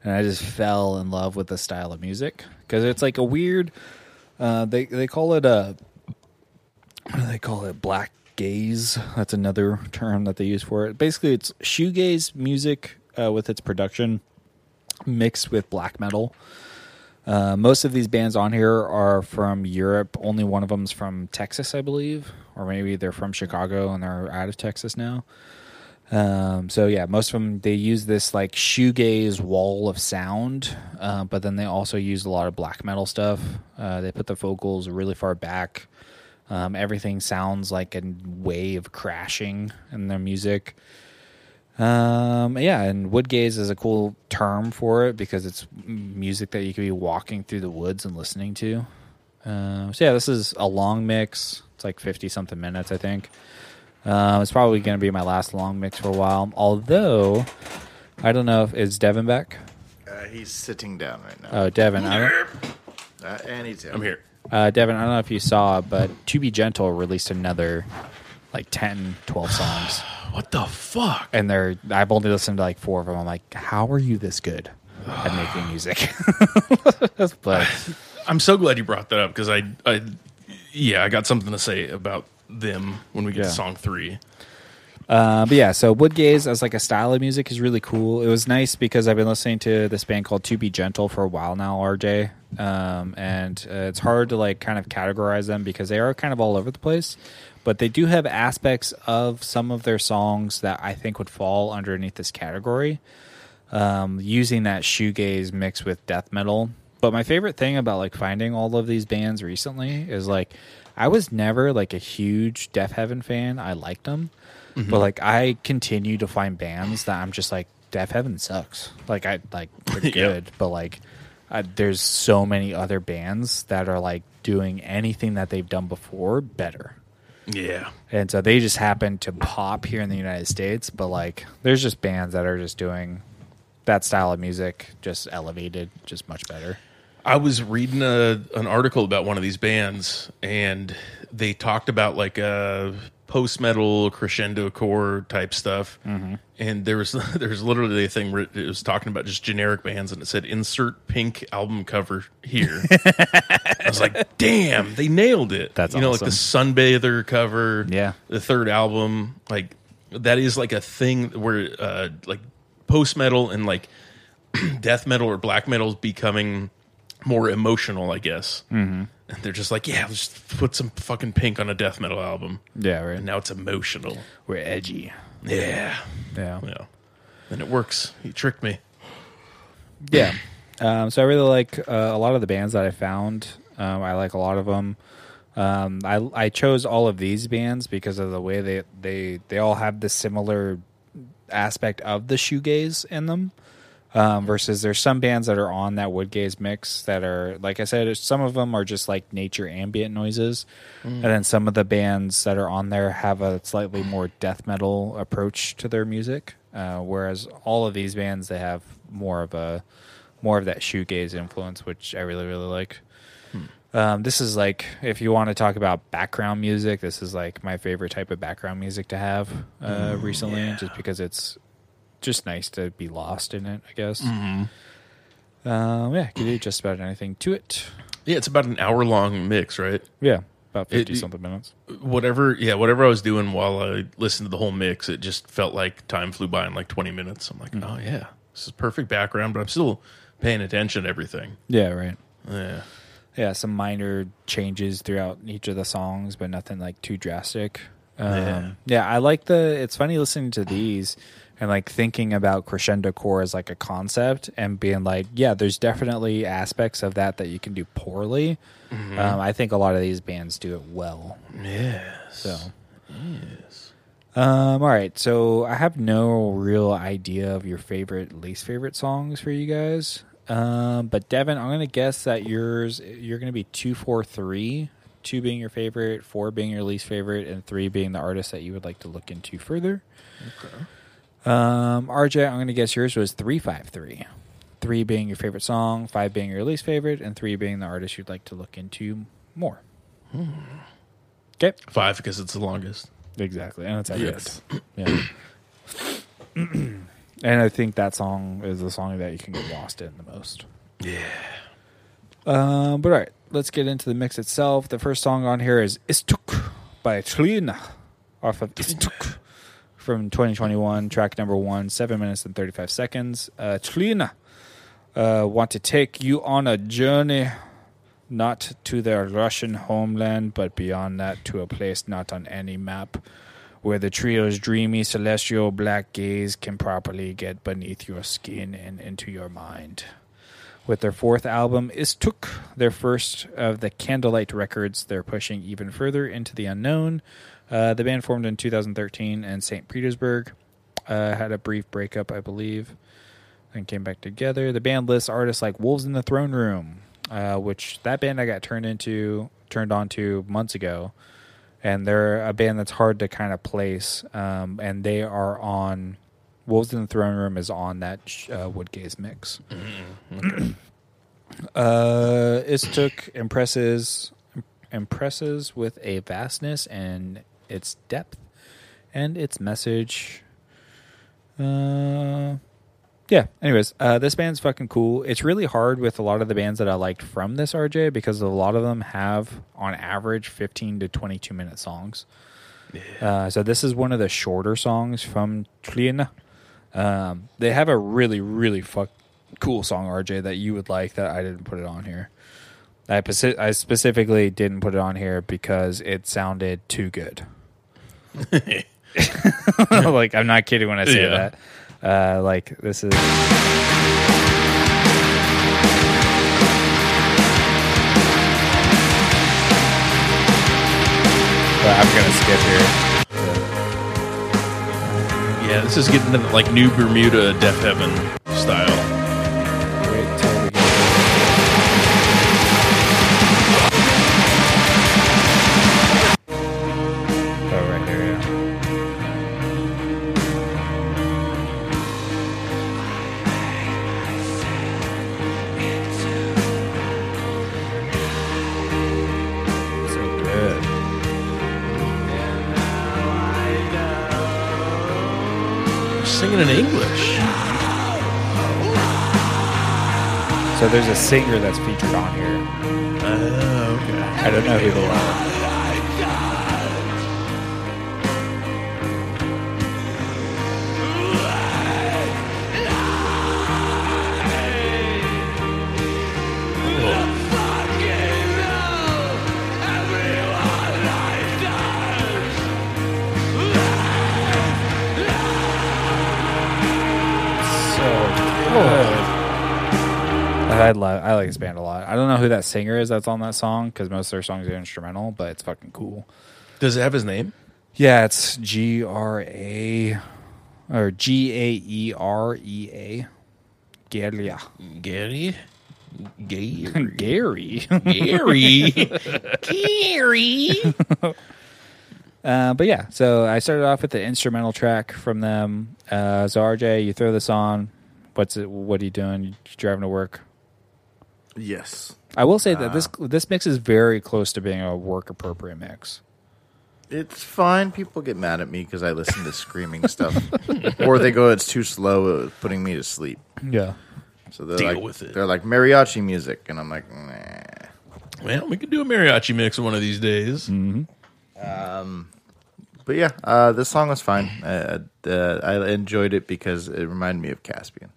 Speaker 3: And I just fell in love with the style of music because it's like a weird. Uh, they they call it a what do they call it black gaze that's another term that they use for it basically it's shoegaze music uh, with its production mixed with black metal
Speaker 5: Uh, most of these bands on here are from Europe. Only one of them's from Texas, I believe, or maybe they're from Chicago and they're out of Texas now. Um, so yeah, most of them they use this like shoegaze wall of sound, uh, but then they also use a lot of black metal stuff. Uh, they put the vocals really far back. Um, everything sounds like a wave crashing in their music. Um, yeah, and wood gaze is a cool term for it because it's music that you could be walking through the woods and listening to. Uh, so yeah, this is a long mix. It's like fifty something minutes, I think. Um, it's probably going to be my last long mix for a while. Although, I don't know if is Devin back.
Speaker 1: Uh, he's sitting down right now.
Speaker 5: Oh, Devin, I don't,
Speaker 1: Uh, anytime.
Speaker 2: I'm here.
Speaker 5: uh, Devin, I don't know if you saw, but To Be Gentle released another like 10, 12 songs,
Speaker 2: What the fuck?
Speaker 5: and they're I've only listened to like four of them. I'm like, how are you this good at making music? but
Speaker 2: I'm so glad you brought that up because I, I, yeah, I got something to say about them when we get
Speaker 5: Yeah.
Speaker 2: to song three.
Speaker 5: Uh, but yeah, so wood gaze as like a style of music is really cool. It was nice because I've been listening to this band called To Be Gentle for a while now, RJ, um, and uh, it's hard to like kind of categorize them because they are kind of all over the place. But they do have aspects of some of their songs that I think would fall underneath this category, um, using that shoegaze mixed with death metal. But my favorite thing about like finding all of these bands recently is like I was never like a huge Death Heaven fan. I liked them but like I continue to find bands that I'm just like Deaf Heaven sucks. Like I like they're
Speaker 2: Yeah.
Speaker 5: good, but like I, there's so many other bands that are like doing anything that they've done before better.
Speaker 2: Yeah,
Speaker 5: And so they just happen to pop here in the United States, but like there's just bands that are just doing that style of music just elevated, just much better.
Speaker 2: I was reading a, an article about one of these bands, and they talked about like a post metal crescendo core type stuff.
Speaker 5: Mm-hmm.
Speaker 2: And there was there was literally a thing where it was talking about just generic bands, and it said insert pink album cover here. I was like, damn, they nailed it.
Speaker 5: That's
Speaker 2: you know like the Sunbather cover,
Speaker 5: Yeah.
Speaker 2: the third album, like that is like a thing where uh, like post metal and like death metal or black metal is becoming more emotional, I guess. Mm-hmm. And they're just like, yeah, let's put some fucking pink on a death metal album.
Speaker 5: Yeah,
Speaker 2: And
Speaker 5: right.
Speaker 2: now it's emotional.
Speaker 5: We're edgy.
Speaker 2: Yeah.
Speaker 5: Yeah.
Speaker 2: Yeah. And it works. He tricked me.
Speaker 5: Yeah. Um, so I really like uh, a lot of the bands that I found. Um, I like a lot of them. Um, I I chose all of these bands because of the way they they they all have the similar aspect of the shoegaze in them. Um, versus there's some bands that are on that wood gaze mix that are like I said, some of them are just like nature ambient noises, and then some of the bands that are on there have a slightly more death metal approach to their music. Uh, whereas all of these bands they have more of a more of that shoegaze influence, which I really really like. Um, this is like if you want to talk about background music, this is like my favorite type of background music to have uh, recently, just because it's just nice to be lost in it. I guess. Um, yeah, could do just about anything to it.
Speaker 2: Yeah, it's about an hour long mix, right?
Speaker 5: Yeah, about
Speaker 2: It-
Speaker 5: fifty something minutes.
Speaker 2: Whatever, yeah, whatever I was doing while I listened to the whole mix, it just felt like time flew by in like 20 minutes. I'm like,
Speaker 5: Mm.
Speaker 2: oh, yeah, this is perfect background, but I'm still paying attention to everything.
Speaker 5: Yeah, right.
Speaker 2: Yeah.
Speaker 5: Yeah, some minor changes throughout each of the songs, but nothing like too drastic. Um,
Speaker 2: Yeah.
Speaker 5: yeah. I like the. It's funny listening to these and like thinking about crescendo core as like a concept and being like, yeah, there's definitely aspects of that that you can do poorly. Um, I think a lot of these bands do it well.
Speaker 2: Yes.
Speaker 5: So. Um, all right, so I have no real idea of your favorite, least favorite songs for you guys. Um, but Devin, I'm gonna guess that yours you're gonna be two, four, three. Two being your favorite, four being your least favorite, and three being the artist that you would like to look into further. Um, RJ, I'm gonna guess yours was three, five, three. Three being your favorite song, five being your least favorite, and three being the artist you'd like to look into more. Okay.
Speaker 2: Five because it's the longest.
Speaker 5: Exactly. And it's at Yeah. and I think that song is the song that you can get lost in the most. Yeah. Um, but all right, let's get into the mix itself. The first song on here is Istuk by Tlina off of Istuk from 2021, track number one, seven minutes and 35 seconds. Uh, Tlina
Speaker 3: uh, want to take you on a journey, not to their Russian homeland, but beyond that to a place not on any map, where the trio's dreamy celestial black gaze can properly get beneath your skin and into your mind. With their fourth album, Istuk, their first of the Candlelight records, they're pushing even further into the unknown. Uh, the band formed in 2013 in St. Petersburg, uh, had a brief breakup, I believe and came back together. The band lists artists like Wolves in the Throne Room, uh, which that band I got turned into turned on to months ago, and they're a band that's hard to kind of place. Um, and they are on Wolves in the Throne Room is on that uh, Wood Gaze mix. uh, Istook impresses impresses with a vastness and its depth and its message. Uh, yeah. Anyways, uh, this band's fucking cool. It's really hard with a lot of the bands that I liked from this RJ because a lot of them have, on average, fifteen to twenty-two minute songs. Uh, so this is one of the shorter songs from Tlin. Um, they have a really, really fuck cool song RJ that you would like that I didn't put it on here. I, pasi- I specifically didn't put it on here because it sounded too good. like I'm not kidding when I say
Speaker 2: Yeah.
Speaker 3: that uh, like this is But i'm gonna skip here
Speaker 2: Yeah, this is getting into like new Bermuda Death Heaven style.
Speaker 3: wait till we get oh right here yeah. so good
Speaker 2: They're singing in English.
Speaker 3: So there's a singer that's featured on here.
Speaker 2: Oh, okay.
Speaker 3: I don't know who they are. So good. I love. I like this band a lot. I don't know who that singer is that's on that song because most of their songs are instrumental, but it's fucking cool.
Speaker 2: Does it have his name?
Speaker 3: Yeah, it's G R A or G A E R E A. Guerrilla.
Speaker 2: Gary. Gary.
Speaker 3: Gary.
Speaker 2: Gary. Gary.
Speaker 3: Uh, but yeah, so I started off with the instrumental track from them. Uh, so RJ, you throw this on. What's it? What are you doing? You driving to work?
Speaker 1: Yes.
Speaker 3: I will say that this this mix is very close to being a work appropriate mix.
Speaker 1: It's fine. People get mad at me because I listen to screaming stuff, or they go, "It's too slow, it's putting me to sleep."
Speaker 3: Yeah.
Speaker 1: So they're
Speaker 2: Deal
Speaker 1: like,
Speaker 2: with it.
Speaker 1: they're like mariachi music, and I'm like, nah.
Speaker 2: Well, we could do a mariachi mix one of these days.
Speaker 1: But yeah, uh, this song was fine. Uh,
Speaker 2: Mm.
Speaker 1: uh, I enjoyed it because it reminded me of Caspian.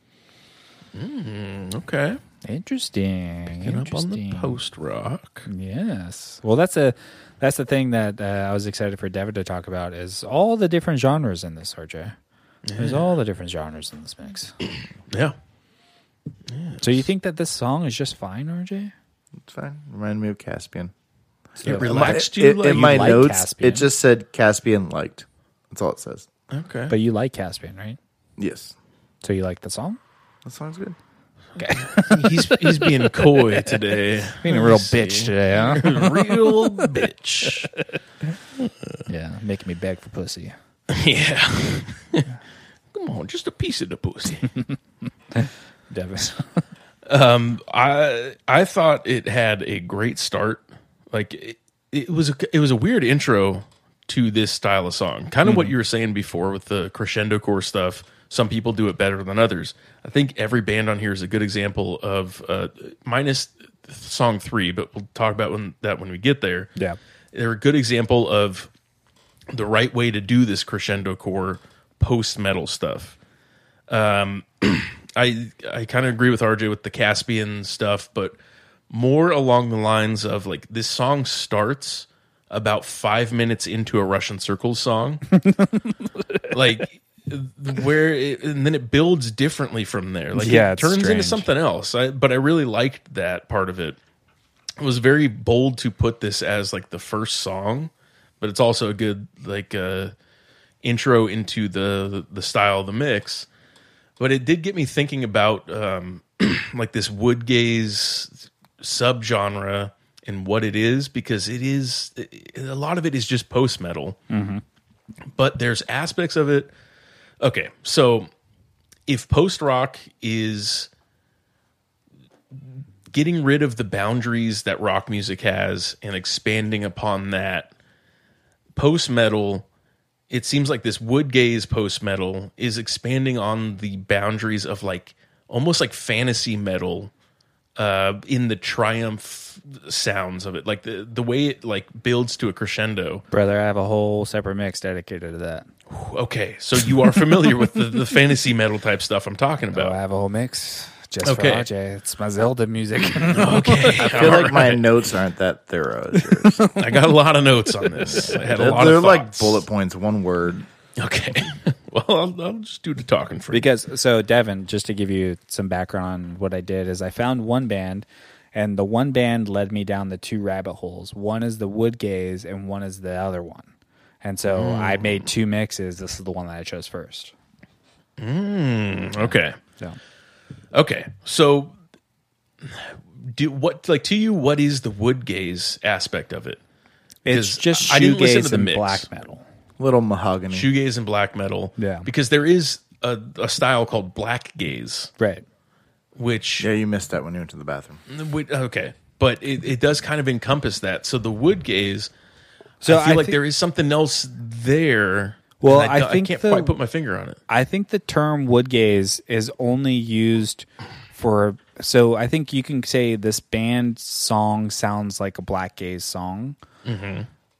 Speaker 2: Okay.
Speaker 3: Interesting.
Speaker 2: Get up on the
Speaker 3: Interesting.
Speaker 2: post rock.
Speaker 3: Yes. Well, that's a that's the thing that uh, I was excited for David to talk about is all the different genres in this RJ. There's all the different genres in this mix.
Speaker 2: Yeah.
Speaker 3: So you think that this song is just fine, RJ?
Speaker 1: It's fine. Reminded me of Caspian.
Speaker 3: So-
Speaker 2: relaxed
Speaker 1: It- in my
Speaker 3: like
Speaker 1: notes,
Speaker 3: Caspian.
Speaker 1: it just said Caspian liked. That's all it says.
Speaker 2: okay.
Speaker 3: But you like Caspian, right?
Speaker 1: Yes,
Speaker 3: So you like the song?
Speaker 1: that song's good.
Speaker 2: he's he's being coy today.
Speaker 3: Being a real bitch today, huh?
Speaker 2: Real bitch.
Speaker 3: yeah, making me beg for pussy.
Speaker 2: Yeah. Come on, just a piece of the pussy.
Speaker 3: Devin.
Speaker 2: Um, I I thought it had a great start. Like it, it was a, it was a weird intro to this style of song. Kind of what you were saying before with the crescendo core stuff. Some people do it better than others. I think every band on here is a good example of uh, minus song three, but we'll talk about when, that when we get there.
Speaker 3: Yeah.
Speaker 2: they're a good example of the right way to do this crescendo core post metal stuff. Um, I I kind of agree with RJ with the Caspian stuff, but more along the lines of like this song starts about five minutes into a Russian circles song, like where it, and then it builds differently from there. Like
Speaker 3: Yeah,
Speaker 2: it
Speaker 3: it's
Speaker 2: turns into
Speaker 3: strange.
Speaker 2: something else. I, but I really liked that part of it. It was very bold to put this as like the first song, but it's also a good like uh, intro into the the style of the mix. But it did get me thinking about um, like this wood gaze subgenre and what it is because it is a lot of it is just post metal, but there's aspects of it. Okay, so if post rock is getting rid of the boundaries that rock music has and expanding upon that, post metal, it seems like this wood gaze post metal is expanding on the boundaries of like almost like fantasy metal uh, in the triumph sounds of it, like the the way it like builds to a crescendo.
Speaker 3: Brother, I have a whole separate mix dedicated to that.
Speaker 2: Okay, so you are familiar with the, the fantasy metal type stuff I'm talking
Speaker 3: Oh, I
Speaker 2: about.
Speaker 3: have a whole mix just
Speaker 2: Okay.
Speaker 3: for RJ. It's my Zelda music.
Speaker 2: Okay,
Speaker 1: I feel like my notes aren't that thorough. As yours.
Speaker 2: I got a lot of notes on this. I had a
Speaker 1: they're
Speaker 2: lot
Speaker 1: they're
Speaker 2: of
Speaker 1: like
Speaker 2: thoughts.
Speaker 1: bullet points, one word.
Speaker 2: Okay, well, I'll, I'll just do the talking for you.
Speaker 3: because so Devin, just to give you some background on what I did is I found one band and the one band led me down the two rabbit holes. One is the wood gaze and one is the other one. And so I made two mixes. This is the one that I chose first.
Speaker 2: Okay,
Speaker 3: So
Speaker 2: okay. So, do what like to you? What is the wood gaze aspect of it?
Speaker 3: it's
Speaker 2: Because
Speaker 3: just
Speaker 2: I didn't listen to
Speaker 3: shoegaze
Speaker 2: the
Speaker 3: and
Speaker 2: mix.
Speaker 3: black metal.
Speaker 1: Little mahogany.
Speaker 2: Shoegaze and black metal.
Speaker 3: Mm. Yeah.
Speaker 2: because there is a, a style called black gaze,
Speaker 3: Right.
Speaker 2: which
Speaker 1: Yeah, you missed that when you went to the bathroom.
Speaker 2: Wait, okay, but it, it does kind of encompass that. So the wood gaze.
Speaker 3: So
Speaker 2: I feel
Speaker 3: I
Speaker 2: like
Speaker 3: thi-
Speaker 2: there is something else there.
Speaker 3: Well,
Speaker 2: and
Speaker 3: I
Speaker 2: don't-
Speaker 3: think
Speaker 2: I can't
Speaker 3: the-
Speaker 2: quite put my finger on it.
Speaker 3: I think the term wood gaze is only used for so I think you can say this band song sounds like a black gaze song.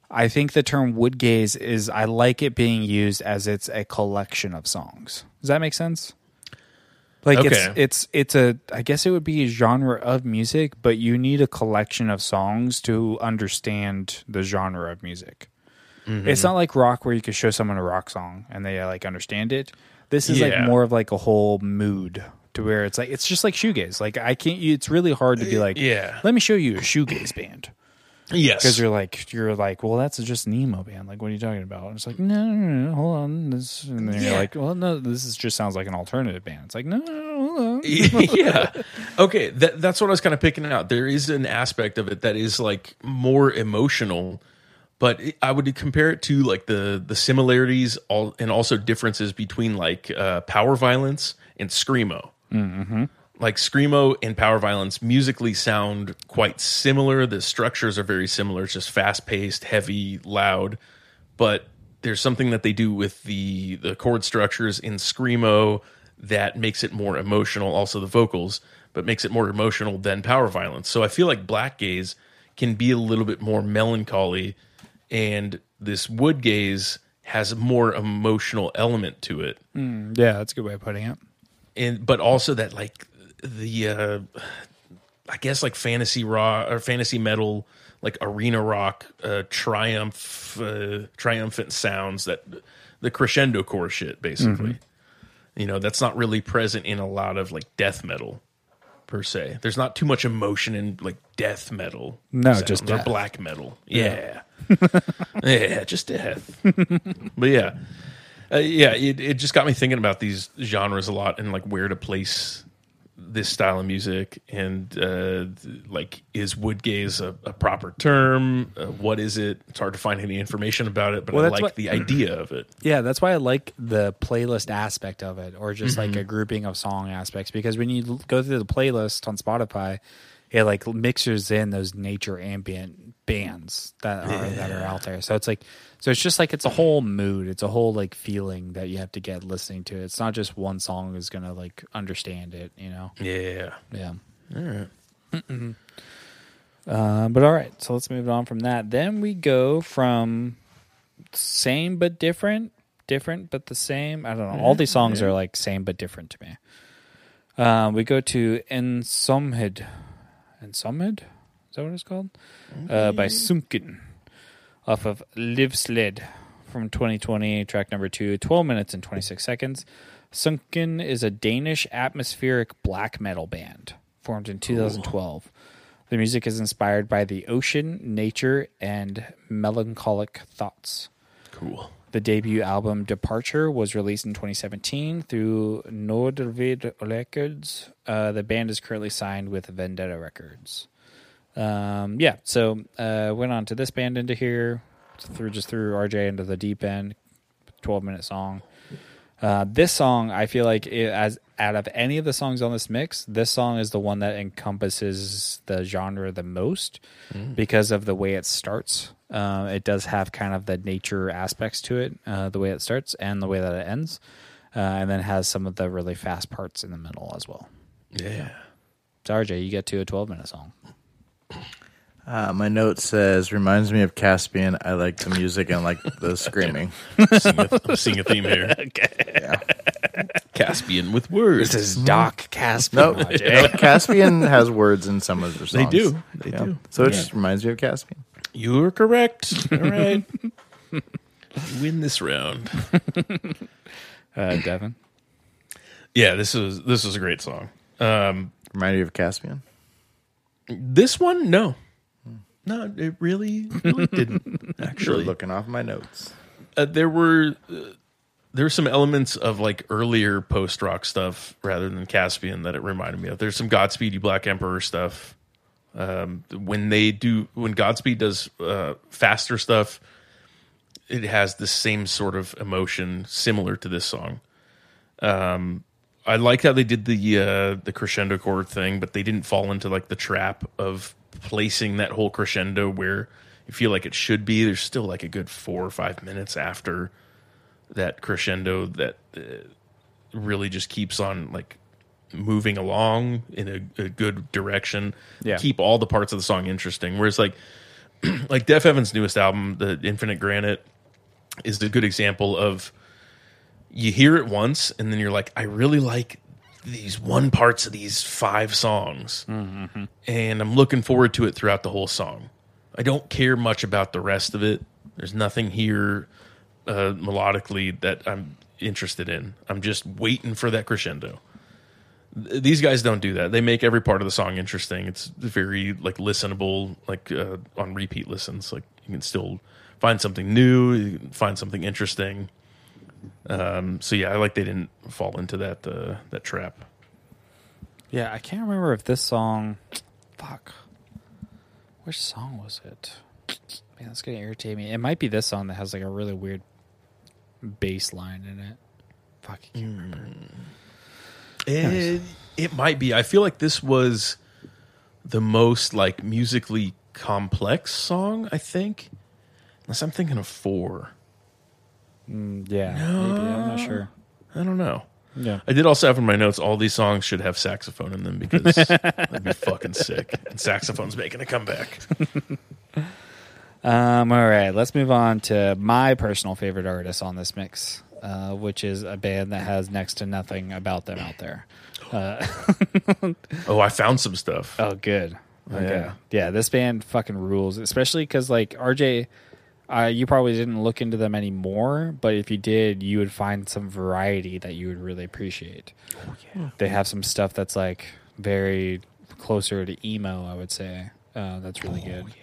Speaker 3: I think the term wood gaze is I like it being used as it's a collection of songs. Does that make sense? Like it's
Speaker 2: Okay.
Speaker 3: it's it's a I guess it would be a genre of music, but you need a collection of songs to understand the genre of music. It's not like rock where you could show someone a rock song and they like understand it. This is
Speaker 2: Yeah.
Speaker 3: like more of like a whole mood to where it's like it's just like shoegaze. Like I can't. You, it's really hard to be like,
Speaker 2: yeah.
Speaker 3: Let me show you a shoegaze band because
Speaker 2: Yes.
Speaker 3: you're like you're like, well, that's just an emo band. Like, what are you talking about? And it's like, no, no, no, no hold on. This, and then you're like, well, no, this is, just sounds like an alternative band. It's like, no, no, no, hold on.
Speaker 2: yeah. Okay. That, that's what I was kind of picking out. There is an aspect of it that is like more emotional, but it- I would compare it to like the the similarities all, and also differences between like uh, power violence and screamo. like screamo and power violence musically sound quite similar the structures are very similar it's just fast paced heavy loud but there's something that they do with the the chord structures in screamo that makes it more emotional also the vocals but makes it more emotional than power violence so i feel like black gaze can be a little bit more melancholy and this wood gaze has a more emotional element to it
Speaker 3: Yeah, that's a good way of putting it.
Speaker 2: and but also that like the uh i guess like fantasy raw or fantasy metal like arena rock uh triumph uh, triumphant sounds that the crescendo core shit basically
Speaker 3: Mm-hmm.
Speaker 2: you know that's not really present in a lot of like death metal per se there's not too much emotion in like death metal
Speaker 3: No,
Speaker 2: sounds
Speaker 3: just
Speaker 2: or
Speaker 3: death.
Speaker 2: black metal yeah yeah just death but yeah uh, yeah, it, it just got me thinking about these genres a lot and like where to place this style of music and uh, th- like is wood gaze a, a proper term? Uh, what is it? It's hard to find any information about it, but
Speaker 3: Well,
Speaker 2: I
Speaker 3: that's
Speaker 2: like
Speaker 3: what-
Speaker 2: the idea of it.
Speaker 3: Yeah, that's why I like the playlist aspect of it, or just like a grouping of song aspects. Because when you l- go through the playlist on Spotify, it like mixes in those nature ambient bands that are that are out there. So it's like, so it's just like it's a whole mood, it's a whole like feeling that you have to get listening to it. It's not just one song is gonna like understand it, you know?
Speaker 2: Yeah.
Speaker 3: Yeah. All Uh, but all right, so let's move on from that. Then we go from same but different, different but the same. I don't know. All these songs are like same but different to me.
Speaker 5: Um, we go to Ensomhed. Ensomhed? Is that what it's called? Uh, by Sumkin off of Live Sled from 2020, track number two, 12 minutes and 26 seconds. Sunken is a Danish atmospheric black metal band formed in 2012. The music is inspired by the ocean, nature, and melancholic thoughts.
Speaker 2: Cool.
Speaker 5: The debut album Departure was released in 2017 through Nordvid Records. Uh, the band is currently signed with Vendetta Records. Um, yeah, so uh, went on to this band into here, through just through RJ into the deep end, 12 minute song. Uh, this song, I feel like, it, as out of any of the songs on this mix, this song is the one that encompasses the genre the most because of the way it starts. Um, it does have kind of the nature aspects to it, uh, the way it starts and the way that it ends, uh, and then has some of the really fast parts in the middle as well.
Speaker 2: Yeah.
Speaker 5: So, RJ, you get to a 12 minute song.
Speaker 1: Uh, my note says, reminds me of Caspian. I like the music and like the screaming.
Speaker 2: Seeing a, I'm seeing a theme here. okay. Caspian with words.
Speaker 5: is Doc Casper.
Speaker 1: No, Caspian has words in some of their songs.
Speaker 2: do. They
Speaker 1: Yeah.
Speaker 2: do.
Speaker 1: So it just reminds me of Caspian.
Speaker 2: You're correct. All right. You Win this round.
Speaker 5: Uh, Devin.
Speaker 2: Yeah, this is this is a great song. Um,
Speaker 1: Remind you of Caspian.
Speaker 2: This one, no, no, it really, really didn't.
Speaker 1: You're
Speaker 2: Actually,
Speaker 1: looking off my notes.
Speaker 2: uh, there were uh, there were some elements of like earlier post rock stuff rather than Caspian that it reminded me of. There's some Godspeed You Black Emperor stuff. Um, when they do when Godspeed does uh, faster stuff, it has the same sort of emotion similar to this song. Um, I liked how they did the uh, the crescendo chord thing, but they didn't fall into like the trap of placing that whole crescendo where you feel like it should be. There's still like a good four or five minutes after that crescendo that uh, really just keeps on like moving along in a, a good direction.
Speaker 5: Yeah.
Speaker 2: Keep all the parts of the song interesting. Whereas like like Def Evans' newest album, The Infinite Granite, is a good example of you hear it once and then you're like, I really like these one parts of these five songs, and I'm looking forward to it throughout the whole song. I don't care much about the rest of it. There's nothing here uh, melodically that I'm interested in. I'm just waiting for that crescendo. Th- These guys don't do that. They make every part of the song interesting. It's very like listenable, like uh, on repeat listens. Like you can still find something new, you can find something interesting. Um, so yeah, I like they didn't fall into that uh, that trap.
Speaker 5: Yeah, I can't remember if this song. Fuck. Which song was it? Man, that's gonna irritate me. It might be this song that has like a really weird bass line in it. Fuck. I can't remember.
Speaker 2: It, it might be. I feel like this was the most like musically complex song. I think, unless I'm thinking of four.
Speaker 5: Mm, Yeah, maybe. I'm not sure.
Speaker 2: I don't know.
Speaker 5: Yeah.
Speaker 2: I did also have in my notes all these songs should have saxophone in them because that'd be fucking sick. And saxophone's making a comeback.
Speaker 5: Um, all right, let's move on to my personal favorite artist on this mix, uh, which is a band that has next to nothing about them out there. Uh,
Speaker 2: Oh, I found some stuff.
Speaker 5: Oh, good. Okay.
Speaker 2: yeah.
Speaker 5: Yeah. this band fucking rules, especially because like RJ, uh, you probably didn't look into them anymore, but if you did, you would find some variety that you would really appreciate. They have some stuff that's like very closer to emo, I would say. Uh, that's really good.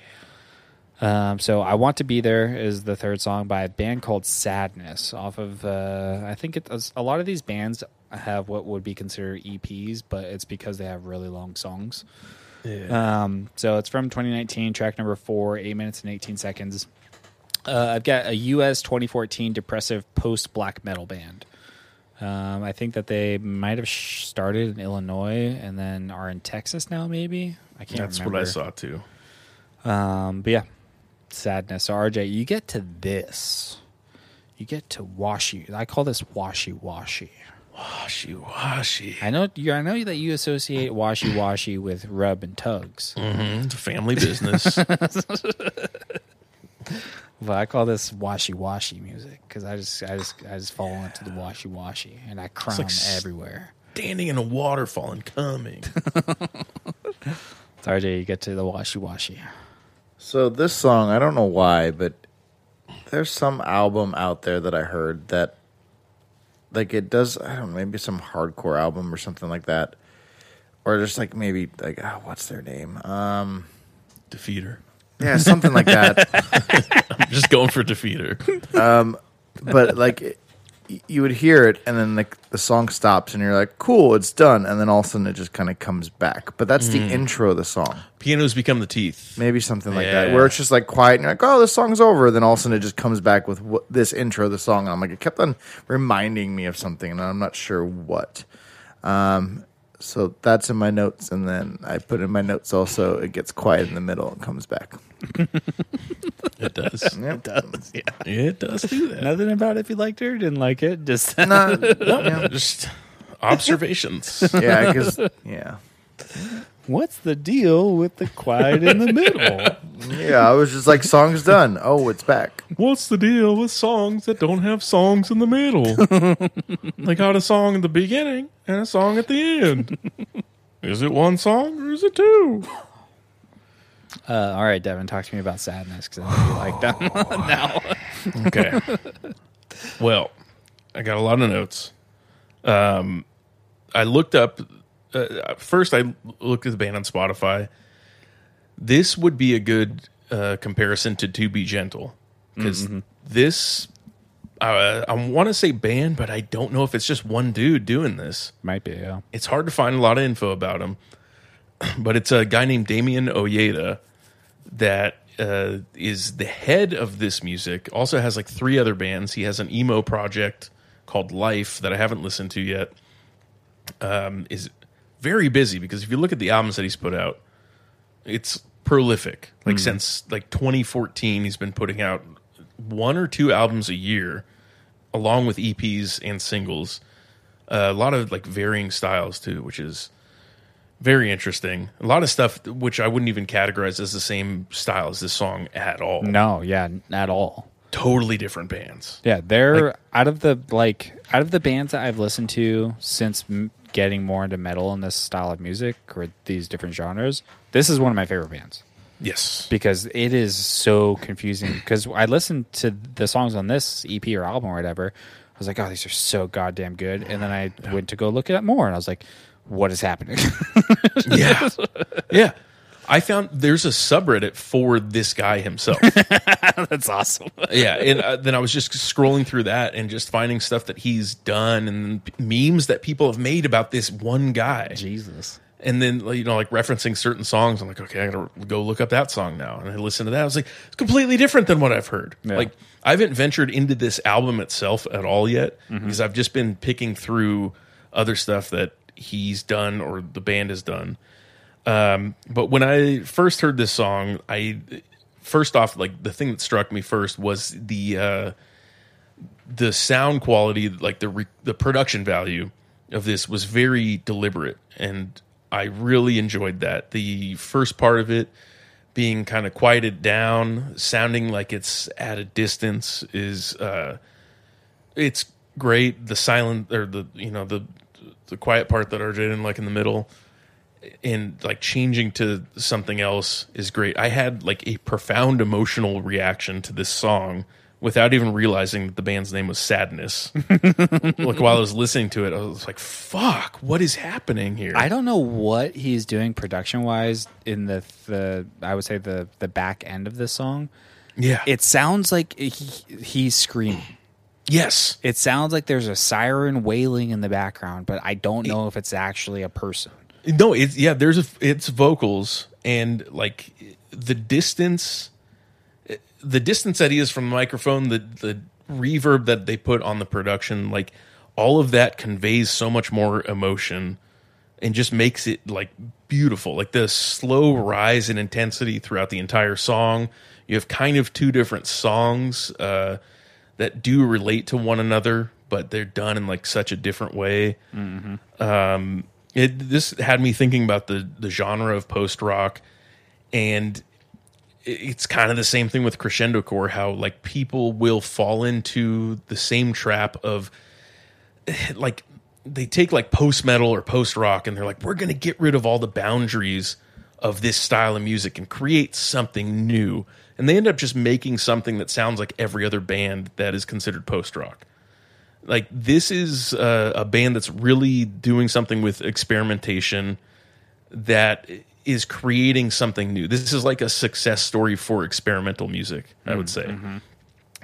Speaker 5: Um, so I want to be there is the third song by a band called Sadness off of uh, I think it a lot of these bands have what would be considered EPs, but it's because they have really long songs. Um, so it's from 2019, track number four, eight minutes and 18 seconds. Uh, I've got a US 2014 depressive post black metal band. Um, I think that they might have sh- started in Illinois and then are in Texas now, maybe. I can't
Speaker 2: That's
Speaker 5: remember.
Speaker 2: what I saw too.
Speaker 5: Um, but yeah, sadness. So RJ, you get to this. You get to washy. I call this washy washy.
Speaker 2: Washy, washy.
Speaker 5: I know you. I know that you associate washy washy with rub and tugs,
Speaker 2: Mm-hmm. It's a family business.
Speaker 5: but I call this washy washy music because I just, I just, I just fall into the washy washy, and I crown
Speaker 2: s-
Speaker 5: everywhere.
Speaker 2: standing in a waterfall and coming.
Speaker 3: It's RJ, you get to the washy washy.
Speaker 1: So this song, I don't know why, but there's some album out there that I heard that like it does I don't know, maybe some hardcore album or something like that. Or just like maybe like ah, what's their name? Um
Speaker 2: Defeater.
Speaker 1: yeah, something like that.
Speaker 2: I'm just going for defeater.
Speaker 1: But like it, you would hear it and then like the song stops and you're like, "Cool, it's done." And then all of a sudden it just kind of comes back. But that's
Speaker 2: Mm.
Speaker 1: the intro of the song.
Speaker 2: Pianos become the teeth.
Speaker 1: Maybe something like that,
Speaker 2: Yeah.
Speaker 1: where it's just like quiet and you're like, oh, this song's over. Then all of a sudden it just comes back with what, this intro of the song. And I'm like, it kept on reminding me of something, and I'm not sure what. Um, so that's in my notes. And then I put in my notes also, it gets quiet in the middle and comes back.
Speaker 2: It does.
Speaker 1: Yeah.
Speaker 2: It does do that.
Speaker 3: Nothing about it if you liked it or didn't like it. Just
Speaker 1: Nah,
Speaker 2: Just observations.
Speaker 1: yeah, because, yeah.
Speaker 3: what's the deal with the quiet in the middle?
Speaker 1: Yeah, I was just like, song's done. Oh, it's back.
Speaker 2: What's the deal with songs that don't have songs in the middle? they got a song in the beginning and a song at the end. Is it one song or is it two?
Speaker 3: Uh, all right, Devin, talk to me about sadness because I know you like that one now.
Speaker 2: Okay. well, I got a lot of notes. Um, I looked up uh, first. I looked at the band on Spotify. This would be a good uh, comparison to "To Be Gentle" because this. Uh, I want to say band, but I don't know if it's just one dude doing this.
Speaker 3: Might be. Yeah.
Speaker 2: It's hard to find a lot of info about him, but it's a guy named Damien Oyeda that uh, is the head of this music. Also has like three other bands. He has an emo project called Life that I haven't listened to yet. Um, is very busy because if you look at the albums that he's put out, it's prolific. Like since like 2014, he's been putting out one or two albums a year, along with EPs and singles. Uh, a lot of like varying styles too, which is very interesting. A lot of stuff which I wouldn't even categorize as the same style as this song at all.
Speaker 3: No, yeah, n- at all.
Speaker 2: Totally different bands.
Speaker 3: Yeah, they're out of the like out of the bands that I've listened to since m- getting more into metal and this style of music or these different genres. This is one of my favorite bands
Speaker 2: Yes.
Speaker 3: because it is so confusing. Because I listened to the songs on this EP or album or whatever, I was like, "Oh, these are so goddamn good!" And then I went to go look it up more, and I was like, "What is happening?"
Speaker 2: Yeah. yeah. I found there's a subreddit for this guy himself.
Speaker 3: That's awesome.
Speaker 2: yeah, and uh, then I was just scrolling through that and just finding stuff that he's done and p- memes that people have made about this one guy.
Speaker 3: Jesus.
Speaker 2: and then like, you know like referencing certain songs i'm like okay i gotta go look up that song now and i listen to that i was like it's completely different than what i've heard
Speaker 3: Yeah.
Speaker 2: like i haven't ventured into this album itself at all yet because i've just been picking through other stuff that he's done or the band has done um, but when i first heard this song i first off like the thing that struck me first was the uh the sound quality, like the re- the production value of this was very deliberate, and I really enjoyed that. The first part of it being kind of quieted down, sounding like it's at a distance is uh, it's great. The silent or the you know the the quiet part that RJ didn't like in the middle and like changing to something else is great. I had like a profound emotional reaction to this song without even realizing that the band's name was Sadness. like while I was listening to it, I was like, "Fuck, what is happening here?"
Speaker 3: I don't know what he's doing production wise in the the I would say the the back end of this song.
Speaker 2: yeah,
Speaker 3: It sounds like he, he's screaming.
Speaker 2: yes,
Speaker 3: It sounds like there's a siren wailing in the background, but I don't know if it's actually a person.
Speaker 2: No, it's yeah. There's a it's vocals and like the distance, the distance that he is from the microphone, the the reverb that they put on the production, like all of that conveys so much more emotion and just makes it like beautiful. Like the slow rise in intensity throughout the entire song. You have kind of two different songs uh, that do relate to one another, but they're done in like such a different way it this had me thinking about the the genre of post rock and it- it's kind of the same thing with crescendo core how like people will fall into the same trap of like they take like post metal or post rock and they're like we're going to get rid of all the boundaries of this style of music and create something new and they end up just making something that sounds like every other band that is considered post rock like this is a, a band that's really doing something with experimentation that is creating something new this is like a success story for experimental music i would say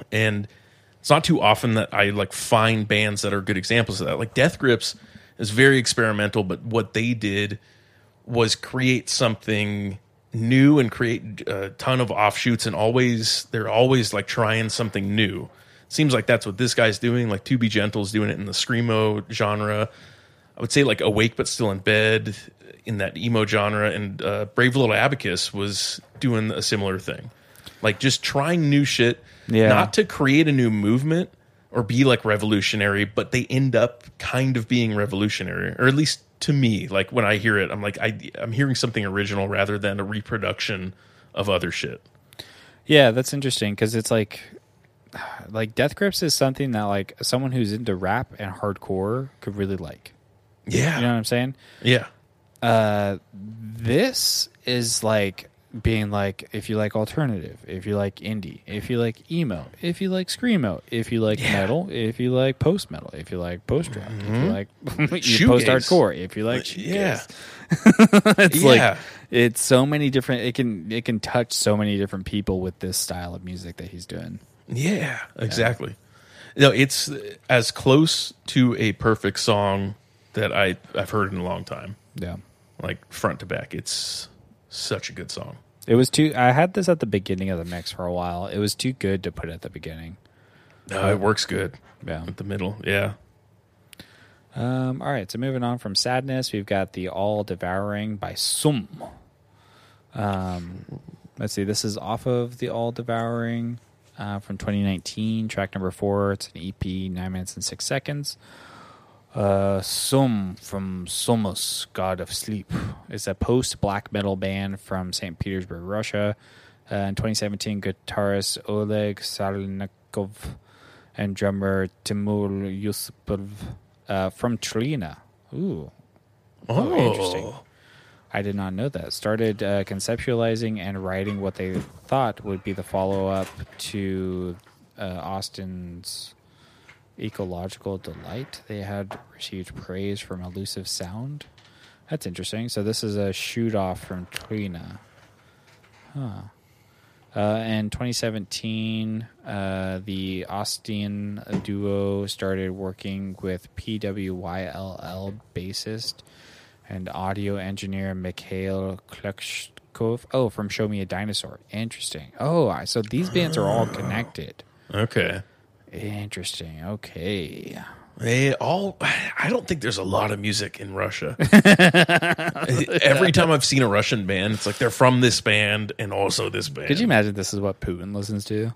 Speaker 2: and it's not too often that I like find bands that are good examples of that. Like Death Grips is very experimental, but what they did was create something new and create a ton of offshoots and always they're always like trying something new. Seems like that's what this guy's doing. Like To Be Gentle's doing it in the screamo genre. I would say like Awake but Still in Bed in that emo genre, and uh, Brave Little Abacus was doing a similar thing, like just trying new shit,
Speaker 5: Yeah.
Speaker 2: not to create a new movement or be like revolutionary, but they end up kind of being revolutionary, or at least to me. Like when I hear it, I'm like I I'm hearing something original rather than a reproduction of other shit.
Speaker 5: Yeah, that's interesting because it's like, like Death Grips is something that like someone who's into rap and hardcore could really like.
Speaker 2: Yeah,
Speaker 5: You know what I'm saying?
Speaker 2: yeah,
Speaker 5: This is like being like if you like alternative, if you like indie, if you like emo, if you like screamo, if you like metal, if you like post metal, if you like post rock, if you like
Speaker 2: Mm-hmm. Shoegaze. Uh,
Speaker 5: post hardcore, if you like
Speaker 2: yeah.
Speaker 5: shoegaze. it's
Speaker 2: Yeah.
Speaker 5: like it's so many different. It can it can touch so many different people with this style of music that he's doing.
Speaker 2: Yeah, exactly. No, it's as close to a perfect song that I I've heard in a long time,
Speaker 5: Yeah.
Speaker 2: like front to back. It's such a good song.
Speaker 5: It was too. I had this at the beginning of the mix for a while. It was too good to put at the beginning.
Speaker 2: No, it works good.
Speaker 5: Yeah.
Speaker 2: At the middle, yeah.
Speaker 5: Um, all right. So moving on from sadness, we've got the all devouring by Sum. Um, let's see. This is off of the all devouring uh, from 2019, track number four. It's an EP, nine minutes and six seconds. Uh, Sum from Sumus, God of Sleep. It's a post black metal band from St. Petersburg, Russia. Uh, in 2017, guitarist Oleg Salnikov and drummer Timur Yusupov uh, from Trina. Ooh,
Speaker 2: Oh,
Speaker 5: interesting. I did not know that. Started uh, conceptualizing and writing what they thought would be the follow up to uh, Austin's Ecological Delight. They had received praise from Elusive Sound. That's interesting. So, this is a shoot off from Trina. Huh. Uh, in 2017, uh, the Austin duo started working with PWYLL bassist and audio engineer Mikhail Klechkov. Oh, from Show Me a Dinosaur. Interesting. Oh, I- so these bands are all connected.
Speaker 2: Okay.
Speaker 5: Interesting. Okay.
Speaker 2: They all. I don't think there's a lot of music in Russia. Every time I've seen a Russian band, it's like they're from this band and also this band.
Speaker 5: Could you imagine this is what Putin listens to?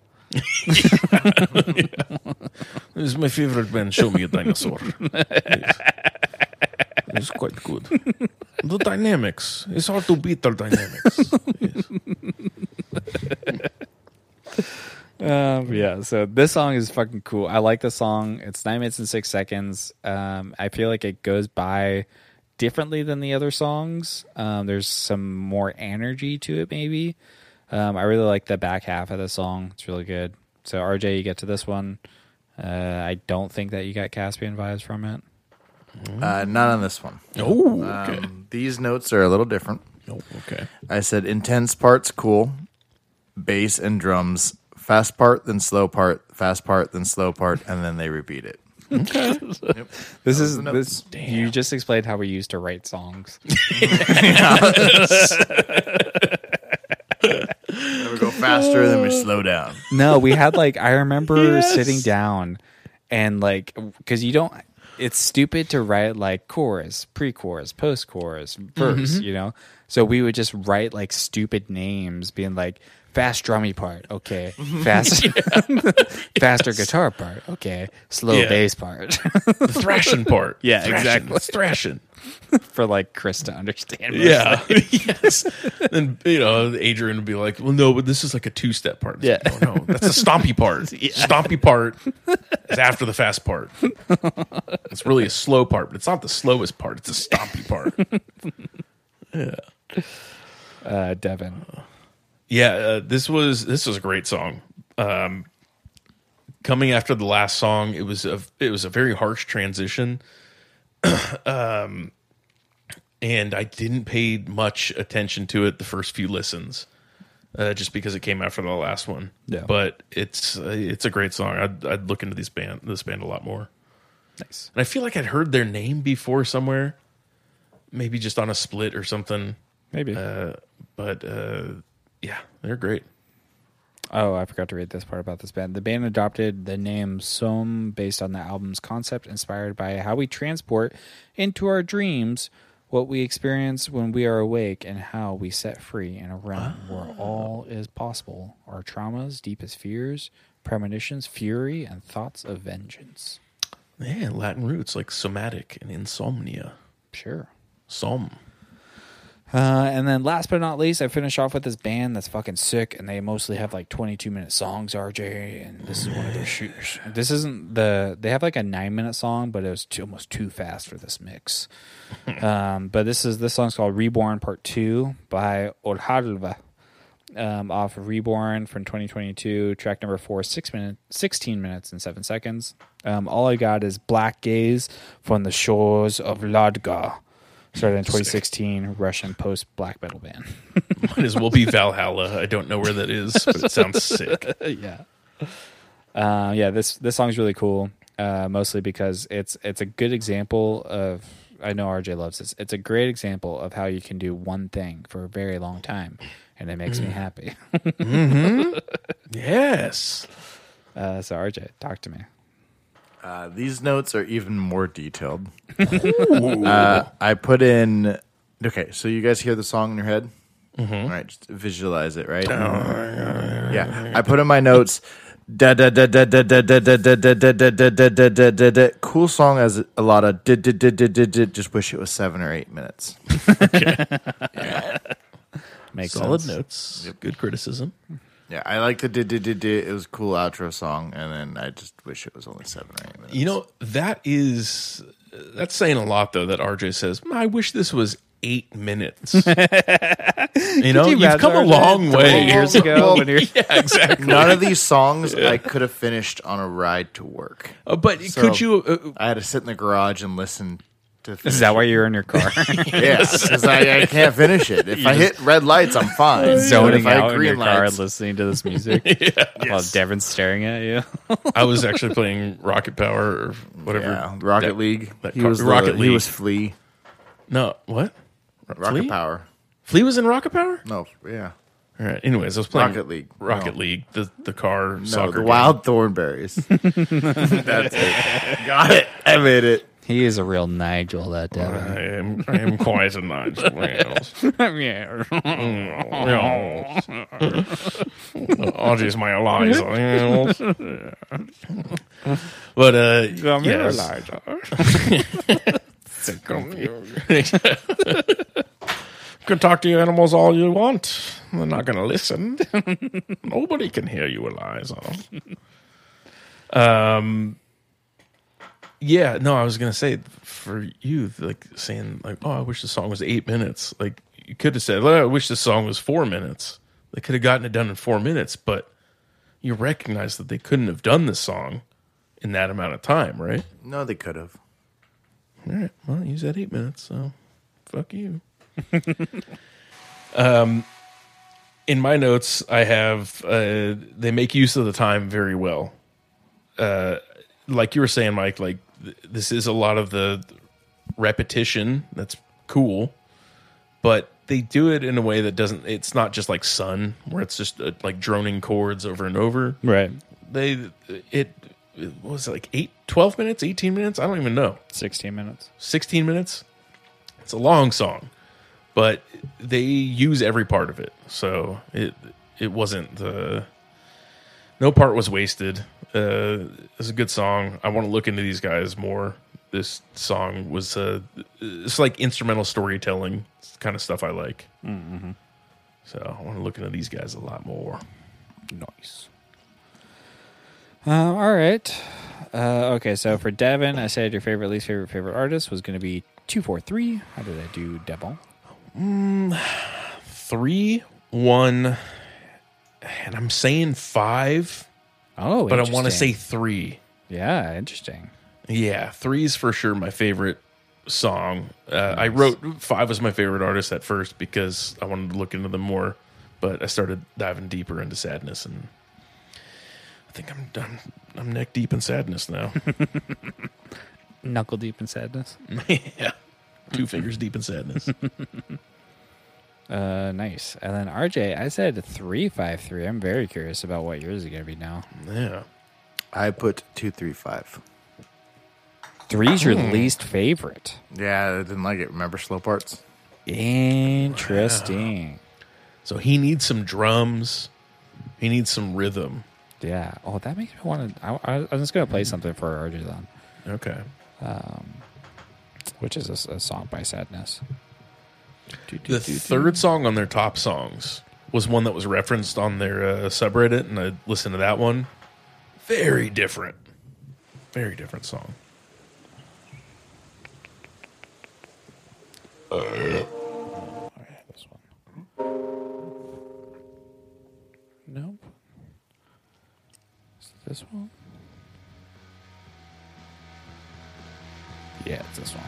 Speaker 2: This is my favorite band. Show me a dinosaur. Yes. It's quite good. The dynamics. It's hard to beat the dynamics. Yes.
Speaker 5: Um, yeah, so this song is fucking cool. I like the song. It's nine minutes and six seconds. Um, I feel like it goes by differently than the other songs. Um, there's some more energy to it, maybe. Um, I really like the back half of the song. It's really good. So RJ, you get to this one. Uh, I don't think that you got Caspian vibes from it.
Speaker 1: Uh,
Speaker 5: Mm-hmm.
Speaker 1: not on this one.
Speaker 2: Oh, okay.
Speaker 1: Um, these notes are a little different.
Speaker 2: oh, okay.
Speaker 1: I said intense parts, cool. Bass and drums, fast part, then slow part, fast part, then slow part, and then they repeat it.
Speaker 5: This is
Speaker 1: enough.
Speaker 5: this. You just explained how we used to write songs.
Speaker 1: Then we go faster, then we slow down.
Speaker 5: No, we had like I remember sitting down and like because you don't. It's stupid to write like chorus, pre-chorus,
Speaker 2: Mm-hmm.
Speaker 5: post-chorus, verse. You know, so we would just write like stupid names, being like fast drummy part. Okay.
Speaker 2: Mm-hmm.
Speaker 5: Fast faster guitar part. Okay. Slow
Speaker 2: Yeah.
Speaker 5: bass part
Speaker 2: The thrashing part.
Speaker 5: Yeah,
Speaker 2: Thrashing.
Speaker 5: exactly.
Speaker 2: It's thrashing.
Speaker 5: for like Chris to understand. what
Speaker 2: Yeah. yes. And you know, Adrian would be like, "Well, no, but this is like a two-step part." It's
Speaker 5: Yeah.
Speaker 2: like, no, no, that's the stompy part. Stompy part is after the fast part. It's really a slow part, but it's not the slowest part. It's the stompy part.
Speaker 5: uh, Devin.
Speaker 2: Yeah, uh, this was this was a great song. Um, coming after the last song, it was a it was a very harsh transition, um, and I didn't pay much attention to it the first few listens, uh, just because it came after the last one.
Speaker 5: Yeah.
Speaker 2: but it's uh, it's a great song. I'd, I'd look into this band this band a lot more,
Speaker 5: Nice.
Speaker 2: and I feel like I'd heard their name before somewhere, maybe just on a split or something.
Speaker 5: Maybe.
Speaker 2: Uh, but uh, yeah, they're great.
Speaker 5: Oh, I forgot to read this part about this band. The band adopted the name Soam based on the album's concept, inspired by how we transport into our dreams what we experience when we are awake and how we set free in a realm where all is possible our traumas, deepest fears, premonitions, fury, and thoughts of vengeance.
Speaker 2: Yeah, Latin roots like somatic and insomnia.
Speaker 5: Sure.
Speaker 2: Som.
Speaker 5: Uh, and then last but not least, I finish off with this band that's fucking sick, and they mostly have like 22 minute songs, RJ. And this is one of their shoes. This isn't the, they have like a nine minute song, but it was too, almost too fast for this mix. um, but this is, this song's called Reborn Part 2 by Orjalva um, off of Reborn from 2022, track number four, six minute, 16 minutes and seven seconds. Um, all I got is Black Gaze from the shores of Ladga, started in 2016, Russian post black metal band.
Speaker 2: Might as well be Valhalla. I don't know where that is, but it sounds sick.
Speaker 5: yeah, uh, yeah. This this song's really cool, uh, mostly because it's it's a good example of. I know RJ loves this. It's a great example of how you can do one thing for a very long time, and it makes me happy.
Speaker 2: Yes.
Speaker 5: Uh, so RJ, talk to me.
Speaker 1: Uh, these notes are even more detailed. uh, I put in. Okay, so you guys hear the song in your head?
Speaker 5: Mm-hmm.
Speaker 1: All right, just visualize it,
Speaker 5: Oh,
Speaker 1: right? yeah, I put in my notes. Da da da da da da da da da da da da da da da da da da. Cool song as a lot of da da da da da da. Just wish it was seven or eight minutes.
Speaker 5: Makes
Speaker 2: Solid
Speaker 5: sense.
Speaker 2: notes. Good criticism.
Speaker 1: Yeah, I like the da da da da. It was a cool outro song, and then I just wish it was only seven or eight minutes.
Speaker 2: You know, that is that's saying a lot though that RJ says, "Mm, I wish this was eight minutes. you know,
Speaker 5: you
Speaker 2: you
Speaker 5: imagine
Speaker 2: have come a
Speaker 5: RJ?
Speaker 2: long
Speaker 5: Three
Speaker 2: way.
Speaker 5: years ago when you're-
Speaker 2: yeah, exactly.
Speaker 1: none of these songs I could have finished on a ride to work.
Speaker 2: Uh, but
Speaker 1: So-
Speaker 2: could you uh,
Speaker 1: I had to sit in the garage and listen to.
Speaker 5: Is that why you're in your car?
Speaker 1: Yes, because I, I can't finish it. If I hit red lights, I'm fine. But
Speaker 5: Zoning
Speaker 1: if I hit
Speaker 5: out in your car
Speaker 1: lights-
Speaker 5: and listening to this music while Devin's staring at you.
Speaker 2: uh, I was actually playing Rocket Power or whatever.
Speaker 1: yeah, Rocket
Speaker 2: that-
Speaker 1: League.
Speaker 2: that
Speaker 1: he
Speaker 2: car-
Speaker 1: was the-
Speaker 2: Rocket
Speaker 1: He
Speaker 2: League.
Speaker 1: was Flea.
Speaker 2: No, what?
Speaker 1: Rocket
Speaker 2: Flea?
Speaker 1: Power.
Speaker 2: Flea was in Rocket Power?
Speaker 1: No, yeah,
Speaker 2: All right. Anyways, I was playing
Speaker 1: Rocket League.
Speaker 2: Rocket
Speaker 1: No.
Speaker 2: League, the the car
Speaker 1: no,
Speaker 2: soccer.
Speaker 1: the
Speaker 2: game.
Speaker 1: Wild Thornberries. That's it. Got it. I made it.
Speaker 5: He is a real Nigel, that Devin.
Speaker 2: I am I am quite a nice man.
Speaker 5: yeah.
Speaker 2: Oh, Audrey's my Eliza. but uh, yes. can talk to your animals all you want. They're not going to listen. Nobody can hear you, Eliza. um, yeah, no, I was going to say for you, like saying like, oh, I wish the song was eight minutes. Like you could have said, well, I wish the song was four minutes. They could have gotten it done in four minutes, but you recognize that they couldn't have done this song in that amount of time, right?
Speaker 1: No, they could have.
Speaker 2: All right. Well, you said eight minutes, so fuck you. um, in my notes, I have uh, they make use of the time very well. Uh, like you were saying, Mike, like th- this is a lot of the repetition. That's cool, but they do it in a way that doesn't. It's not just like Sun, where it's just uh, like droning chords over and over
Speaker 5: Right.
Speaker 2: they it, it what was it like 8 12 minutes 18 minutes i don't even know
Speaker 5: 16 minutes.
Speaker 2: 16 minutes it's a long song but they use every part of it so it it wasn't the no part was wasted. Uh, it's a good song. I want to look into these guys more. This song was uh, it's like instrumental storytelling it's the kind of stuff I like. Mm-hmm. So I want to look into these guys a lot more.
Speaker 3: Nice. Um, all right. Uh, okay, so for Devin, I said your favorite, least favorite, favorite artist was going to be 243. How did I do, Devon?
Speaker 2: Three, one, and I'm saying five,
Speaker 3: Oh,
Speaker 2: but I want to say
Speaker 3: interesting.
Speaker 2: three.
Speaker 3: Yeah, interesting.
Speaker 2: Yeah, three's for sure my favorite song. Uh, I wrote five was my favorite artist at first because I wanted to look into them more, but I started diving deeper into sadness, and I think I'm done. I'm neck deep in sadness now.
Speaker 3: Knuckle deep in sadness.
Speaker 2: yeah, two fingers deep in sadness.
Speaker 3: Uh, nice. And then RJ, I said 353. I'm very curious about what yours is going to be now.
Speaker 2: Yeah,
Speaker 1: I put two, three, five.
Speaker 3: Three's your least favorite.
Speaker 1: Yeah, I didn't like it. Remember slow parts?
Speaker 3: Interesting.
Speaker 2: so he needs some drums. He needs some rhythm.
Speaker 3: Yeah. Oh, that makes me want to. I, I, I'm just going to
Speaker 2: Mm-hmm.
Speaker 3: play something for RJ then,
Speaker 2: Okay.
Speaker 3: which is a s- a, song by Sadness.
Speaker 2: The third song on their top songs was one that was referenced on their uh, subreddit, and I listened to that one. Very different, very different song.
Speaker 3: This one. Nope. Is it this one? Yeah, it's this one.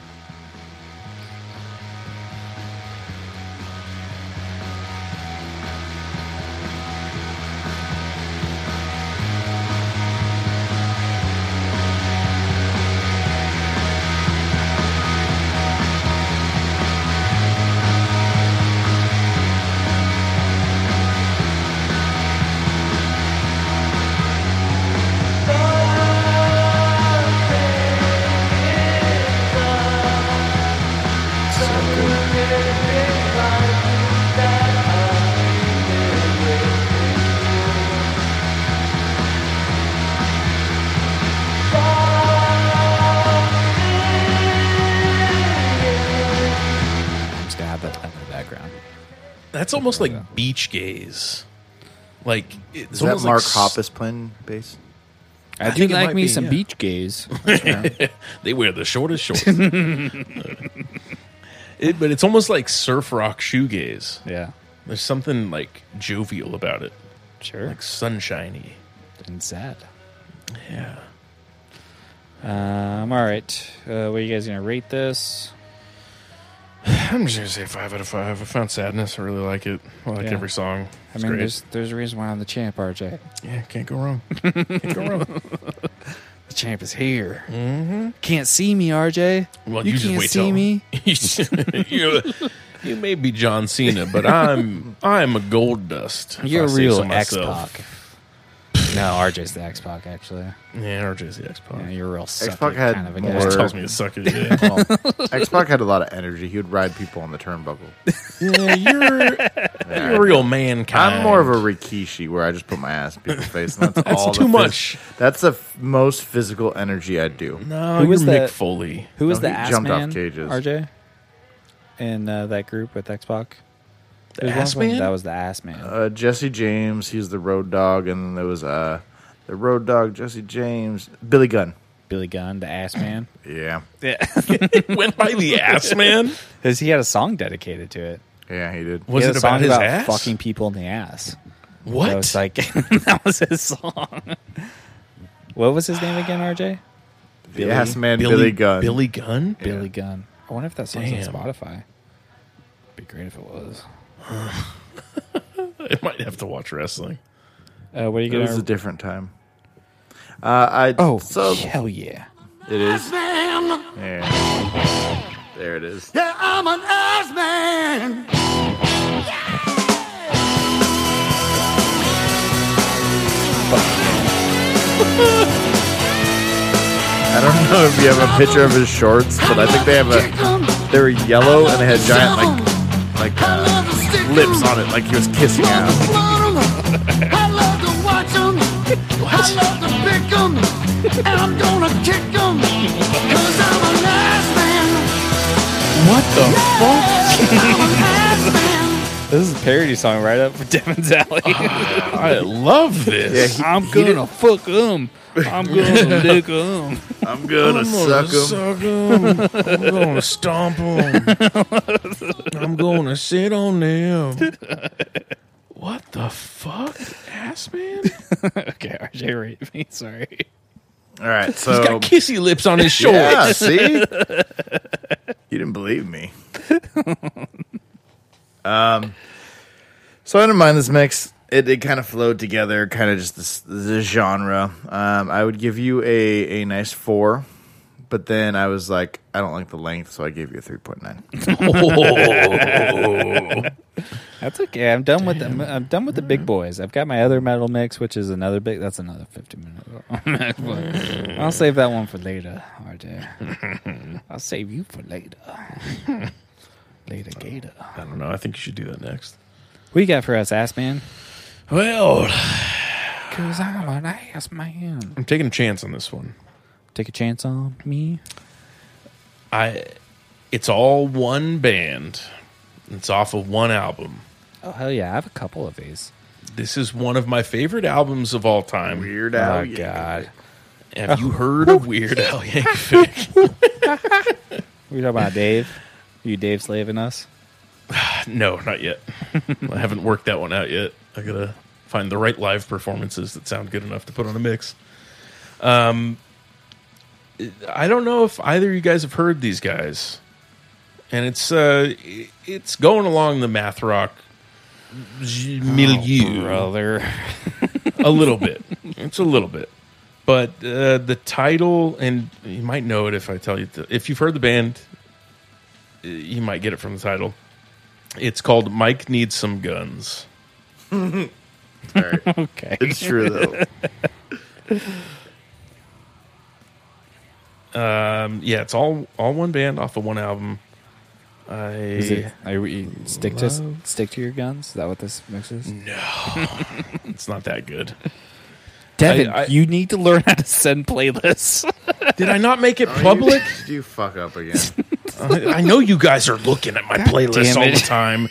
Speaker 3: I'm just gonna have that in the background.
Speaker 2: That's almost like beach gaze. Like it's
Speaker 1: Is that
Speaker 2: almost like
Speaker 1: Mark
Speaker 2: s-
Speaker 1: Hoppus playing bass?
Speaker 3: I, do
Speaker 2: think it
Speaker 3: like
Speaker 2: might
Speaker 3: me
Speaker 2: be,
Speaker 3: some
Speaker 2: yeah.
Speaker 3: beach gaze.
Speaker 2: They wear the shortest shorts. it, but it's almost like surf rock shoegaze.
Speaker 3: yeah,
Speaker 2: There's something like jovial about it,
Speaker 3: sure.
Speaker 2: like sunshiny.
Speaker 3: and sad.
Speaker 2: Yeah.
Speaker 3: Um, all right, uh, what are you guys gonna rate this?
Speaker 2: I'm just gonna say five out of five. I found sadness. I really like it. I like
Speaker 3: Yeah.
Speaker 2: every song.
Speaker 3: I
Speaker 2: It's
Speaker 3: mean,
Speaker 2: great.
Speaker 3: there's there's a reason why I'm the champ, RJ.
Speaker 2: Yeah, can't go wrong. Can't go wrong.
Speaker 3: The champ is here. Mm-hmm. Can't see me, RJ.
Speaker 2: Well,
Speaker 3: you,
Speaker 2: you, just
Speaker 3: can't
Speaker 2: wait
Speaker 3: see
Speaker 2: till
Speaker 3: me.
Speaker 2: you, you may be John Cena, but I'm I'm a gold dust. if
Speaker 3: You're
Speaker 2: I
Speaker 3: a
Speaker 2: say
Speaker 3: real
Speaker 2: so
Speaker 3: X
Speaker 2: myself.
Speaker 3: Pac. no, RJ's the X Pac. Actually,
Speaker 2: Yeah, RJ's the X Pac.
Speaker 3: yeah, you're a real sucky
Speaker 1: Pac had
Speaker 3: kind of a
Speaker 1: more-
Speaker 3: guy.
Speaker 2: tells me to suck it. Yeah,
Speaker 1: Well, X Pac had a lot of energy. He would ride people on the turnbuckle.
Speaker 2: yeah you're,
Speaker 1: Yeah.
Speaker 2: you're a real mankind.
Speaker 1: I'm more of a Rikishi where I just put my ass in people's face. And that's, all the
Speaker 2: too
Speaker 1: phys-
Speaker 2: much.
Speaker 1: That's the f- most physical energy I do.
Speaker 2: No,
Speaker 3: Who
Speaker 2: you're
Speaker 3: was
Speaker 2: Mick
Speaker 3: that-
Speaker 2: Foley.
Speaker 3: Who was
Speaker 1: No,
Speaker 3: the
Speaker 1: he
Speaker 3: ass
Speaker 1: jumped off
Speaker 3: man?
Speaker 1: cages.
Speaker 3: RJ in uh, that group with X Pac. The
Speaker 2: ass man?
Speaker 3: That was the ass man.
Speaker 1: Uh, Jesse James, he's the Road Dog, and then there was uh, the Road Dog, Jesse James, Billy Gunn.
Speaker 3: Billy Gunn, the ass man.
Speaker 1: Yeah,
Speaker 2: Went by the ass man.
Speaker 3: Because he had a song dedicated to it.
Speaker 1: yeah, he did.
Speaker 2: Was
Speaker 3: he had
Speaker 2: it
Speaker 3: a song
Speaker 2: about his ass?
Speaker 3: Fucking people in the ass.
Speaker 2: what?
Speaker 3: That was like that was his song. What was his name again, RJ?
Speaker 1: the Ass Man, Billy, Gunn.
Speaker 2: Billy Gunn.
Speaker 3: Billy Gunn. I wonder if that song's
Speaker 2: Damn.
Speaker 3: on Spotify. Be great if it was.
Speaker 2: I might have to watch wrestling.
Speaker 3: Uh, what are you
Speaker 1: It was
Speaker 3: gonna?
Speaker 1: a different time. Uh, I
Speaker 3: oh,
Speaker 1: so
Speaker 3: hell yeah!
Speaker 1: it is. Yeah. There it is. I don't know if you have a picture of his shorts, but I think they have a. They were yellow and they had giant like like uh, lips on it, like he was kissing out.
Speaker 6: Bottom. I love to pick 'em, and I'm gonna kick 'em, 'cause I'm a nice man.
Speaker 2: What the?
Speaker 6: I'm a nice man.
Speaker 3: This is a parody song right up for Devin's alley.
Speaker 2: I love this.
Speaker 3: I'm gonna fuck him. I'm gonna dick him.
Speaker 1: I'm gonna suck him.
Speaker 2: him. I'm gonna stomp him. I'm gonna sit on them. What the fuck, ass man?
Speaker 3: Okay, RJ, rate me. Sorry.
Speaker 1: All right, so
Speaker 2: He's got kissy lips on his shorts.
Speaker 1: yeah, see, you didn't believe me. Um, so I didn't mind this mix. It, it kind of flowed together, kind of just this, this genre. Um, I would give you a a nice four, but then I was like, I don't like the length, so I gave you a three point nine.
Speaker 3: That's okay. I'm done with the I'm done with the big boys. I've got my other metal mix, which is another big. That's another 50 minute. but I'll save that one for later, RJ. I'll save you for later. later, Gator.
Speaker 2: I don't know. I think you should do that next.
Speaker 3: What you got for us, ass man?
Speaker 2: Well,
Speaker 3: Cause I'm an ass man.
Speaker 2: I'm taking a chance on this one.
Speaker 3: Take a chance on me.
Speaker 2: I, it's all one band. It's off of one album.
Speaker 3: Oh hell yeah! I have a couple of these.
Speaker 2: This is one of my favorite albums of all time.
Speaker 1: Weird
Speaker 3: Oh,
Speaker 1: Al,
Speaker 3: god.
Speaker 2: Have you heard of Weird Al Yankovic?
Speaker 3: We talking about Dave? You Dave slaving us?
Speaker 2: No, not yet. I haven't worked that one out yet. I gotta find the right live performances that sound good enough to put on a mix. Um, I don't know if either of you guys have heard these guys, and it's uh, i- it's going along the math rock z- milieu
Speaker 3: Brother.
Speaker 2: a little bit. It's a little bit, but uh, the title and you might know it if I tell you. The, if you've heard the band, uh, you might get it from the title. It's called Mike Needs Some Guns.
Speaker 3: Okay.
Speaker 1: it's true though.
Speaker 2: Um, yeah, it's all all one band off of one album. I
Speaker 3: Is it, are we stick to
Speaker 2: Love.
Speaker 3: stick to your guns? Is that what this mix is?
Speaker 1: Mm.
Speaker 2: it's not that good.
Speaker 3: Devin,
Speaker 2: I- I-
Speaker 3: you need to learn how to send playlists.
Speaker 2: Did I not make it public?
Speaker 1: you, you fuck up again.
Speaker 2: I, I know you guys are looking at my playlist
Speaker 3: damn
Speaker 2: all the
Speaker 3: it.
Speaker 2: time.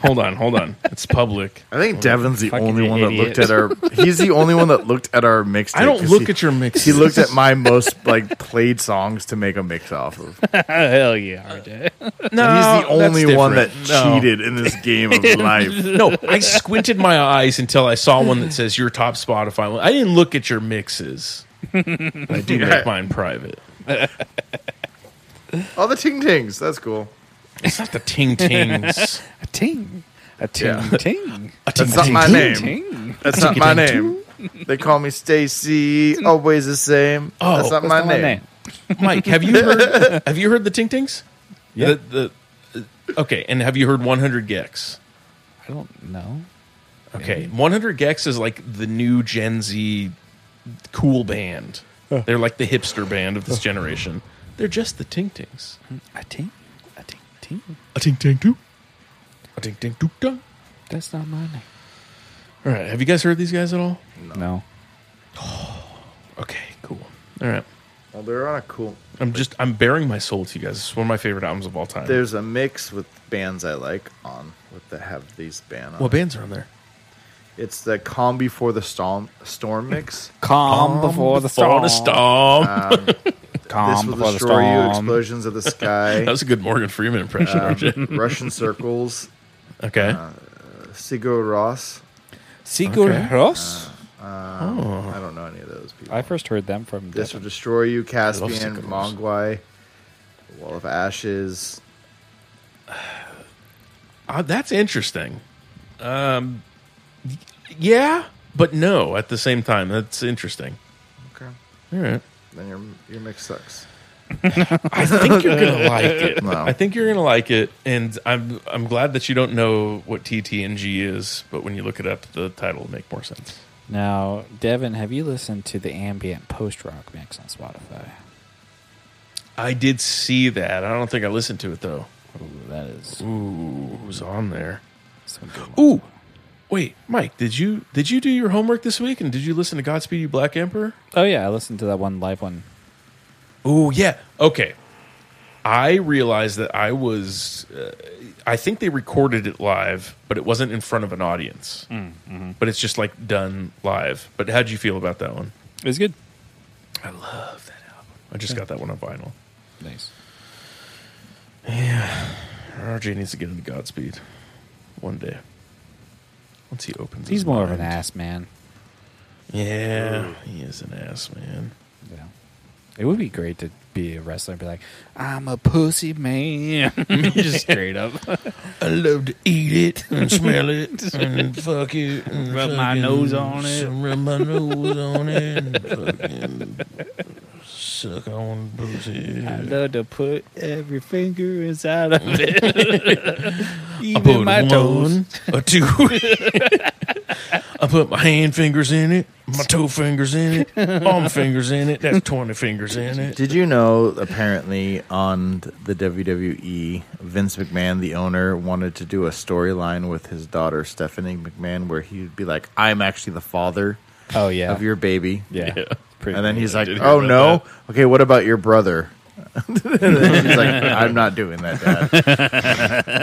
Speaker 2: Hold on, hold on. It's public.
Speaker 1: I think Devin's the
Speaker 3: fucking
Speaker 1: only one that looked at
Speaker 3: idiot.
Speaker 1: our. He's the only one that looked at our mixtape.
Speaker 2: I don't
Speaker 1: 'cause
Speaker 2: look
Speaker 1: he-
Speaker 2: at your mix.
Speaker 1: He looked at my most like played songs to make a mix off of.
Speaker 3: Hell yeah, RJ.
Speaker 2: No,
Speaker 1: He's the
Speaker 2: that's
Speaker 1: only one that
Speaker 2: different. No.
Speaker 1: cheated in this game of life.
Speaker 2: No, I squinted my eyes until I saw one that says your top Spotify. I didn't look at your mixes. I do make mine private.
Speaker 1: All Oh, the ting tings. That's cool.
Speaker 2: It's not the ting tings.
Speaker 3: A ting. A ting
Speaker 1: Yeah.
Speaker 3: ting.
Speaker 1: That's not my name.
Speaker 3: ting.
Speaker 1: That's not my name. They call me Stacy. Always the same.
Speaker 2: Oh,
Speaker 1: that's not
Speaker 3: That's
Speaker 1: my
Speaker 3: not
Speaker 1: name.
Speaker 2: Mike, have you heard? have you heard the Ting Tings?
Speaker 3: Yeah.
Speaker 2: The, the, okay, and have you heard 100 Gex?
Speaker 3: I don't know.
Speaker 2: Okay, 100 Gex is like the new Gen Z cool band. They're like the hipster band of this generation. They're just the Ting Tings.
Speaker 3: A ting. A ting ting.
Speaker 2: A ting ting doo. A ting ting doo dong.
Speaker 3: That's not my name.
Speaker 2: All right, have you guys heard these guys at all?
Speaker 3: No.
Speaker 2: Okay, cool. All right.
Speaker 1: Well, they're on a cool.
Speaker 2: I'm just I'm bearing my soul to you guys. It's one of my favorite albums of all time.
Speaker 1: There's a mix with bands I like on with that have these band on.
Speaker 2: what bands are on there?
Speaker 1: It's the Calm Before the Storm Storm mix.
Speaker 3: Calm before the storm.
Speaker 2: Fall to Storm.
Speaker 1: this
Speaker 3: Calm
Speaker 1: will
Speaker 3: before the
Speaker 1: destroy you.
Speaker 3: storm.
Speaker 1: Explosions of the sky. um,
Speaker 2: that was a good Morgan Freeman impression,
Speaker 1: Uh,
Speaker 2: RJ.
Speaker 1: Russian circles.
Speaker 2: Okay.
Speaker 1: Sigur Ross.
Speaker 3: Sigur
Speaker 2: Okay.
Speaker 3: Rós?
Speaker 1: I don't know any of those people.
Speaker 3: I first Oh. heard them from
Speaker 1: This will
Speaker 3: Devin.
Speaker 1: destroy you, Caspian,
Speaker 2: Sigur Rós.
Speaker 1: Mongwai, Wall of Ashes.
Speaker 2: Uh, that's interesting. Um, yeah, but no at the same time. That's interesting.
Speaker 1: Okay.
Speaker 2: All right.
Speaker 1: Then your your mix sucks.
Speaker 2: I think you're gonna like it.
Speaker 1: Wow.
Speaker 2: I think you're gonna like it, and I'm I'm glad that you don't know what TTNG is. But when you look it up, the title will make more sense.
Speaker 3: Now, Devin, have you listened to the ambient post rock mix on Spotify?
Speaker 2: I did see that. I don't think I listened to it though.
Speaker 3: Ooh, that is
Speaker 2: Ooh, it was on there.
Speaker 3: some good.
Speaker 2: Ooh, Wait, Mike, did you did you do your homework this week and did you listen to Godspeed You Black Emperor?
Speaker 3: Oh yeah, I listened to that one live one.
Speaker 2: Oh yeah. Okay. I realized that I was. Uh, I think they recorded it live, but it wasn't in front of an audience.
Speaker 3: Mm, mm-hmm.
Speaker 2: But it's just like done live. But how'd you feel about that one?
Speaker 3: It was good.
Speaker 2: I love that album. I just got that one on vinyl.
Speaker 3: Nice.
Speaker 2: RJ needs to get into Godspeed one day. Once he opens,
Speaker 3: He's
Speaker 2: his
Speaker 3: more of an
Speaker 2: mind.
Speaker 3: ass man.
Speaker 2: Yeah, he is an ass man.
Speaker 3: Yeah. It would be great to be a wrestler and be like, I'm a pussy man. Just straight up.
Speaker 2: I love to eat it and smell it and fuck it and
Speaker 3: Rub my
Speaker 2: fucking
Speaker 3: nose on it.
Speaker 2: Rub my nose on it and fucking suck on pussy.
Speaker 3: I love to put every finger inside of it.
Speaker 2: I
Speaker 3: Even
Speaker 2: put
Speaker 3: my
Speaker 2: one,
Speaker 3: toes.
Speaker 2: a two. I put my hand fingers in it, my toe fingers in it, arm fingers in it. That's twenty fingers in it.
Speaker 1: Did you know, apparently, on the WWE, Vince McMahon, the owner, wanted to do a storyline with his daughter, Stephanie McMahon, where he would be like, I'm actually the father
Speaker 3: Oh yeah.
Speaker 1: of your baby.
Speaker 3: yeah. Pretty
Speaker 1: And then he's like,
Speaker 2: did hear
Speaker 1: oh,
Speaker 2: about
Speaker 1: no? Okay, what about your brother? and then he's like, I'm not doing that,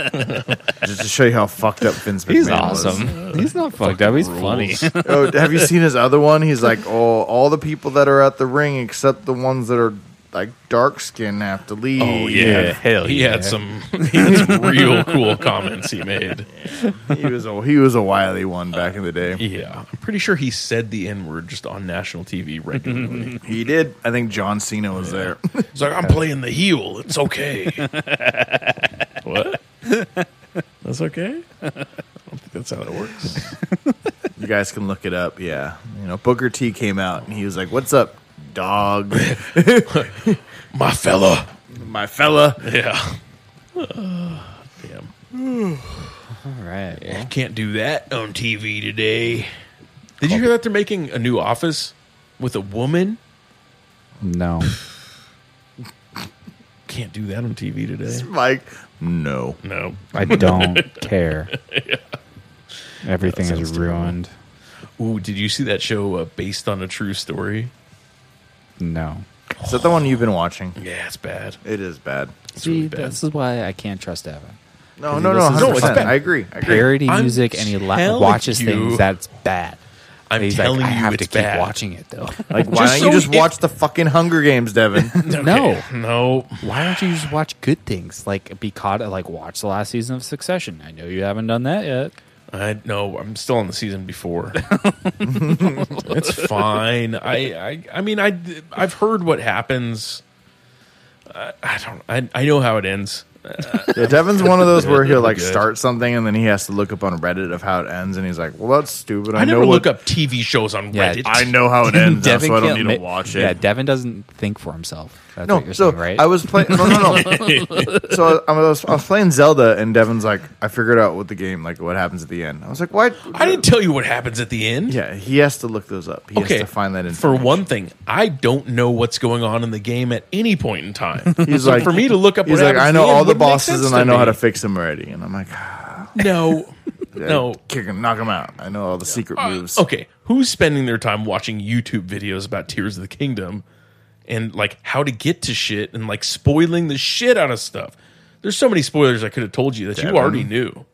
Speaker 1: Dad. Just to show you how fucked up Vince McMahon
Speaker 3: He's
Speaker 1: was.
Speaker 3: awesome. he's not fucked up. He's funny.
Speaker 1: Oh, have you seen his other one? He's like, oh, all the people that are at the ring except the ones that are like dark skinned have to leave.
Speaker 2: Oh yeah,
Speaker 3: hell
Speaker 2: He had some, he had some real cool comments he made.
Speaker 1: he was a he was a wily one back in the day.
Speaker 2: Yeah, I'm pretty sure he said the N word just on national TV regularly.
Speaker 1: He did. I think John Cena was there.
Speaker 2: He's like, I'm playing the heel. It's okay. what? That's okay. I don't think that's how it works.
Speaker 1: you guys can look it up. Yeah, you know Booker T came out and he was like, "What's up, dog,
Speaker 2: My fella.
Speaker 1: my fella?"
Speaker 2: Yeah. Uh, damn.
Speaker 3: All right.
Speaker 2: I can't do that on TV today. Did you hear that they're making a new office with a woman?
Speaker 3: No.
Speaker 2: Can't do that on TV today.
Speaker 1: Mike, no.
Speaker 2: No.
Speaker 3: I don't care. Everything is
Speaker 2: sounds terrible.
Speaker 3: ruined.
Speaker 2: Ooh, did you see that show uh, based on a true story?
Speaker 3: No.
Speaker 1: Is that the one you've been watching?
Speaker 2: Yeah, it's bad.
Speaker 1: It is bad.
Speaker 2: It's really bad.
Speaker 3: is why I can't trust Evan.
Speaker 1: No,
Speaker 3: he
Speaker 1: no, no,
Speaker 3: listens to
Speaker 1: 100%.
Speaker 3: something.
Speaker 1: I agree. I agree.
Speaker 3: Parody
Speaker 2: I'm
Speaker 3: music and he la-
Speaker 2: telling
Speaker 3: watches
Speaker 2: you.
Speaker 3: things that's bad.
Speaker 2: I'm
Speaker 3: And he's
Speaker 2: telling
Speaker 3: like, I
Speaker 2: you
Speaker 3: have
Speaker 2: it's
Speaker 3: to keep
Speaker 2: bad.
Speaker 3: watching it though.
Speaker 1: Like, why
Speaker 2: Just
Speaker 1: don't you
Speaker 2: so
Speaker 1: just
Speaker 2: it-
Speaker 1: watch the fucking Hunger Games, Devin?
Speaker 3: No.
Speaker 2: No.
Speaker 3: Why don't you just watch good things? Like be caught uh, like watch the last season of Succession. I know you haven't done that yet.
Speaker 2: I no, I'm still on the season before. it's fine. I, I I mean I I've heard what happens. I, I don't I I know how it ends.
Speaker 1: Yeah, Devin's one of those where he'll like
Speaker 2: Good.
Speaker 1: start something and then he has to look up on Reddit of how it ends, and he's like, "Well, that's stupid. I,
Speaker 2: I,
Speaker 1: know
Speaker 2: never
Speaker 1: what,
Speaker 2: look up TV shows on
Speaker 3: Yeah,
Speaker 2: Reddit.
Speaker 1: I know how it ends, now, uh, so I don't
Speaker 3: can't
Speaker 1: need to
Speaker 3: ma-
Speaker 1: watch it."
Speaker 3: Yeah, Devin doesn't think for himself. That's what
Speaker 1: no,
Speaker 3: you're
Speaker 1: so
Speaker 3: saying, right?
Speaker 1: I was playing. No, no, no. so I, I, was, I was playing Zelda, and Devin's like, "I figured out what the game, like what happens at the end." I was like, "What?"
Speaker 2: I didn't tell you what happens at the end.
Speaker 1: Yeah, he has to look those up. He
Speaker 2: Okay.
Speaker 1: has to find that
Speaker 2: For
Speaker 1: information.
Speaker 2: one thing, I don't know what's going on in the game at any point in time.
Speaker 1: he's
Speaker 2: So
Speaker 1: like,
Speaker 2: for me to look up
Speaker 1: He's
Speaker 2: what
Speaker 1: like,
Speaker 2: happens
Speaker 1: "I
Speaker 2: at
Speaker 1: know
Speaker 2: the end
Speaker 1: all the
Speaker 2: wouldn't make
Speaker 1: bosses,
Speaker 2: sense
Speaker 1: and I
Speaker 2: to
Speaker 1: know
Speaker 2: me.
Speaker 1: how to fix them already," and I'm like, "Ah,
Speaker 2: No. no.
Speaker 1: kick him, knock him out. I know all the secret moves."
Speaker 2: Okay, who's spending their time watching YouTube videos about Tears of the Kingdom and like how to get to shit and like spoiling the shit out of stuff? There's so many spoilers I could have told you that
Speaker 1: Devin.
Speaker 2: you already knew.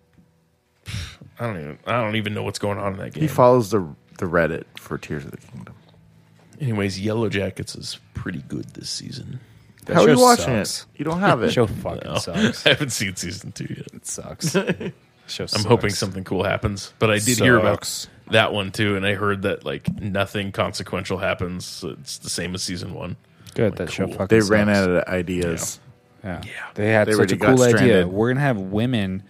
Speaker 2: Pfft, I don't even I don't even know what's going on in that game.
Speaker 1: He follows the the Reddit for Tears of the Kingdom.
Speaker 2: Anyways, Yellow Jackets is pretty good this season.
Speaker 3: That
Speaker 1: How are
Speaker 3: show
Speaker 1: you watching
Speaker 3: sucks.
Speaker 1: it? You don't have it.
Speaker 3: Show fucking Oh, sucks.
Speaker 2: I haven't seen season two yet.
Speaker 3: It sucks. I'm
Speaker 2: I'm hoping something cool happens, but I did hear about
Speaker 3: Sucks.
Speaker 2: that one too, and I heard that like nothing consequential happens. So It's the same as season one.
Speaker 3: good. that show
Speaker 2: cool.
Speaker 3: fucking.
Speaker 1: They ran
Speaker 3: sucks.
Speaker 1: out of ideas.
Speaker 3: Yeah.
Speaker 2: Yeah.
Speaker 3: They had
Speaker 1: They
Speaker 3: such
Speaker 1: already
Speaker 3: a
Speaker 1: got
Speaker 3: cool idea.
Speaker 1: stranded.
Speaker 3: We're going to have women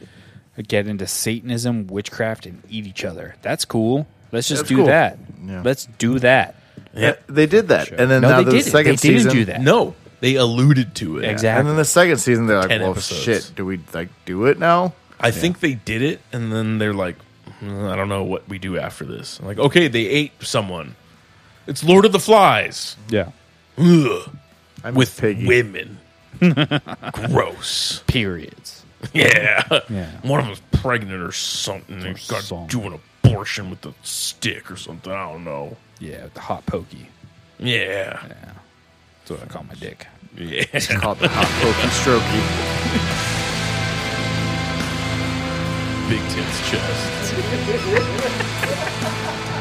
Speaker 3: get into Satanism, witchcraft, and eat each other. That's cool. Let's just
Speaker 1: That's
Speaker 3: do
Speaker 1: cool.
Speaker 3: that.
Speaker 1: Yeah.
Speaker 3: Let's do that.
Speaker 1: Yeah, they did that, and then
Speaker 3: No,
Speaker 1: now
Speaker 3: they
Speaker 1: the
Speaker 3: didn't.
Speaker 1: second
Speaker 3: They didn't
Speaker 1: season,
Speaker 3: do that.
Speaker 2: No, they alluded to it.
Speaker 3: Exactly.
Speaker 1: And then the second season, they're like,
Speaker 2: Ten
Speaker 1: "Well,
Speaker 2: episodes.
Speaker 1: shit, do we like do it now?"
Speaker 2: I think they did it, and then they're like, "Mm, I don't know what we do after this. I'm like, okay, they ate someone. It's Lord of the Flies
Speaker 3: Yeah.
Speaker 2: Ugh.
Speaker 1: I'm
Speaker 2: with
Speaker 1: Piggy.
Speaker 2: women. Gross.
Speaker 3: Periods.
Speaker 2: Yeah.
Speaker 3: Yeah.
Speaker 2: One of them's pregnant or something. and
Speaker 3: Or
Speaker 2: got
Speaker 3: something.
Speaker 2: doing a portion with the stick or something. I don't know.
Speaker 3: Yeah, with the hot pokey.
Speaker 2: Yeah.
Speaker 3: That's what I call my dick.
Speaker 2: Yeah.
Speaker 1: Called the hot pokey strokey.
Speaker 2: Big tits chest.